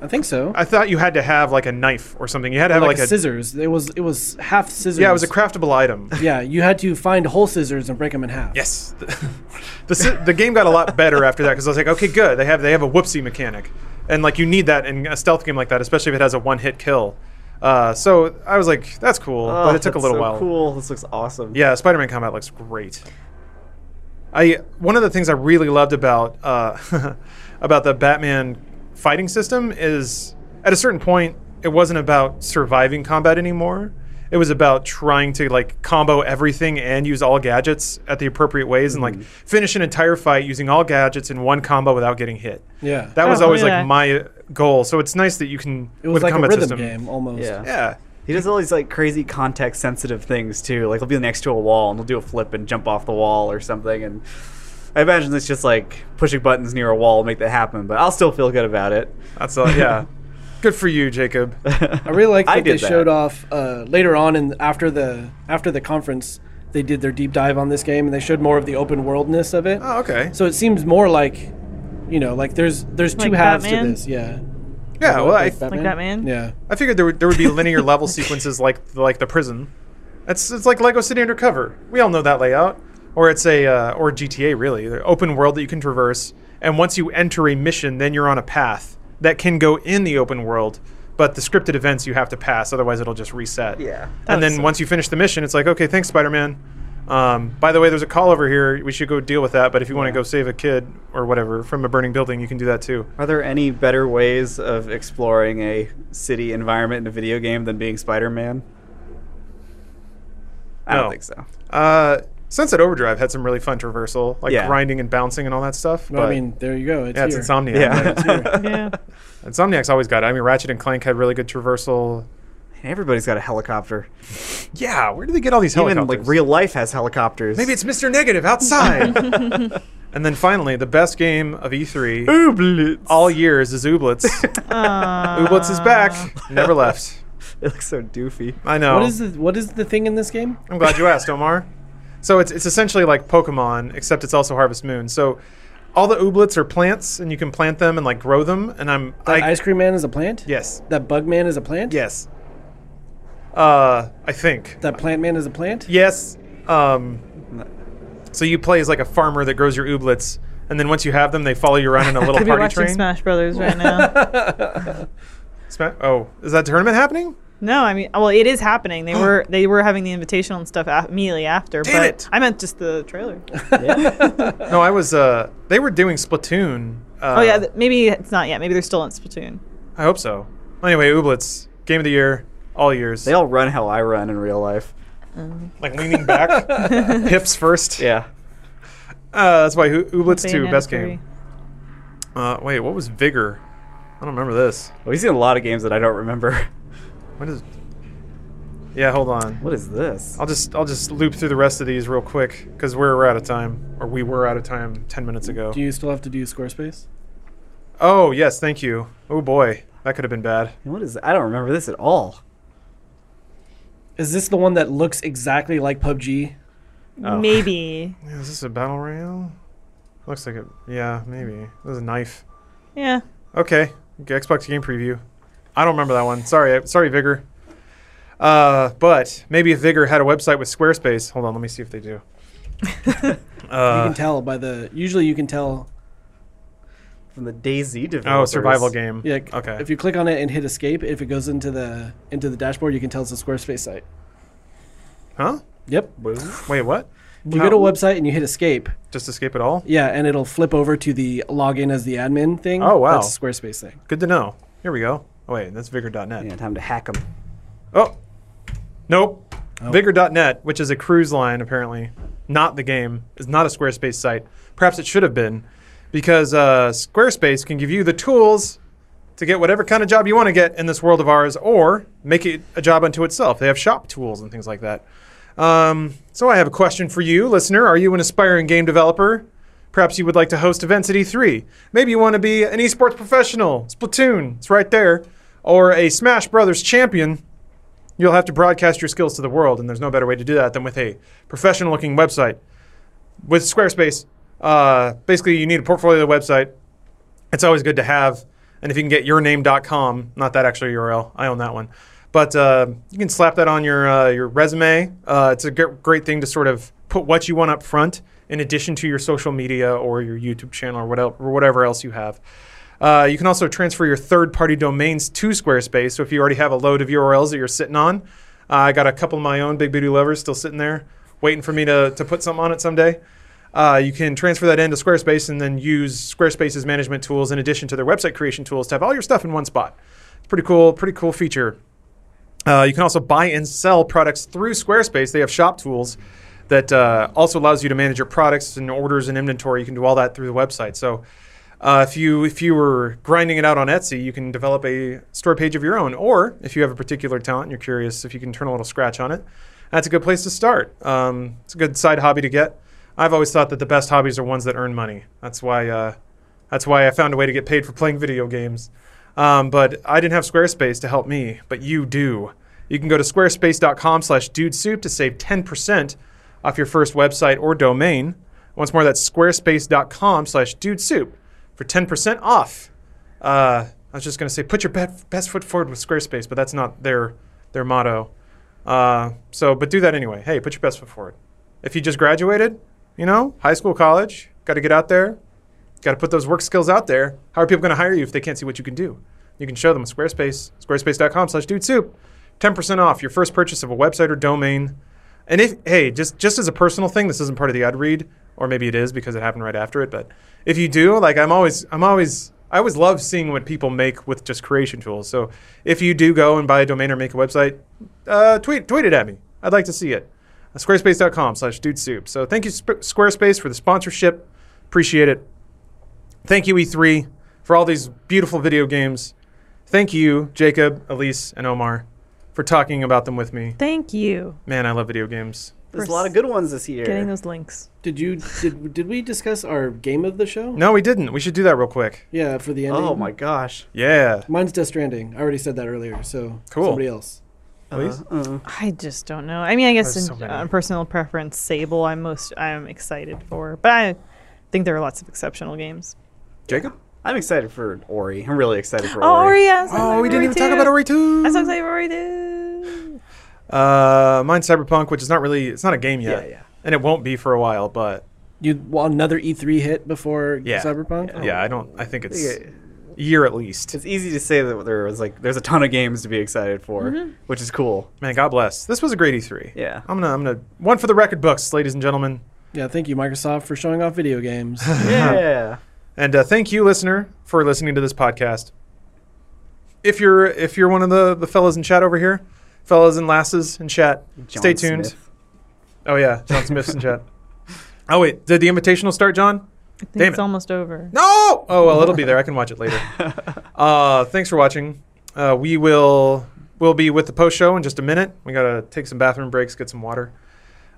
I think so.
I thought you had to have like a knife or something. You had to have
like,
like,
a
a,
scissors. It was it was half scissors.
yeah, it was a craftable
(laughs)
item.
Yeah, you had to find whole scissors and break them in half.
yes, the, (laughs) the, si- the game got a lot better after that because I was like, okay, good. They have they have a whoopsie mechanic, and like you need that in a stealth game like that, especially if it has a one hit kill. Uh, so I was like, that's cool, but
Oh,
it took a
that's
little
so
while.
Cool. This looks awesome.
Yeah, Spider-Man combat looks great. I one of the things I really loved about uh, (laughs) about the Batman fighting system is at a certain point it wasn't about surviving combat anymore. It was about trying to like combo everything and use all gadgets at the appropriate ways
Mm-hmm.
and like finish an entire fight using all gadgets in one combo without getting hit.
Yeah.
That was
Oh,
always
yeah.
like my goal. So it's nice that you can
it was
with
like a
combat
rhythm
system.
game almost.
Yeah.
Yeah.
He does all these like crazy context sensitive things too. Like he'll be next to a wall and he'll do a flip and jump off the wall or something. And I imagine it's just like pushing buttons near a wall will make that happen. But I'll still feel good about it.
That's all yeah. Good for you, Jacob.
(laughs) I really like
I
that they
did that.
showed off uh, later on and after the after the conference they did their deep dive on this game and they showed more of the open worldness of it.
Oh, okay.
So it seems more like you know, like there's there's two
Like
halves to
Batman?
this, yeah.
Yeah, well, I,
Like Batman?
Yeah.
I figured there would, there would be linear level sequences like like the prison. That's it's like Lego City Undercover. We all know that layout, or it's a uh, or GTA really, the open world that you can traverse. And once you enter a mission, then you're on a path that can go in the open world, but the scripted events you have to pass, otherwise it'll just reset.
Yeah.
And then once you finish the mission, it's like, okay, thanks, Spider-Man. Um, by the way, there's a call over here. We should go deal with that. But if you want to go save a kid or whatever from a burning building, you can do that too.
Are there any better ways of exploring a city environment in a video game than being Spider Man? I
No.
don't think so.
Uh, Sunset Overdrive had some really fun traversal, like
Yeah.
grinding and bouncing and all that stuff.
Well, I
but-
mean, there you go. It's
yeah, it's
here.
Insomniac.
Yeah. (laughs)
right?
yeah.
Insomniac's always got it. I mean, Ratchet and Clank had really good traversal.
Everybody's got a helicopter.
Yeah, where do they get all these helicopters?
Even like real life has helicopters.
Maybe it's Mr. Negative
(laughs)
outside. and then finally, the best game of E3
ooblets.
all years is
(laughs)
Ooblets. (laughs) Ooblets is back.
Ah.
Never left.
It looks so doofy.
I know.
What is the what is the thing in this game?
I'm glad you asked, Omar. So it's it's essentially like Pokemon, except it's also Harvest Moon. So all the ooblets are plants, and you can plant them and like grow them. And I'm
That
I,
ice cream man is a plant.
yes
That bug man is a plant.
yes. Uh, I think
That plant man is a plant.
yes. Um, so you play as like a farmer that grows your ooblets, and then once you have them, they follow you
(laughs)
around in a little
Could be
party
uh, watching
train.
Smash Brothers right now.
Sma- oh, is that tournament happening?
no, I mean, well, it is happening. They were they were having the invitational and stuff a- immediately after.
Oh. Damn
but
it.
I meant just
(laughs)
the trailer.
No, I was. Uh, they were doing Splatoon. Uh,
oh yeah, th- maybe it's not yet. Maybe they're still in Splatoon.
I hope so. Anyway, ooblets game of the year, all years.
(laughs) They all run how I run in real life.
Oh. like leaning
(laughs)
back, hips first.
Yeah.
Uh, that's why Ho- Ooblets
Bayonetta
2, best
three.
game. Uh, wait, what was Vigor? I don't remember this.
Well, we've seen a lot of games that I don't remember. (laughs)
What is? Yeah, hold on.
What is this?
I'll just I'll just loop through the rest of these real quick because we're out of time, or we were out of time ten minutes ago.
Do you still have to do Squarespace?
Oh yes, thank you. Oh boy, that could have been bad.
What is? I don't remember this at all.
Is this the one that looks exactly like PUBG?
Oh.
Um, Maybe.
Yeah, is this a battle royale? Looks like it. Yeah, maybe. There's a knife.
Yeah.
Okay. okay, Xbox game preview. I don't remember that one. Sorry, I- sorry, Vigor. Uh, but maybe if Vigor had a website with Squarespace. Hold on, let me see if they do.
you
uh,
can tell by the. Usually, you can tell.
From the DayZ
oh,
developers.
survival game.
Yeah. c-
Okay.
If you click on it and hit escape, if it goes into the into the dashboard, you can tell it's a Squarespace site.
huh?
Yep.
Wait, what?
If you go to a website and you hit escape,
Just escape it all?
yeah, and it'll flip over to the login as the admin thing.
Oh, wow.
That's a Squarespace thing.
Good to know. Here we go. Oh, wait, that's vigor.net.
Yeah, time to hack them.
Oh, nope. Vigor.net, which is a cruise line apparently, not the game, is not a Squarespace site. Perhaps it should have been, because uh, Squarespace can give you the tools to get whatever kind of job you want to get in this world of ours, or make it a job unto itself. They have shop tools and things like that. Um, so I have a question for you, listener. Are you an aspiring game developer? Perhaps you would like to host events at E3. Maybe you want to be an esports professional. Splatoon, it's right there, or a Smash Brothers champion. You'll have to broadcast your skills to the world, and there's no better way to do that than with a professional looking website. With Squarespace, uh, basically, you need a portfolio website. It's always good to have. And if you can get yourname.com, not that actual URL, I own that one. But uh, you can slap that on your, uh, your resume. Uh, it's a gr- great thing to sort of put what you want up front in addition to your social media or your YouTube channel or, what el- or whatever else you have. Uh, you can also transfer your third-party domains to Squarespace. So if you already have a load of URLs that you're sitting on, uh, I got a couple of my own Big Booty Lovers still sitting there, waiting for me to, to put something on it someday. Uh, you can transfer that into Squarespace and then use Squarespace's management tools in addition to their website creation tools to have all your stuff in one spot. It's pretty cool, pretty cool feature. Uh, you can also buy and sell products through Squarespace. They have shop tools that uh, also allows you to manage your products and orders and inventory. You can do all that through the website. So uh, if you if you were grinding it out on Etsy, you can develop a store page of your own. Or if you have a particular talent and you're curious if you can turn a little scratch on it, that's a good place to start. Um, it's a good side hobby to get. I've always thought that the best hobbies are ones that earn money. That's why uh, that's why I found a way to get paid for playing video games. Um, but I didn't have Squarespace to help me, but you do. You can go to squarespace.com slash dudesoup to save 10% off your first website or domain. Once more, that's squarespace.com slash dudesoup for 10% off. Uh, I was just going to say, put your bet- best foot forward with Squarespace, but that's not their, their motto. Uh, so, but do that anyway. Hey, put your best foot forward. If you just graduated, you know, high school, college, got to get out there, Got to put those work skills out there. How are people going to hire you if they can't see what you can do? You can show them Squarespace, squarespace.com slash dude soup. 10% off your first purchase of a website or domain. And if, hey, just, just as a personal thing, this isn't part of the ad read, or maybe it is because it happened right after it. But if you do, like I'm always, I'm always, I always love seeing what people make with just creation tools. So if you do go and buy a domain or make a website, uh, tweet, tweet it at me. I'd like to see it. squarespace.com slash dude soup. So thank you, Sp- Squarespace, for the sponsorship. Appreciate it. Thank you, E3, for all these beautiful video games. Thank you, Jacob, Elise, and Omar, for talking about them with me.
Thank you
Man, I love video games.
There's a lot of good ones this year.
for getting those links.
Did you did did we discuss our game of the show?
No, we didn't. We should do that real quick.
Yeah, for the ending.
oh my gosh.
Yeah.
Mine's Death Stranding. I already said that earlier. So
Cool.
somebody else.
Please?
Uh,
I just don't know. I mean, I guess
There's
in,
so many.
on personal preference, Sable. I'm most I'm excited for, but I think there are lots of exceptional games.
Jacob?
I'm excited for Ori. I'm really excited for
Oh,
Ori.
Ori! Yes,
Oh, we didn't even talk about Ori 2.
I'm so excited for Ori too.
Uh, mine's Cyberpunk, which is not really, it's not a game yet.
Yeah, yeah.
And it won't be for a while, but
You want another E3 hit before
Yeah.
Cyberpunk? Oh.
yeah, I don't, I think it's
Yeah.
a year at least.
It's easy to say that there was like there's a ton of games to be excited for,
Mm-hmm.
which is cool.
(laughs) Man, God bless. This was a great E3.
Yeah.
I'm gonna, I'm gonna, one for the record books, ladies and gentlemen.
Yeah, thank you, Microsoft, for showing off video
(laughs)
games.
(laughs)
Yeah.
And uh, thank you, listener, for listening to this podcast. If you're if you're one of the the fellas in chat over here, fellas and lasses in chat,
John
stay tuned.
Smith.
Oh yeah, John Smith's in chat. (laughs) Oh wait, did the invitational start, John?
I think
Damn
it's
it.
almost over.
No. Oh well, it'll be there. I can watch it
(laughs)
later. Uh, thanks for watching. Uh, we will we'll be with the post show in just a minute. We gotta take some bathroom breaks, get some water.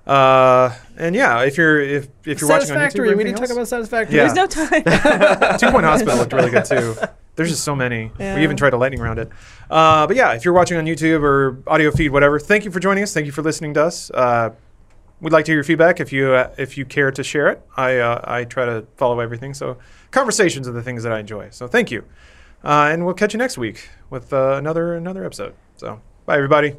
Uh, and yeah, if you're if if you're watching on YouTube,
Satisfactory.
or
We
anything
didn't talk
else-
about Satisfactory.
Yeah.
There's no
(laughs)
time.
Two
(laughs)
Point Hospital looked really good too. There's just so many.
Yeah.
We even tried a lightning round it. Uh, but yeah, if you're watching on YouTube or audio feed, whatever, thank you for joining us. Thank you for listening to us. Uh, we'd like to hear your feedback if you uh, if you care to share it. I uh, I try to follow everything. So conversations are the things that I enjoy. So thank you, uh, and we'll catch you next week with uh, another another episode. So bye everybody.